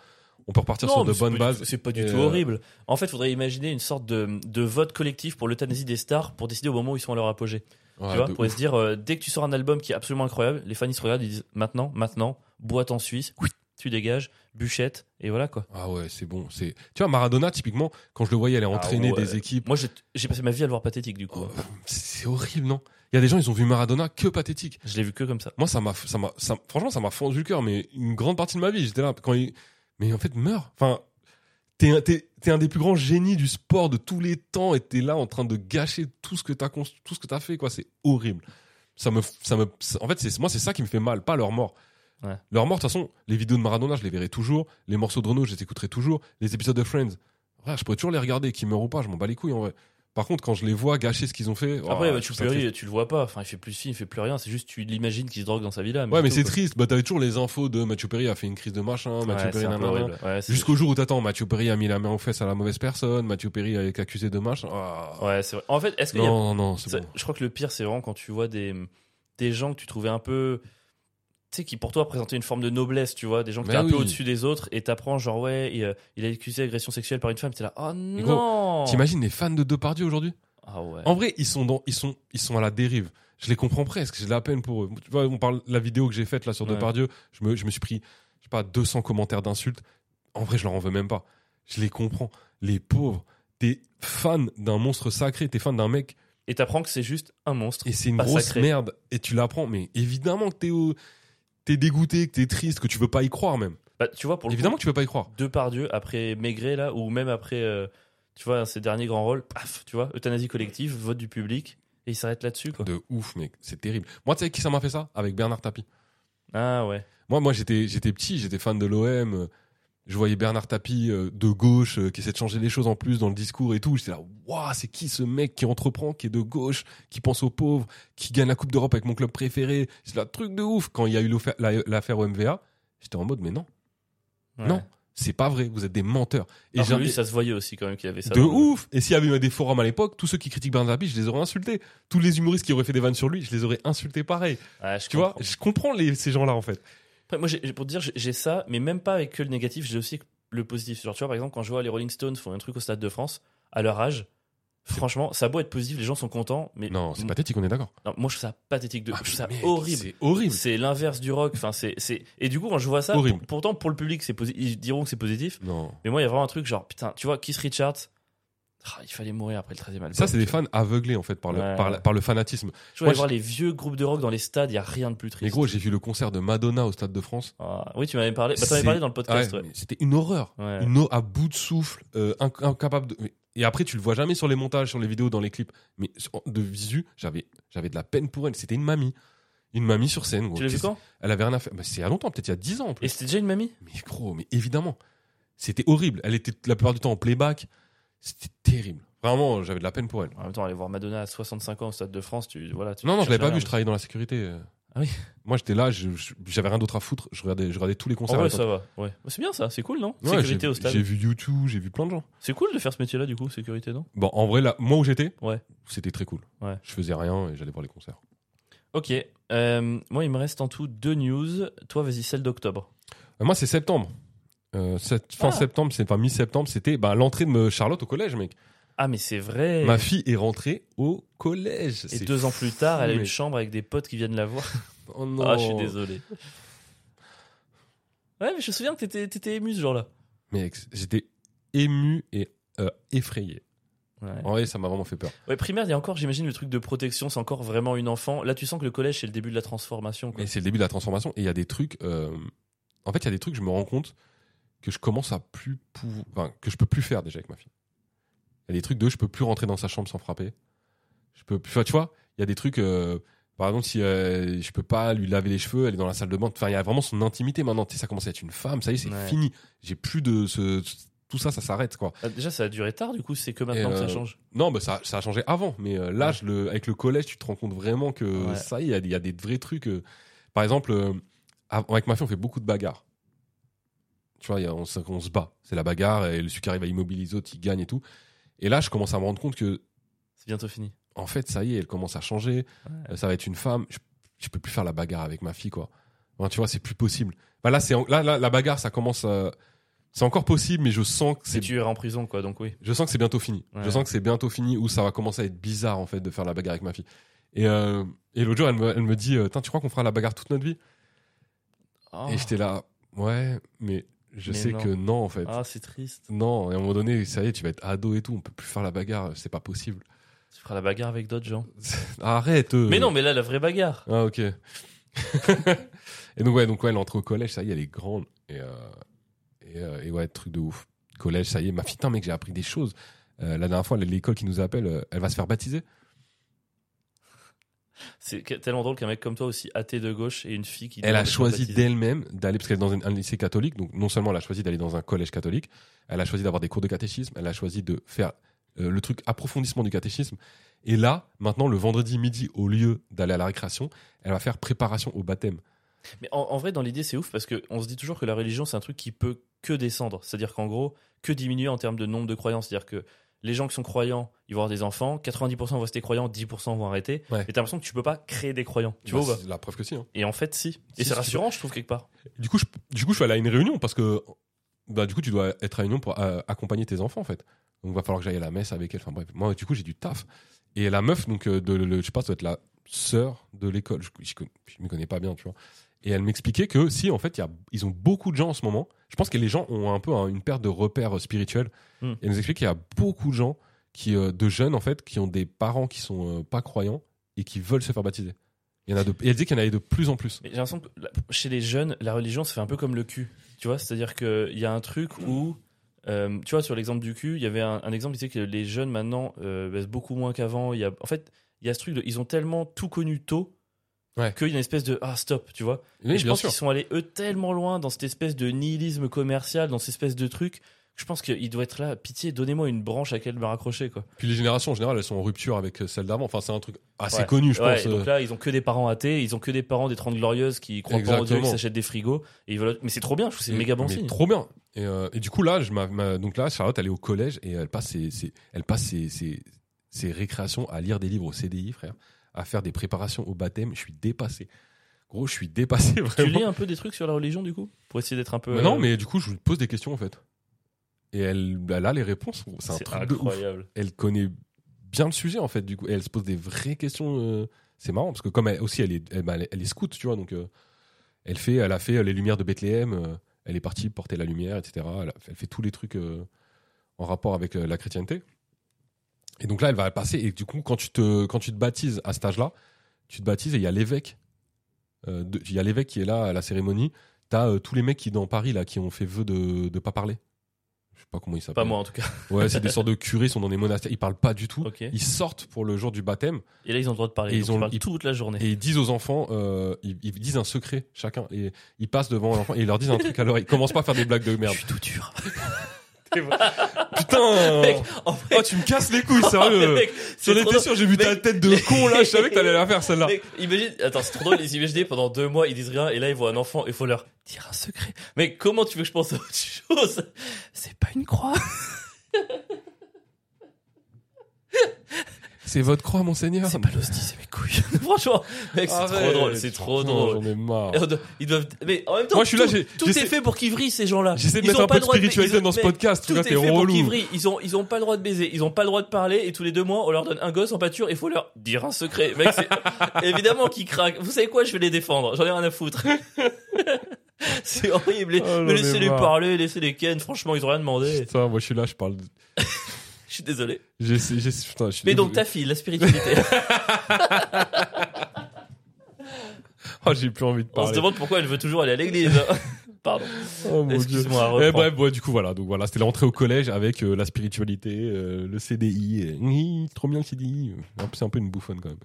[SPEAKER 2] On peut repartir sur
[SPEAKER 1] mais
[SPEAKER 2] de
[SPEAKER 1] c'est
[SPEAKER 2] bonnes
[SPEAKER 1] pas du
[SPEAKER 2] bases.
[SPEAKER 1] tout- C'est pas du
[SPEAKER 2] Et,
[SPEAKER 1] tout
[SPEAKER 2] euh,
[SPEAKER 1] horrible. En fait, faudrait imaginer une sorte de, de vote collectif pour l'euthanasie des stars pour décider au moment où ils sont à leur apogée.
[SPEAKER 2] ouais,
[SPEAKER 1] tu vois,
[SPEAKER 2] de
[SPEAKER 1] pour
[SPEAKER 2] ouf.
[SPEAKER 1] se dire, euh, dès que tu sors un album qui est absolument incroyable, les fans ils se regardent, ils disent maintenant, maintenant, boîte en Suisse, tu dégages, bûchette, et voilà quoi.
[SPEAKER 2] Ah ouais, c'est bon. c'est Tu vois, Maradona, typiquement, quand je le voyais aller entraîner
[SPEAKER 1] Ah ouais.
[SPEAKER 2] des équipes,
[SPEAKER 1] Moi j'ai- j'ai passé ma vie à le voir pathétique du coup.
[SPEAKER 2] Oh, c'est horrible, non Il y a des gens, ils ont vu Maradona que pathétique.
[SPEAKER 1] Je l'ai vu que comme ça.
[SPEAKER 2] Moi, ça m'a, ça m'a, ça- franchement, ça m'a fondu le cœur, mais une grande partie de ma vie, j'étais là quand il, mais en fait, meurs. Enfin, t'es, un- t'es, t'es un des plus grands génies du sport de tous les temps, et t'es là en train de gâcher tout ce que t'as construit, tout ce que t'as fait, quoi. C'est horrible. Ça me, ça me, ça- en fait, c'est, moi, c'est ça qui me fait mal, pas leur mort.
[SPEAKER 1] Ouais.
[SPEAKER 2] Leur mort, de toute façon, les vidéos de Maradona, je les verrai toujours. Les morceaux de Renault, je les écouterai toujours. Les épisodes de Friends, ouais, je pourrais toujours les regarder, qu'ils meurent ou pas, je m'en bats les couilles, en vrai. Par contre, quand je les vois gâcher ce qu'ils ont fait, oh,
[SPEAKER 1] Après, bah,
[SPEAKER 2] je
[SPEAKER 1] tu,
[SPEAKER 2] trouve ça
[SPEAKER 1] pleuris,
[SPEAKER 2] triste.
[SPEAKER 1] tu le vois pas. Enfin, il fait plus film, il fait plus rien. C'est juste, tu l'imagines qu'il se drogue dans sa villa.
[SPEAKER 2] Ouais, mais
[SPEAKER 1] tout,
[SPEAKER 2] c'est
[SPEAKER 1] quoi.
[SPEAKER 2] triste. Bah, t'avais toujours les infos de Mathieu Perry a fait une crise de machin, Mathieu
[SPEAKER 1] Ouais, c'est
[SPEAKER 2] Perry,
[SPEAKER 1] un peu
[SPEAKER 2] nanana.
[SPEAKER 1] horrible. Ouais, c'est-
[SPEAKER 2] Jusqu'au jour où t'attends, Mathieu Perry a mis la main aux fesses à la mauvaise personne, Mathieu Perry a été accusé de machin. Ah.
[SPEAKER 1] Ouais, c'est vrai. En fait, est-ce qu'il y a
[SPEAKER 2] non, non, c'est
[SPEAKER 1] Ça,
[SPEAKER 2] bon.
[SPEAKER 1] Je crois que le pire, c'est vraiment quand tu vois des, des gens que tu trouvais un peu. Tu sais, qui pour toi présentaient une forme de noblesse, tu vois, des gens qui
[SPEAKER 2] Mais
[SPEAKER 1] étaient un peu
[SPEAKER 2] oui.
[SPEAKER 1] au-dessus des autres, et t'apprends, genre, ouais, et, euh, il a accusé d'agression sexuelle par une femme, t'es là, oh
[SPEAKER 2] gros,
[SPEAKER 1] non
[SPEAKER 2] T'imagines les fans de Depardieu aujourd'hui
[SPEAKER 1] Ah ouais.
[SPEAKER 2] En vrai, ils sont, dans, ils, sont, ils sont à la dérive. Je les comprends presque, j'ai de la peine pour eux. Tu vois, on parle la vidéo que j'ai faite là sur
[SPEAKER 1] Ouais.
[SPEAKER 2] Depardieu, je me, je me suis pris, je sais pas, 200 commentaires d'insultes. En vrai, je leur en veux même pas. Je les comprends. Les pauvres, t'es fan d'un monstre sacré, t'es fan d'un mec
[SPEAKER 1] Et t'apprends que c'est juste un monstre.
[SPEAKER 2] Et c'est une
[SPEAKER 1] Pas
[SPEAKER 2] grosse
[SPEAKER 1] sacré.
[SPEAKER 2] merde. Et tu l'apprends. Mais évidemment que t'es au- t'es dégoûté, que t'es triste, que tu veux pas y croire même.
[SPEAKER 1] Bah, tu vois, pour le
[SPEAKER 2] évidemment
[SPEAKER 1] coup,
[SPEAKER 2] que tu veux pas y croire.
[SPEAKER 1] Depardieu, après Maigret, là, ou même après, euh, tu vois, ses derniers grands rôles, paf, tu vois, euthanasie collective, vote du public, et il s'arrête là-dessus, quoi.
[SPEAKER 2] De ouf, mec. C'est terrible. Moi, tu sais avec qui ça m'a fait ça Avec Bernard Tapie.
[SPEAKER 1] Ah ouais.
[SPEAKER 2] Moi, moi j'étais j'étais petit, j'étais fan de l'OM. euh, Je voyais Bernard Tapie euh, de gauche euh, qui essaie de changer les choses en plus dans le discours et tout. J'étais là, waouh, c'est qui ce mec qui entreprend, qui est de gauche, qui pense aux pauvres, qui gagne la Coupe d'Europe avec mon club préféré. C'est là, truc de ouf. Quand il y a eu l'affaire- la- l'affaire au MVA, j'étais en mode, mais non,
[SPEAKER 1] Ouais.
[SPEAKER 2] non, c'est pas vrai, vous êtes des menteurs.
[SPEAKER 1] Alors que
[SPEAKER 2] j'ai-
[SPEAKER 1] lui, ça se voyait aussi quand même qu'il avait ça.
[SPEAKER 2] de
[SPEAKER 1] dans le-
[SPEAKER 2] ouf Et s'il y avait eu des forums à l'époque, tous ceux qui critiquent Bernard Tapie, je les aurais insultés. Tous les humoristes qui auraient fait des vannes sur lui, je les aurais insultés pareil.
[SPEAKER 1] Ouais, Ah, je
[SPEAKER 2] Tu vois,
[SPEAKER 1] comprends.
[SPEAKER 2] je comprends les- ces gens-là en fait.
[SPEAKER 1] Après, moi, j'ai- j'ai- pour te dire, j'ai- j'ai ça, mais même pas avec que le négatif, j'ai aussi le positif. Genre, tu vois, par exemple, quand je vois les Rolling Stones font un truc au Stade de France, à leur âge, franchement, ça a beau être positif, les gens sont contents, mais
[SPEAKER 2] Non, c'est
[SPEAKER 1] m-
[SPEAKER 2] pathétique, on est d'accord.
[SPEAKER 1] non, moi, je trouve ça pathétique, de,
[SPEAKER 2] Ah,
[SPEAKER 1] je trouve ça
[SPEAKER 2] mec,
[SPEAKER 1] horrible.
[SPEAKER 2] C'est horrible.
[SPEAKER 1] C'est l'inverse du rock. Enfin, c'est, c'est... Et du coup, quand je vois ça,
[SPEAKER 2] Horrible.
[SPEAKER 1] pour- pourtant, pour le public, c'est posi- ils diront que c'est positif,
[SPEAKER 2] Non.
[SPEAKER 1] mais moi, il y a vraiment un truc genre, putain, tu vois, Keith Richards, ah, il fallait mourir après le 13e album.
[SPEAKER 2] Ça, c'est des fans aveuglés en fait par le,
[SPEAKER 1] Ouais.
[SPEAKER 2] par, la- par le fanatisme.
[SPEAKER 1] Je vois,
[SPEAKER 2] moi,
[SPEAKER 1] aller voir les vieux groupes de rock dans les stades, il n'y a rien de plus triste.
[SPEAKER 2] Mais gros, j'ai vu le concert de Madonna au Stade de France.
[SPEAKER 1] Ah, oui, tu m'avais parlé. Bah, t'en
[SPEAKER 2] C'est-
[SPEAKER 1] avais parlé dans le podcast,
[SPEAKER 2] Ouais,
[SPEAKER 1] ouais.
[SPEAKER 2] mais C'était une horreur.
[SPEAKER 1] Ouais.
[SPEAKER 2] Une eau à bout de souffle, euh, inc- incapable de. mais- Et après, tu le vois jamais sur les montages, sur les vidéos, dans les clips. Mais sur- de visu, j'avais j'avais de la peine pour elle. C'était une mamie. Une mamie sur scène. gros.
[SPEAKER 1] Tu l'as vu
[SPEAKER 2] Qu'est-ce-
[SPEAKER 1] quand
[SPEAKER 2] Elle avait rien à faire. Bah, c'est il y a longtemps, peut-être il y a 10 ans en plus.
[SPEAKER 1] Et c'était déjà une mamie
[SPEAKER 2] Mais gros, mais évidemment. C'était horrible. Elle était la plupart du temps en playback. C'était terrible. Vraiment, j'avais de la peine pour elle.
[SPEAKER 1] En même temps, aller voir Madonna à 65 ans au Stade de France, tu voilà. Tu
[SPEAKER 2] Non, non, je l'avais pas vu,
[SPEAKER 1] cherches
[SPEAKER 2] je travaillais dans la sécurité. euh.
[SPEAKER 1] Ah oui.
[SPEAKER 2] Moi, j'étais là, je- je- j'avais rien d'autre à foutre. Je regardais, je regardais tous les
[SPEAKER 1] rien.
[SPEAKER 2] concerts.
[SPEAKER 1] En vrai,
[SPEAKER 2] à l'époque.
[SPEAKER 1] ça va. Ouais. Bah, C'est bien ça, c'est cool, non
[SPEAKER 2] Ouais,
[SPEAKER 1] Sécurité
[SPEAKER 2] j'ai-
[SPEAKER 1] au stade.
[SPEAKER 2] J'ai vu YouTube, j'ai vu plein de gens.
[SPEAKER 1] C'est cool de faire ce métier-là, du coup, sécurité, non
[SPEAKER 2] Bon, en vrai, là, moi où j'étais,
[SPEAKER 1] Ouais.
[SPEAKER 2] c'était très cool.
[SPEAKER 1] Ouais.
[SPEAKER 2] Je faisais rien et j'allais voir les concerts.
[SPEAKER 1] Ok. euh, moi, il me reste en tout deux news. Toi, vas-y, celle d'octobre.
[SPEAKER 2] Euh, Moi, c'est septembre. Euh, sept- fin
[SPEAKER 1] Ah.
[SPEAKER 2] septembre, c'est pas mi-septembre, c'était bah, l'entrée de me- Charlotte au collège, mec.
[SPEAKER 1] Ah, mais c'est vrai.
[SPEAKER 2] Ma fille est rentrée au collège.
[SPEAKER 1] Et
[SPEAKER 2] C'est
[SPEAKER 1] deux ans plus tard, elle a
[SPEAKER 2] fou,
[SPEAKER 1] une
[SPEAKER 2] mec.
[SPEAKER 1] chambre avec des potes qui viennent la voir.
[SPEAKER 2] Oh non.
[SPEAKER 1] Ah, je suis désolé. Ouais, mais je me souviens que t'étais, t'étais ému ce jour-là.
[SPEAKER 2] Mec, j'étais ému et euh, effrayé.
[SPEAKER 1] Ouais.
[SPEAKER 2] En vrai, ça m'a vraiment fait peur.
[SPEAKER 1] Ouais, primaire, il y a encore, j'imagine, le truc de protection, c'est encore vraiment une enfant. Là, tu sens que le collège, c'est le début de la transformation. quoi.
[SPEAKER 2] Mais c'est le début de la transformation et il y a des trucs. euh, En fait, il y a des trucs, je me rends compte que je commence à plus pouvoir. Enfin, que je peux plus faire déjà avec ma fille. Il y a des trucs de je peux plus rentrer dans sa chambre sans frapper. Je peux plus. enfin, tu vois, il y a des trucs. euh, Par exemple, si euh, je peux pas lui laver les cheveux, elle est dans la salle de bain. Enfin, il y a vraiment son intimité maintenant. Tu sais, ça commence à être une femme. Ça y est, c'est
[SPEAKER 1] Ouais.
[SPEAKER 2] fini. J'ai plus de ce. Tout ça, ça s'arrête quoi.
[SPEAKER 1] Ah, déjà, ça a duré tard, du coup, c'est que maintenant que ça
[SPEAKER 2] euh,
[SPEAKER 1] change.
[SPEAKER 2] Non, bah ça, ça a changé avant, mais euh, là, je le, avec le collège, tu te rends compte vraiment que
[SPEAKER 1] Ouais.
[SPEAKER 2] ça, il y a, il y a des vrais trucs. euh. par exemple, euh, av- avec ma fille, on fait beaucoup de bagarres. Tu vois, il y a- on, se- on se bat. C'est la bagarre, et le celui qui arrive à immobiliser l'autre, il gagne et tout. Et là, je commence à me rendre compte que,
[SPEAKER 1] C'est bientôt fini.
[SPEAKER 2] en fait, ça y est, elle commence à changer.
[SPEAKER 1] Ouais.
[SPEAKER 2] Euh, Ça va être une femme. Je, je peux plus faire la bagarre avec ma fille, quoi. Enfin, tu vois, c'est plus possible. Bah, là, c'est en- là, là, la bagarre, ça commence. à- c'est encore possible, mais je sens que
[SPEAKER 1] C'est
[SPEAKER 2] c'est
[SPEAKER 1] tu iras en prison, quoi, donc oui.
[SPEAKER 2] je sens que c'est bientôt fini.
[SPEAKER 1] Ouais.
[SPEAKER 2] Je sens que c'est bientôt fini où ça va commencer à être bizarre en fait de faire la bagarre avec ma fille. Et, euh, et l'autre jour, elle me, elle me dit euh, Tain, tu crois qu'on fera la bagarre toute notre vie
[SPEAKER 1] Ah,
[SPEAKER 2] Et j'étais là Ouais, mais je
[SPEAKER 1] Mais
[SPEAKER 2] sais
[SPEAKER 1] non.
[SPEAKER 2] que non en fait.
[SPEAKER 1] ah, c'est triste.
[SPEAKER 2] Non, et à un moment donné, ça y est, tu vas être ado et tout, on peut plus faire la bagarre, c'est pas possible.
[SPEAKER 1] Tu feras la bagarre avec d'autres gens.
[SPEAKER 2] Arrête. euh.
[SPEAKER 1] Mais non, mais là, la vraie bagarre.
[SPEAKER 2] Ah ok. *laughs* et donc ouais, donc ouais, elle entre au collège, ça y est, elle est grande. Et, euh, et, euh, et ouais, truc de ouf. Collège, ça y est, ma putain mec, j'ai appris des choses. Euh, la dernière fois, l'école qui nous appelle, euh, elle va se faire baptiser.
[SPEAKER 1] C'est que- tellement drôle qu'un mec comme toi, aussi athée de gauche, et une fille qui.
[SPEAKER 2] elle a
[SPEAKER 1] demande de se
[SPEAKER 2] choisi
[SPEAKER 1] baptiser.
[SPEAKER 2] d'elle-même d'aller, parce qu'elle est dans une- un lycée catholique, donc non seulement elle a choisi d'aller dans un collège catholique, elle a choisi d'avoir des cours de catéchisme, elle a choisi de faire euh, le truc approfondissement du catéchisme. Et là, maintenant, le vendredi midi, au lieu d'aller à la récréation, elle va faire préparation au baptême.
[SPEAKER 1] Mais en, en vrai, dans l'idée, c'est ouf parce qu'on se dit toujours que la religion, c'est un truc qui peut que descendre. C'est-à-dire qu'en gros, que diminuer en termes de nombre de croyants. C'est-à-dire que les gens qui sont croyants, ils vont avoir des enfants, 90% vont rester croyants, 10% vont arrêter.
[SPEAKER 2] Ouais.
[SPEAKER 1] Et t'as l'impression que tu peux pas créer des croyants. Tu
[SPEAKER 2] Bah,
[SPEAKER 1] vois ou pas
[SPEAKER 2] c'est La preuve que si. hein.
[SPEAKER 1] Et en fait, si.
[SPEAKER 2] Si,
[SPEAKER 1] Et
[SPEAKER 2] si,
[SPEAKER 1] c'est
[SPEAKER 2] tu
[SPEAKER 1] rassurant, je trouve, quelque part.
[SPEAKER 2] Du coup, je, du coup, je suis allé à une réunion parce que bah, du coup, tu dois être à une réunion pour euh, accompagner tes enfants en fait. Donc, va falloir que j'aille à la messe avec elle. Enfin bref, moi, du coup, j'ai du taf. Et la meuf, donc, euh, de, le- je sais pas, ça doit être la sœur de l'école. Je, je, connais- je m'y connais pas bien, tu vois. Et elle m'expliquait que si, en fait, il y a, ils ont beaucoup de gens en ce moment. Je pense que les gens ont un peu hein, une perte de repères euh, spirituels.
[SPEAKER 1] Hmm.
[SPEAKER 2] Et elle nous explique qu'il y a beaucoup de gens qui, euh, de jeunes en fait, qui ont des parents qui sont euh, pas croyants et qui veulent se faire baptiser. Il y en a de, et elle dit qu'il y en avait de plus en plus.
[SPEAKER 1] Mais j'ai l'impression que la- chez les jeunes, la religion se fait un peu comme le cul. Tu vois, c'est-à-dire qu'il y a un truc où, euh, tu vois, sur l'exemple du cul, il y avait un, un exemple qui disait que les jeunes maintenant euh, baissent beaucoup moins qu'avant. Il y a, en fait, il y a ce truc de, ils ont tellement tout connu tôt
[SPEAKER 2] Ouais.
[SPEAKER 1] qu'il y a une espèce de ah stop, tu vois.
[SPEAKER 2] Oui,
[SPEAKER 1] Et je pense qu'ils sont allés eux tellement loin dans cette espèce de nihilisme commercial, dans cette espèce de truc. que Je pense qu'il doit être là, pitié, donnez-moi une branche à laquelle me raccrocher. Quoi.
[SPEAKER 2] Puis les générations en général, elles sont en rupture avec euh, celles d'avant. Enfin, c'est un truc assez
[SPEAKER 1] Ouais.
[SPEAKER 2] connu, je
[SPEAKER 1] Ouais,
[SPEAKER 2] pense.
[SPEAKER 1] et
[SPEAKER 2] euh.
[SPEAKER 1] donc là, ils ont que des parents athées, ils ont que des parents des 30 glorieuses qui croient pas en Dieu, qui
[SPEAKER 2] Exactement.
[SPEAKER 1] s'achètent des frigos. Et ils veulent... Mais c'est trop bien, je trouve que c'est méga bon
[SPEAKER 2] Mais
[SPEAKER 1] signe.
[SPEAKER 2] Trop bien. Et, euh, et du coup là, je m'a- m'a- donc là, Charlotte, elle est au collège et elle passe ses, ses- elle passe ses, ses- ses récréations à lire des livres au CDI, frère, à faire des préparations au baptême. Je suis dépassé. Gros, je suis dépassé *laughs*
[SPEAKER 1] Tu
[SPEAKER 2] vraiment.
[SPEAKER 1] lis un peu des trucs sur la religion du coup Pour essayer d'être un peu.
[SPEAKER 2] Mais
[SPEAKER 1] euh,
[SPEAKER 2] non, mais du coup, je lui pose des questions en fait. Et elle, elle a les réponses. C'est un
[SPEAKER 1] C'est
[SPEAKER 2] truc de ouf.
[SPEAKER 1] incroyable.
[SPEAKER 2] elle connaît bien le sujet en fait du coup et elle se pose des vraies questions euh, c'est marrant parce que comme elle aussi elle est elle, bah, elle est- elle est scout tu vois donc euh, elle fait elle a fait euh, les lumières de Bethléem euh, elle est partie porter la lumière etc elle, a- elle fait tous les trucs euh, en rapport avec euh, la chrétienté et donc là elle va passer et du coup quand tu te quand tu te baptises à cet âge là tu te baptises et il y a l'évêque Euh, de- il y a l'évêque qui est là à la cérémonie t'as euh, tous les mecs qui dans Paris là qui ont fait vœu de de pas parler je sais pas comment ils s'appellent
[SPEAKER 1] Pas moi en tout cas.
[SPEAKER 2] Ouais, c'est des sortes de curés, ils sont dans des monastères, ils parlent pas du tout.
[SPEAKER 1] Ok.
[SPEAKER 2] Ils sortent pour le jour du baptême
[SPEAKER 1] Et là, ils ont le droit de parler.
[SPEAKER 2] Et
[SPEAKER 1] donc
[SPEAKER 2] ils ont-
[SPEAKER 1] parlent
[SPEAKER 2] ils-
[SPEAKER 1] toute la journée.
[SPEAKER 2] et ils disent aux enfants, euh, ils, ils disent un secret chacun et ils passent devant l'enfant et ils leur disent un truc à l'oreille. Ils commencent pas à faire des blagues de
[SPEAKER 1] Je *laughs*
[SPEAKER 2] merde.
[SPEAKER 1] suis tout
[SPEAKER 2] *laughs*
[SPEAKER 1] dur.
[SPEAKER 2] Putain
[SPEAKER 1] Mec, en vrai,
[SPEAKER 2] Oh, tu me casses
[SPEAKER 1] *laughs*
[SPEAKER 2] les couilles, sérieux
[SPEAKER 1] mec,
[SPEAKER 2] J'en
[SPEAKER 1] c'est trop
[SPEAKER 2] étais
[SPEAKER 1] drôle.
[SPEAKER 2] sûr, j'ai vu ta
[SPEAKER 1] Mec,
[SPEAKER 2] tête de con là, je savais que t'allais la faire celle-là.
[SPEAKER 1] Mec, imagine, attends, c'est trop drôle, les IVGD pendant deux mois, ils disent rien, et là, ils voient un enfant, il faut leur dire un secret. Mais comment tu veux que je pense à autre chose C'est pas une croix.
[SPEAKER 2] C'est votre croix, monseigneur
[SPEAKER 1] C'est pas l'hostie, c'est mes couilles. Ah, *laughs* Franchement, mec, c'est trop
[SPEAKER 2] Arrête.
[SPEAKER 1] drôle, c'est trop
[SPEAKER 2] Putain,
[SPEAKER 1] drôle. Euh,
[SPEAKER 2] J'en ai marre.
[SPEAKER 1] Et on doit- Ils doivent. Mais en même temps,
[SPEAKER 2] Moi, je suis là,
[SPEAKER 1] tout,
[SPEAKER 2] j'ai-
[SPEAKER 1] tout
[SPEAKER 2] j'essaie-
[SPEAKER 1] est fait pour qu'ils vrillent ces gens-là.
[SPEAKER 2] J'essaie de
[SPEAKER 1] Ils
[SPEAKER 2] mettre
[SPEAKER 1] ont
[SPEAKER 2] un
[SPEAKER 1] pas le
[SPEAKER 2] peu de
[SPEAKER 1] droit ba-
[SPEAKER 2] spiritualité
[SPEAKER 1] ils ont-
[SPEAKER 2] dans ce
[SPEAKER 1] mec,
[SPEAKER 2] podcast.
[SPEAKER 1] Tout
[SPEAKER 2] Tu vois,
[SPEAKER 1] est
[SPEAKER 2] t'es
[SPEAKER 1] fait pour qu'ils
[SPEAKER 2] relou.
[SPEAKER 1] vrillent. Ils ont, ils ont pas le droit de baiser. Ils ont pas le droit de parler. Et tous les deux mois, on leur donne un gosse en pâture. Il faut leur dire un secret. Mec,
[SPEAKER 2] *laughs*
[SPEAKER 1] c'est- évidemment qu'ils craquent. Vous savez quoi Je vais les défendre. J'en ai rien à foutre. *laughs* c'est horrible.
[SPEAKER 2] Oh, j'en
[SPEAKER 1] Mais
[SPEAKER 2] ai
[SPEAKER 1] laissez-les
[SPEAKER 2] marre.
[SPEAKER 1] parler, laissez-les ken. Franchement, ils ont rien demandé.
[SPEAKER 2] Putain, moi, je suis là, je parle. de-
[SPEAKER 1] Je suis désolé.
[SPEAKER 2] J'essaie, j'essaie- putain, je suis
[SPEAKER 1] Mais donc
[SPEAKER 2] désolé.
[SPEAKER 1] ta fille, la
[SPEAKER 2] *laughs*
[SPEAKER 1] spiritualité.
[SPEAKER 2] Oh, j'ai plus envie de
[SPEAKER 1] on se
[SPEAKER 2] parler.
[SPEAKER 1] demande pourquoi elle veut toujours aller à
[SPEAKER 2] *laughs*
[SPEAKER 1] l'église. Pardon.
[SPEAKER 2] Oh mon dieu.
[SPEAKER 1] Excuse-moi.
[SPEAKER 2] Eh,
[SPEAKER 1] reprends.
[SPEAKER 2] bref, ouais, du coup, voilà. Donc voilà, c'était l'entrée au collège avec euh, la spiritualité, euh, le CDI. et- Hi, euh, trop bien le CDI. En plus, C'est un peu une bouffonne quand même.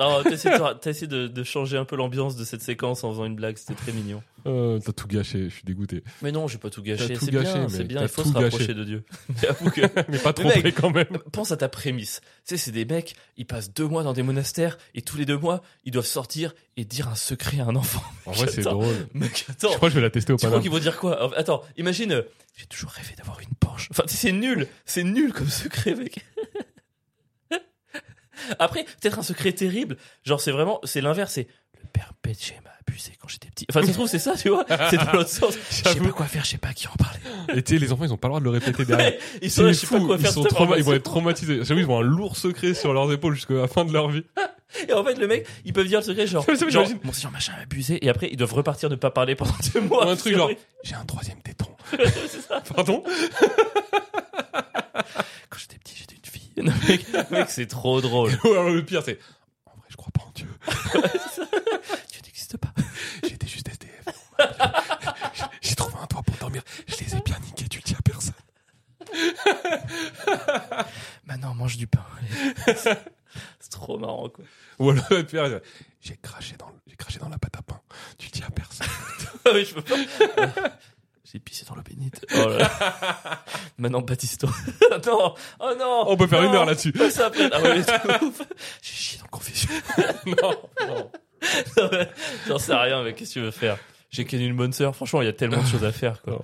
[SPEAKER 1] Alors, t'as
[SPEAKER 2] *laughs*
[SPEAKER 1] essayé, de, t'as essayé de- de changer un peu l'ambiance de cette séquence en faisant une blague, c'était très mignon.
[SPEAKER 2] Euh, T'as tout gâché, je suis dégoûté. *laughs*
[SPEAKER 1] Mais non, j'ai pas tout gâché.
[SPEAKER 2] T'as tout
[SPEAKER 1] C'est bien,
[SPEAKER 2] gâché,
[SPEAKER 1] c'est
[SPEAKER 2] mec,
[SPEAKER 1] bien.
[SPEAKER 2] t'as
[SPEAKER 1] Il faut
[SPEAKER 2] tout
[SPEAKER 1] se rapprocher
[SPEAKER 2] gâché.
[SPEAKER 1] de Dieu. *laughs* Mais avoue
[SPEAKER 2] *laughs*
[SPEAKER 1] que-
[SPEAKER 2] Mais pas
[SPEAKER 1] Mais
[SPEAKER 2] trompé quand
[SPEAKER 1] *laughs*
[SPEAKER 2] même.
[SPEAKER 1] Pense à ta prémisse. Tu sais, c'est des mecs, ils passent deux mois dans des monastères et tous les deux mois, ils doivent sortir et dire un secret à un enfant. *laughs*
[SPEAKER 2] En vrai, c'est
[SPEAKER 1] Attends.
[SPEAKER 2] drôle.
[SPEAKER 1] Mec,
[SPEAKER 2] Je
[SPEAKER 1] attends.
[SPEAKER 2] crois que je vais la tester au
[SPEAKER 1] Tu crois
[SPEAKER 2] Paname.
[SPEAKER 1] qu'ils vont dire quoi Attends, imagine. euh, J'ai toujours rêvé d'avoir une Porsche. Enfin, tu sais, c'est nul. C'est nul comme secret, mec. *laughs* Après, peut-être un secret terrible. Genre, c'est vraiment, c'est l'inverse. C'est le père Péché m'a abusé quand j'étais petit. Enfin, ça se trouve, c'est ça, tu *laughs* vois C'est dans l'autre sens. Je sais pas
[SPEAKER 2] J'avoue.
[SPEAKER 1] quoi faire, je sais pas à qui en parler.
[SPEAKER 2] Et tu sais, les enfants, ils ont pas le droit de le
[SPEAKER 1] *laughs*
[SPEAKER 2] répéter derrière.
[SPEAKER 1] Ouais, ils sont là,
[SPEAKER 2] C'est
[SPEAKER 1] je sais pas
[SPEAKER 2] fou,
[SPEAKER 1] quoi
[SPEAKER 2] ils,
[SPEAKER 1] faire.
[SPEAKER 2] sont
[SPEAKER 1] cette
[SPEAKER 2] trauma- ils
[SPEAKER 1] information.
[SPEAKER 2] vont être traumatisés. J'avoue, ils ont un lourd secret sur leurs épaules jusqu'à la fin de leur vie.
[SPEAKER 1] Et en fait, le mec, ils peuvent dire le secret, *laughs* genre,
[SPEAKER 2] Ça, ça,
[SPEAKER 1] genre
[SPEAKER 2] j'imagine.
[SPEAKER 1] mon seigneur machin m'a abusé. Et après, ils doivent repartir de pas parler pendant deux mois.
[SPEAKER 2] Ou un truc
[SPEAKER 1] C'est
[SPEAKER 2] genre-
[SPEAKER 1] horrible.
[SPEAKER 2] J'ai un troisième téton. *laughs* Pardon
[SPEAKER 1] Quand j'étais petit, j'étais une fille. Non, mec, mec, *laughs* c'est trop drôle.
[SPEAKER 2] Ou alors le pire, c'est en vrai, je crois pas en Dieu.
[SPEAKER 1] Tu n'existes pas.
[SPEAKER 2] J'étais juste SDF. *laughs* J'ai trouvé un toit pour dormir. Je les ai bien niqués, tu le dis à personne.
[SPEAKER 1] Maintenant, Bah mange du pain. *laughs* c'est trop marrant, quoi. *laughs*
[SPEAKER 2] Ou alors *laughs* le pire, c'est, j'ai craché dans le- j'ai craché dans la pâte à pain. Tu le dis à personne.
[SPEAKER 1] Ah oui, je peux pas. *laughs* J'ai pissé dans l'eau bénite. Oh là là. *laughs* Maintenant, *laughs* Baptisto. non. Oh non.
[SPEAKER 2] On peut faire
[SPEAKER 1] Non.
[SPEAKER 2] une heure *laughs* là-dessus.
[SPEAKER 1] Ouais, ça après. Ah ouais, mais c'est ouf. *laughs* J'ai chié dans le *laughs* confession.
[SPEAKER 2] non, non.
[SPEAKER 1] J'en sais rien, mais qu'est-ce que tu veux faire J'ai qu'une une bonne sœur. Franchement, il y a tellement de choses à faire, quoi.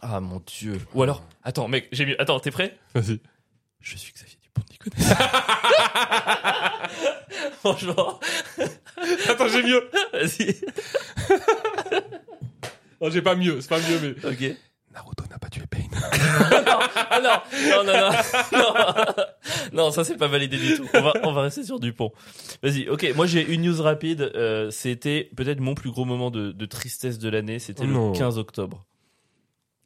[SPEAKER 1] Ah mon dieu. Ou alors, attends, mec, j'ai mis. Attends, t'es prêt
[SPEAKER 2] Vas-y.
[SPEAKER 1] Je suis Xavier Dupont de Ligonnès. *laughs* Franchement,
[SPEAKER 2] Attends, j'ai mieux.
[SPEAKER 1] vas-y.
[SPEAKER 2] Non, Oh, j'ai pas mieux. C'est pas mieux, mais.
[SPEAKER 1] Ok.
[SPEAKER 2] Naruto n'a pas tué Pain.
[SPEAKER 1] Ah non, non, non, non, non. *laughs* Non, ça c'est pas validé du tout. On va, on va rester sur Dupont. Vas-y, ok. Moi j'ai une news rapide. Euh, c'était peut-être mon plus gros moment de, de tristesse de l'année. C'était
[SPEAKER 2] Non.
[SPEAKER 1] le 15 octobre.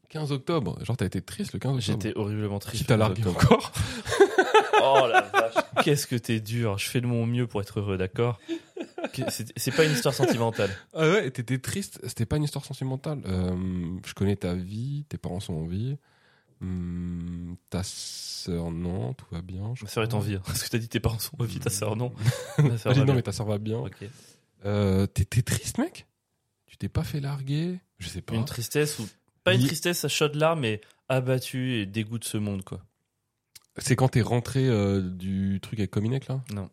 [SPEAKER 2] 15 octobre. Genre, t'as été triste le 15 octobre.
[SPEAKER 1] J'étais horriblement triste.
[SPEAKER 2] Qui t'a
[SPEAKER 1] le 15
[SPEAKER 2] largué encore *laughs*
[SPEAKER 1] Oh la vache, qu'est-ce que t'es dur. Je fais de mon mieux pour être heureux, d'accord Que- c'est- C'est pas une histoire sentimentale.
[SPEAKER 2] Ah ouais, t'étais triste, c'était pas une histoire sentimentale. Euh, je connais ta vie, tes parents sont en vie. Hum, ta sœur, non, tout va bien. je
[SPEAKER 1] Ma sœur est en
[SPEAKER 2] crois.
[SPEAKER 1] vie. hein. *laughs* Parce que t'as dit tes parents sont en vie, ta sœur
[SPEAKER 2] *laughs*
[SPEAKER 1] non.
[SPEAKER 2] Ah,
[SPEAKER 1] Ta sœur
[SPEAKER 2] j'ai
[SPEAKER 1] va
[SPEAKER 2] dit non,
[SPEAKER 1] bien.
[SPEAKER 2] mais ta sœur va bien.
[SPEAKER 1] Ok.
[SPEAKER 2] Euh, t'étais triste, mec Tu t'es pas fait larguer Je sais pas.
[SPEAKER 1] Une tristesse ou pas une
[SPEAKER 2] Li-
[SPEAKER 1] tristesse à chaud de larmes, mais abattu et dégoût de ce monde quoi.
[SPEAKER 2] C'est quand t'es rentré euh, du truc avec Cominec, là
[SPEAKER 1] Non.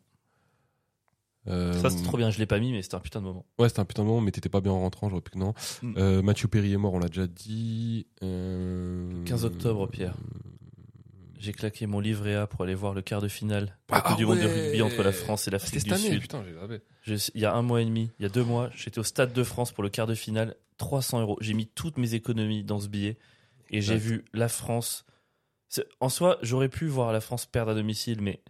[SPEAKER 2] Euh,
[SPEAKER 1] Ça c'est trop bien, je l'ai pas mis, mais c'était un putain de moment.
[SPEAKER 2] Ouais, c'était un putain de moment, mais t'étais pas bien en rentrant, j'aurais pu que non.
[SPEAKER 1] Mm.
[SPEAKER 2] Euh, Mathieu Perry est mort, on l'a déjà dit. Euh,
[SPEAKER 1] 15 octobre, Pierre. J'ai claqué mon livret A pour aller voir le quart de finale de la
[SPEAKER 2] Ah
[SPEAKER 1] Coupe du Monde de
[SPEAKER 2] ouais.
[SPEAKER 1] rugby entre la France et
[SPEAKER 2] C'était
[SPEAKER 1] l'Afrique
[SPEAKER 2] cette
[SPEAKER 1] du
[SPEAKER 2] année,
[SPEAKER 1] Sud.
[SPEAKER 2] putain, j'ai lavé.
[SPEAKER 1] Je- il y a un mois et demi, il y a deux mois, j'étais au Stade de France pour le quart de finale, 300 euros. J'ai mis toutes mes économies dans ce billet et j'ai
[SPEAKER 2] Exact.
[SPEAKER 1] vu la France. C'est- En soi, j'aurais pu voir la France perdre à domicile, mais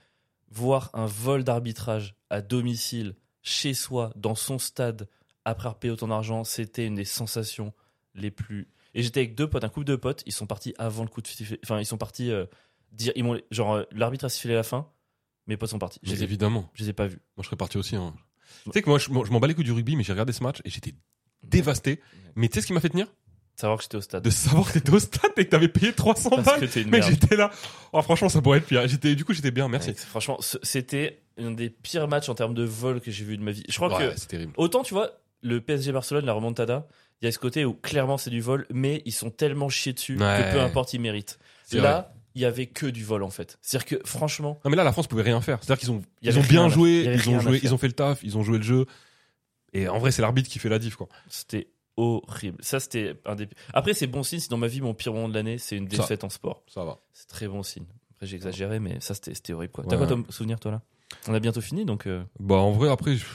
[SPEAKER 1] voir un vol d'arbitrage à domicile, chez soi, dans son stade, après avoir payé autant d'argent, c'était une des sensations les plus. Et j'étais avec deux potes, un couple de potes, ils sont partis avant le coup de sifflet. Enfin, ils sont partis euh, dire. Ils m'ont, genre, euh, l'arbitre a sifflé la fin, mes potes sont partis. Je
[SPEAKER 2] Mais
[SPEAKER 1] les ai,
[SPEAKER 2] évidemment.
[SPEAKER 1] je les ai pas vus.
[SPEAKER 2] Moi, je serais parti aussi. hein. Tu sais que moi, je, moi, je m'en bats les couilles du rugby, mais j'ai regardé ce match et j'étais dévasté. Mais tu sais ce qui m'a fait tenir
[SPEAKER 1] Savoir que j'étais au stade.
[SPEAKER 2] De savoir que t'étais au stade et que t'avais payé 300
[SPEAKER 1] Parce que
[SPEAKER 2] balles. *laughs*
[SPEAKER 1] t'es une
[SPEAKER 2] Mec,
[SPEAKER 1] merde.
[SPEAKER 2] j'étais là. Oh, franchement, ça pourrait être pire. J'étais, du coup, j'étais bien, merci.
[SPEAKER 1] Mec, franchement, ce- c'était un des pires matchs en termes de vol que j'ai vu de ma vie. Je crois
[SPEAKER 2] Ouais,
[SPEAKER 1] que
[SPEAKER 2] c'est terrible.
[SPEAKER 1] autant tu vois le PSG Barcelone, la remontada, il y a ce côté où clairement c'est du vol, mais ils sont tellement chiés dessus
[SPEAKER 2] Ouais.
[SPEAKER 1] que peu importe ils méritent.
[SPEAKER 2] C'est vrai.
[SPEAKER 1] Là, il y avait que du vol en fait. C'est-à-dire que franchement,
[SPEAKER 2] Non, mais là, la France pouvait rien faire. C'est-à-dire qu'ils ont,
[SPEAKER 1] Il y
[SPEAKER 2] ils ont
[SPEAKER 1] avait rien
[SPEAKER 2] bien
[SPEAKER 1] à- il
[SPEAKER 2] joué,
[SPEAKER 1] y avait
[SPEAKER 2] ils ont
[SPEAKER 1] rien à
[SPEAKER 2] joué,
[SPEAKER 1] faire.
[SPEAKER 2] ils ont fait le taf, ils ont joué le jeu. Et en vrai, c'est l'arbitre qui fait la diff, quoi.
[SPEAKER 1] c'était horrible. Ça c'était un des. Après c'est bon signe. Si dans ma vie mon pire moment de l'année c'est une
[SPEAKER 2] Ça.
[SPEAKER 1] défaite en sport,
[SPEAKER 2] Ça va.
[SPEAKER 1] c'est très bon signe. Après j'ai exagéré, mais ça c'était c'était horrible quoi.
[SPEAKER 2] Ouais.
[SPEAKER 1] T'as quoi comme souvenir toi là On a bientôt fini donc. euh,
[SPEAKER 2] Bah, en vrai, après, je-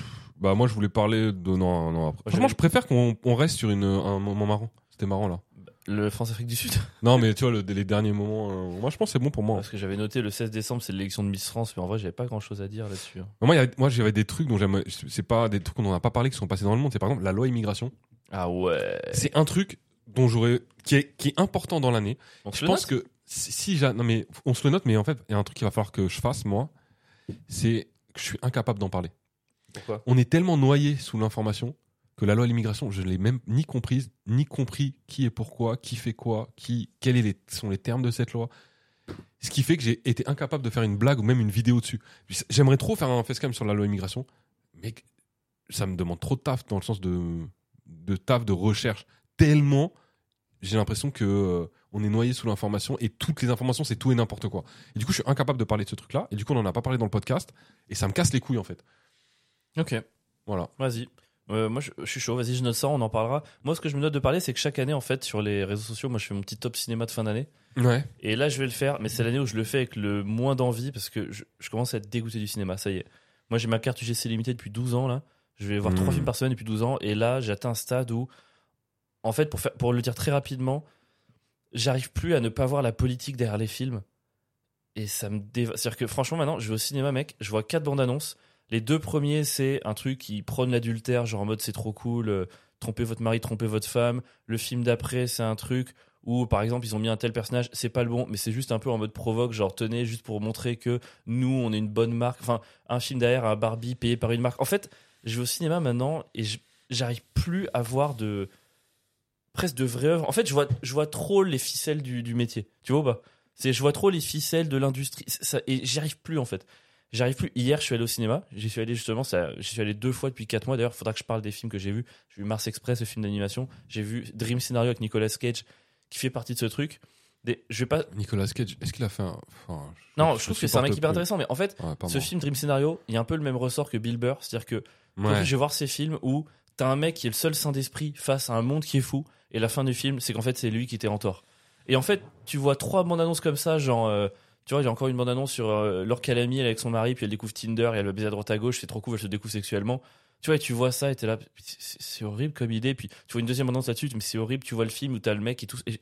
[SPEAKER 2] bah, moi, je voulais parler de. Non, non, après. Franchement,
[SPEAKER 1] j'avais-
[SPEAKER 2] je préfère qu'on on reste sur une, un moment marrant. C'était marrant, là.
[SPEAKER 1] Le France-Afrique du Sud.
[SPEAKER 2] Non, mais tu vois, le- les derniers moments. euh, moi, je pense que c'est bon pour moi.
[SPEAKER 1] Parce que j'avais noté le 16 décembre, c'est l'élection de Miss France, mais en vrai, j'avais pas grand chose à dire là-dessus. hein.
[SPEAKER 2] Moi, il y avait- moi, j'avais des trucs dont j'aime. C'est pas des trucs qu'on n'a pas parlé qui sont passés dans le monde. C'est par exemple la loi immigration.
[SPEAKER 1] Ah ouais.
[SPEAKER 2] C'est un truc dont j'aurais qui est qui est important dans l'année.
[SPEAKER 1] On se
[SPEAKER 2] Je
[SPEAKER 1] le
[SPEAKER 2] pense
[SPEAKER 1] note
[SPEAKER 2] que si, si j'a- non mais on se le note, mais en fait, il y a un truc qu'il va falloir que je fasse moi. C'est que je suis incapable d'en parler.
[SPEAKER 1] Pourquoi
[SPEAKER 2] On est tellement noyé sous l'information que la loi à l'immigration, je l'ai même ni comprise, ni compris qui est pourquoi, qui fait quoi, qui, quels est les- sont les termes de cette loi. Ce qui fait que j'ai été incapable de faire une blague ou même une vidéo dessus. J'aimerais trop faire un facecam sur la loi immigration, mais que- ça me demande trop de taf dans le sens de, de taf de recherche. Tellement, j'ai l'impression que euh, on est noyé sous l'information et toutes les informations, c'est tout et n'importe quoi. Et du coup, je suis incapable de parler de ce truc-là. Et du coup, on n'en a pas parlé dans le podcast. Et ça me casse les couilles en fait.
[SPEAKER 1] Ok,
[SPEAKER 2] Voilà.
[SPEAKER 1] vas-y. Euh, moi, je, je suis chaud. Vas-y, je note ça, on en parlera. Moi, ce que je me note de parler, c'est que chaque année, en fait, sur les réseaux sociaux, moi, je fais mon petit top cinéma de fin d'année.
[SPEAKER 2] Ouais.
[SPEAKER 1] Et là, je vais le faire, mais c'est l'année où je le fais avec le moins d'envie parce que je, je commence à être dégoûté du cinéma. Ça y est. Moi, j'ai ma carte UGC limitée depuis 12 ans, là. Je vais voir
[SPEAKER 2] Mhm.
[SPEAKER 1] trois films par semaine depuis 12 ans. Et là, j'atteins un stade où, en fait, pour, faire, pour le dire très rapidement, j'arrive plus à ne pas voir la politique derrière les films. Et ça me déva... C'est-à-dire que franchement, maintenant, je vais au cinéma, mec, je vois quatre bandes annonces. Les deux premiers, c'est un truc qui prône l'adultère, genre en mode c'est trop cool, euh, trompez votre mari, trompez votre femme. Le film d'après, c'est un truc où par exemple ils ont mis un tel personnage, c'est pas le bon, mais c'est juste un peu en mode provoque, genre tenez, juste pour montrer que nous on est une bonne marque. Enfin, un film derrière un Barbie payé par une marque. En fait, je vais au cinéma maintenant et je- j'arrive plus à voir de presque de vraies œuvres. En fait, je vois, je vois trop les ficelles du, du métier. Tu vois ou pas C'est je vois trop les ficelles de l'industrie C'est ça, et j'y arrive plus en fait. J'arrive plus. Hier, je suis allé au cinéma. J'y suis allé justement. Ça, j'y suis allé deux fois depuis quatre mois. D'ailleurs, faudra que je parle des films que j'ai vus. J'ai vu Mars Express, le film d'animation. J'ai vu Dream Scenario avec Nicolas Cage, qui fait partie de ce truc. Des, je vais pas.
[SPEAKER 2] Nicolas Cage, est-ce qu'il a fait un. enfin,
[SPEAKER 1] Non, je, trouve que c'est un mec
[SPEAKER 2] supporte
[SPEAKER 1] hyper
[SPEAKER 2] plus.
[SPEAKER 1] intéressant. Mais en fait,
[SPEAKER 2] Ouais, pardon.
[SPEAKER 1] ce film Dream Scenario, il y a un peu le même ressort que Bill Burr, c'est-à-dire que
[SPEAKER 2] Ouais.
[SPEAKER 1] je vais voir ces films où t'as un mec qui est le seul saint d'esprit face à un monde qui est fou, et la fin du film, c'est qu'en fait c'est lui qui était en tort. Et en fait, tu vois trois bandes annonces comme ça, genre, euh, tu vois, il y a encore une bande annonce sur euh, Laure Calamy, elle est avec son mari, puis elle découvre Tinder, et elle le baise à droite à gauche, c'est trop cool, elle se découvre sexuellement. Tu vois, et tu vois ça, et t'es là, c'est c'est horrible comme idée, puis tu vois une deuxième bande annonce là-dessus, mais c'est horrible, tu vois le film où t'as le mec et tout. et-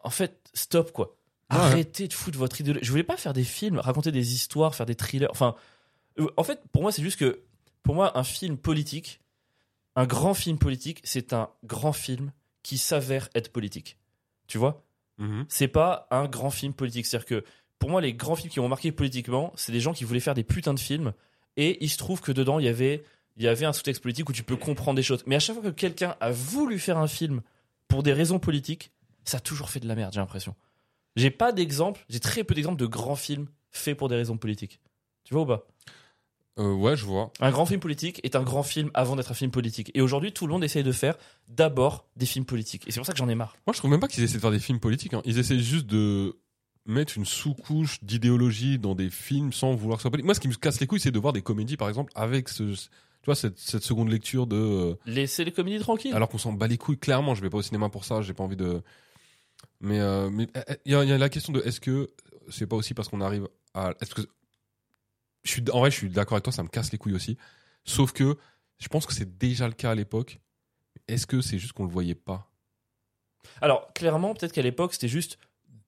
[SPEAKER 1] en fait, stop quoi.
[SPEAKER 2] Ouais.
[SPEAKER 1] Arrêtez de foutre votre idéologie. Je voulais pas faire des films, raconter des histoires, faire des thrillers. Enfin, euh, en fait, pour moi, c'est juste que, pour moi, un film politique, un grand film politique, c'est un grand film qui s'avère être politique. Tu vois
[SPEAKER 2] Mhm.
[SPEAKER 1] C'est pas un grand film politique. C'est-à-dire que, pour moi, les grands films qui m'ont marqué politiquement, c'est des gens qui voulaient faire des putains de films. Et il se trouve que dedans, il y avait, il y avait un sous-texte politique où tu peux comprendre des choses. Mais à chaque fois que quelqu'un a voulu faire un film pour des raisons politiques, ça a toujours fait de la merde, j'ai l'impression. J'ai pas d'exemple, j'ai très peu d'exemples de grands films faits pour des raisons politiques. Tu vois ou pas
[SPEAKER 2] Euh, ouais, je vois.
[SPEAKER 1] un grand film politique est un grand film avant d'être un film politique. Et aujourd'hui, tout le monde essaye de faire d'abord des films politiques. Et c'est pour ça que j'en ai marre.
[SPEAKER 2] Moi, je trouve même pas qu'ils essaient de faire des films politiques. hein. Ils essaient juste de mettre une sous-couche d'idéologie dans des films sans vouloir que ce soit politique. Moi, ce qui me casse les couilles, c'est de voir des comédies, par exemple, avec ce, tu vois, cette, cette seconde lecture de. euh,
[SPEAKER 1] Laissez les comédies tranquilles.
[SPEAKER 2] *laughs* alors qu'on s'en bat les couilles, clairement, je vais pas au cinéma pour ça, j'ai pas envie de. Mais euh, mais, euh, il y, a- il y a la question de est-ce que c'est pas aussi parce qu'on arrive à. Est-ce que. Je suis, en vrai, je suis d'accord avec toi, ça me casse les couilles aussi. Sauf que je pense que c'est déjà le cas à l'époque. Est-ce que c'est juste qu'on le voyait pas
[SPEAKER 1] Alors, clairement, peut-être qu'à l'époque, c'était juste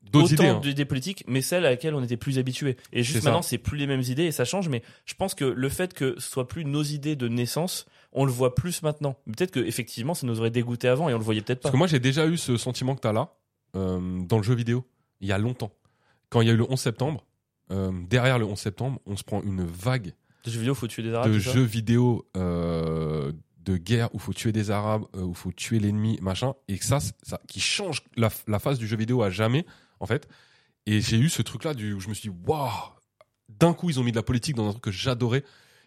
[SPEAKER 2] D'autres idées.
[SPEAKER 1] autant
[SPEAKER 2] hein.
[SPEAKER 1] de- des politiques, mais celles à laquelle on était plus habitué. Et juste
[SPEAKER 2] C'est ça.
[SPEAKER 1] maintenant, c'est plus les mêmes idées et ça change. Mais je pense que le fait que ce soit plus nos idées de naissance, on le voit plus maintenant. Mais Peut-être que effectivement, ça nous aurait dégoûté avant et on le voyait peut-être pas.
[SPEAKER 2] Parce que moi, j'ai déjà eu ce sentiment que tu as là, euh, dans le jeu vidéo, il y a longtemps. Quand il y a eu le 11 septembre, euh, derrière le 11 septembre, on se prend une vague
[SPEAKER 1] Des jeux vidéo, faut tuer des arabes.
[SPEAKER 2] de
[SPEAKER 1] tout ça.
[SPEAKER 2] jeux vidéo euh, de guerre où faut tuer des Arabes, euh, où faut tuer l'ennemi, machin, et que ça, c'est- ça qui change la, la face du jeu vidéo à jamais, en fait. Et j'ai eu ce truc-là du- où je me suis dit, waouh, d'un coup, ils ont mis de la politique dans un truc que j'adorais,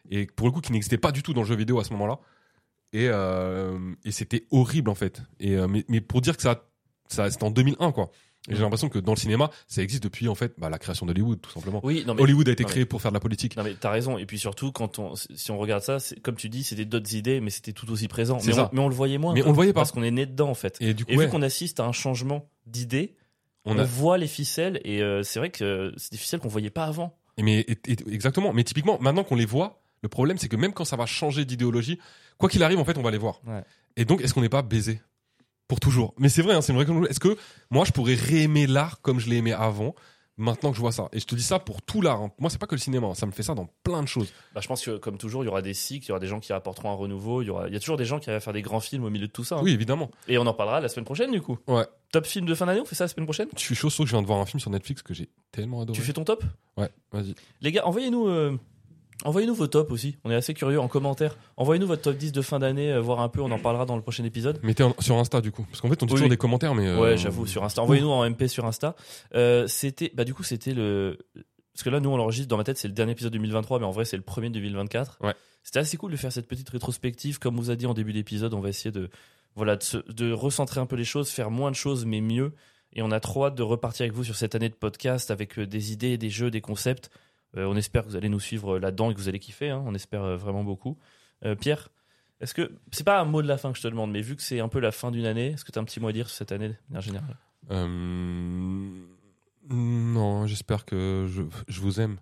[SPEAKER 2] et pour le coup, qui n'existait pas du tout dans le jeu vidéo à ce moment-là. Et, euh, et c'était horrible, en fait. Et, euh, mais, mais pour dire que ça, ça c'était en 2001, quoi. Et j'ai l'impression que dans le cinéma, ça existe depuis, en fait, bah, la création d'Hollywood, tout simplement.
[SPEAKER 1] Oui, non mais
[SPEAKER 2] Hollywood a été
[SPEAKER 1] non, mais-
[SPEAKER 2] créé pour faire de la politique.
[SPEAKER 1] Non mais t'as raison et puis surtout quand on si on regarde ça c'est- comme tu dis c'était d'autres idées mais c'était tout aussi présent
[SPEAKER 2] C'est
[SPEAKER 1] mais
[SPEAKER 2] ça.
[SPEAKER 1] on, mais on le voyait moins
[SPEAKER 2] Mais on le voyait pas.
[SPEAKER 1] parce qu'on est né dedans en fait
[SPEAKER 2] Et du coup,
[SPEAKER 1] et
[SPEAKER 2] ouais,
[SPEAKER 1] vu qu'on assiste à un changement d'idées on,
[SPEAKER 2] on a
[SPEAKER 1] voit les ficelles et euh, c'est vrai que euh, c'est des ficelles qu'on voyait pas avant
[SPEAKER 2] Et Mais et- et- exactement. Mais typiquement, maintenant qu'on les voit, le problème c'est que même quand ça va changer d'idéologie, quoi qu'il arrive, en fait, on va les voir.
[SPEAKER 1] Ouais.
[SPEAKER 2] Et donc, est-ce qu'on n'est pas baisé pour toujours Mais c'est vrai, hein, c'est une vraie question. Est-ce que moi, je pourrais réaimer l'art comme je l'aimais avant Maintenant que je vois ça, et je te dis ça pour tout l'art. hein. Moi, c'est pas que le cinéma, hein. ça me fait ça dans plein de choses.
[SPEAKER 1] bah, je pense que comme toujours il y aura des cycles il y aura des gens qui rapporteront un renouveau il y aura il y a toujours des gens qui arrivent à faire des grands films au milieu de tout ça hein.
[SPEAKER 2] Oui, évidemment.
[SPEAKER 1] et on en parlera la semaine prochaine du coup
[SPEAKER 2] Ouais.
[SPEAKER 1] top film de fin d'année on fait ça la semaine prochaine
[SPEAKER 2] Je suis chaud, sauf que je viens de voir un film sur Netflix que j'ai tellement adoré.
[SPEAKER 1] tu fais ton top
[SPEAKER 2] Ouais, vas-y.
[SPEAKER 1] Les gars, envoyez-nous euh, envoyez-nous vos tops aussi. On est assez curieux en commentaire. Envoyez-nous votre top 10 de fin d'année, euh, voir un peu, on en parlera dans le prochain épisode.
[SPEAKER 2] Mettez en- sur Insta du coup, parce qu'en fait, on dit
[SPEAKER 1] Oui,
[SPEAKER 2] toujours
[SPEAKER 1] oui.
[SPEAKER 2] des commentaires, mais euh,
[SPEAKER 1] Ouais, j'avoue, sur Insta. Envoyez-nous en MP sur Insta. Euh, c'était, bah, du coup, c'était le. Parce que là, nous, on l'enregistre dans ma tête, c'est le dernier épisode 2023, mais en vrai, c'est le premier de 2024.
[SPEAKER 2] Ouais.
[SPEAKER 1] C'était assez cool de faire cette petite rétrospective. Comme on vous a dit en début d'épisode, on va essayer de, voilà, de, se- de recentrer un peu les choses, faire moins de choses, mais mieux. Et on a trop hâte de repartir avec vous sur cette année de podcast avec euh, des idées, des jeux, des concepts. Euh, on espère que vous allez nous suivre euh, là-dedans et que vous allez kiffer. hein. On espère euh, vraiment beaucoup. Euh, Pierre, est-ce que c'est pas un mot de la fin que je te demande, mais vu que c'est un peu la fin d'une année, est-ce que tu as un petit mot à dire sur cette année de manière générale
[SPEAKER 2] Euh, non, j'espère que je, je vous aime.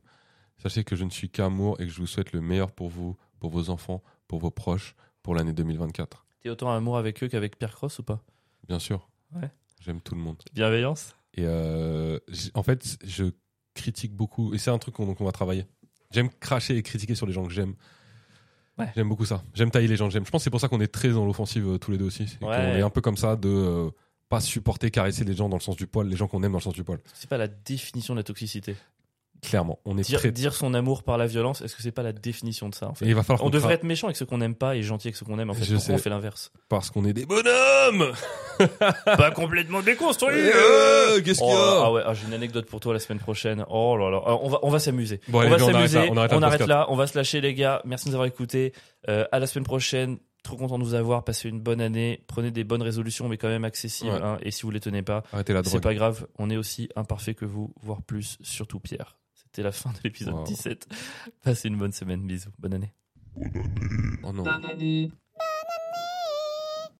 [SPEAKER 2] Sachez que je ne suis qu'amour et que je vous souhaite le meilleur pour vous, pour vos enfants, pour vos proches, pour l'année 2024.
[SPEAKER 1] T'es autant amour avec eux qu'avec Pierre Cross ou pas
[SPEAKER 2] Bien sûr.
[SPEAKER 1] Ouais.
[SPEAKER 2] J'aime tout le monde.
[SPEAKER 1] Bienveillance
[SPEAKER 2] Et euh, j- en fait, je critique beaucoup. Et c'est un truc qu'on qu'on va travailler. J'aime cracher et critiquer sur les gens que j'aime.
[SPEAKER 1] Ouais.
[SPEAKER 2] J'aime beaucoup ça. J'aime tailler les gens que j'aime. Je pense que c'est pour ça qu'on est très dans l'offensive euh, tous les deux aussi. C'est
[SPEAKER 1] Ouais.
[SPEAKER 2] qu'on est un peu comme ça de euh, pas supporter caresser les gens dans le sens du poil, les gens qu'on aime dans le sens du poil.
[SPEAKER 1] C'est pas la définition de la toxicité.
[SPEAKER 2] Clairement, on est
[SPEAKER 1] Dire,
[SPEAKER 2] très.
[SPEAKER 1] dire son amour par la violence, est-ce que c'est pas la définition de ça en fait
[SPEAKER 2] Et il va falloir
[SPEAKER 1] On
[SPEAKER 2] qu'on
[SPEAKER 1] devrait
[SPEAKER 2] cra-
[SPEAKER 1] être méchant avec ceux qu'on n'aime pas et gentil avec ceux qu'on aime. En fait,
[SPEAKER 2] ah. Je
[SPEAKER 1] Pourquoi on
[SPEAKER 2] sais.
[SPEAKER 1] fait
[SPEAKER 2] *laughs*
[SPEAKER 1] l'inverse
[SPEAKER 2] parce qu'on est des
[SPEAKER 1] Bonhomme Pas complètement déconstruit.
[SPEAKER 2] Euh, qu'est-ce
[SPEAKER 1] Oh
[SPEAKER 2] qu'il y
[SPEAKER 1] là là,
[SPEAKER 2] a
[SPEAKER 1] ah ouais, ah, j'ai une anecdote pour toi la semaine prochaine. Oh là là, Ah, on va on va s'amuser.
[SPEAKER 2] Bon,
[SPEAKER 1] on
[SPEAKER 2] allez,
[SPEAKER 1] va
[SPEAKER 2] viens, on arrête
[SPEAKER 1] s'amuser.
[SPEAKER 2] là, on arrête là, le podcast.
[SPEAKER 1] là, on va se lâcher les gars. Merci de nous avoir écoutés. Euh, à la semaine prochaine. Trop content de vous avoir. Passez une bonne année. Prenez des bonnes résolutions, mais quand même accessibles.
[SPEAKER 2] Ouais.
[SPEAKER 1] hein. et si vous les tenez pas,
[SPEAKER 2] Arrêtez la
[SPEAKER 1] c'est
[SPEAKER 2] drogue.
[SPEAKER 1] pas grave. On est aussi imparfait que vous, voire plus. Surtout Pierre. C'était la fin de l'épisode
[SPEAKER 2] Wow.
[SPEAKER 1] 17. Passez une bonne semaine. Bisous. Bonne année.
[SPEAKER 2] Oh non.
[SPEAKER 3] Bonne année.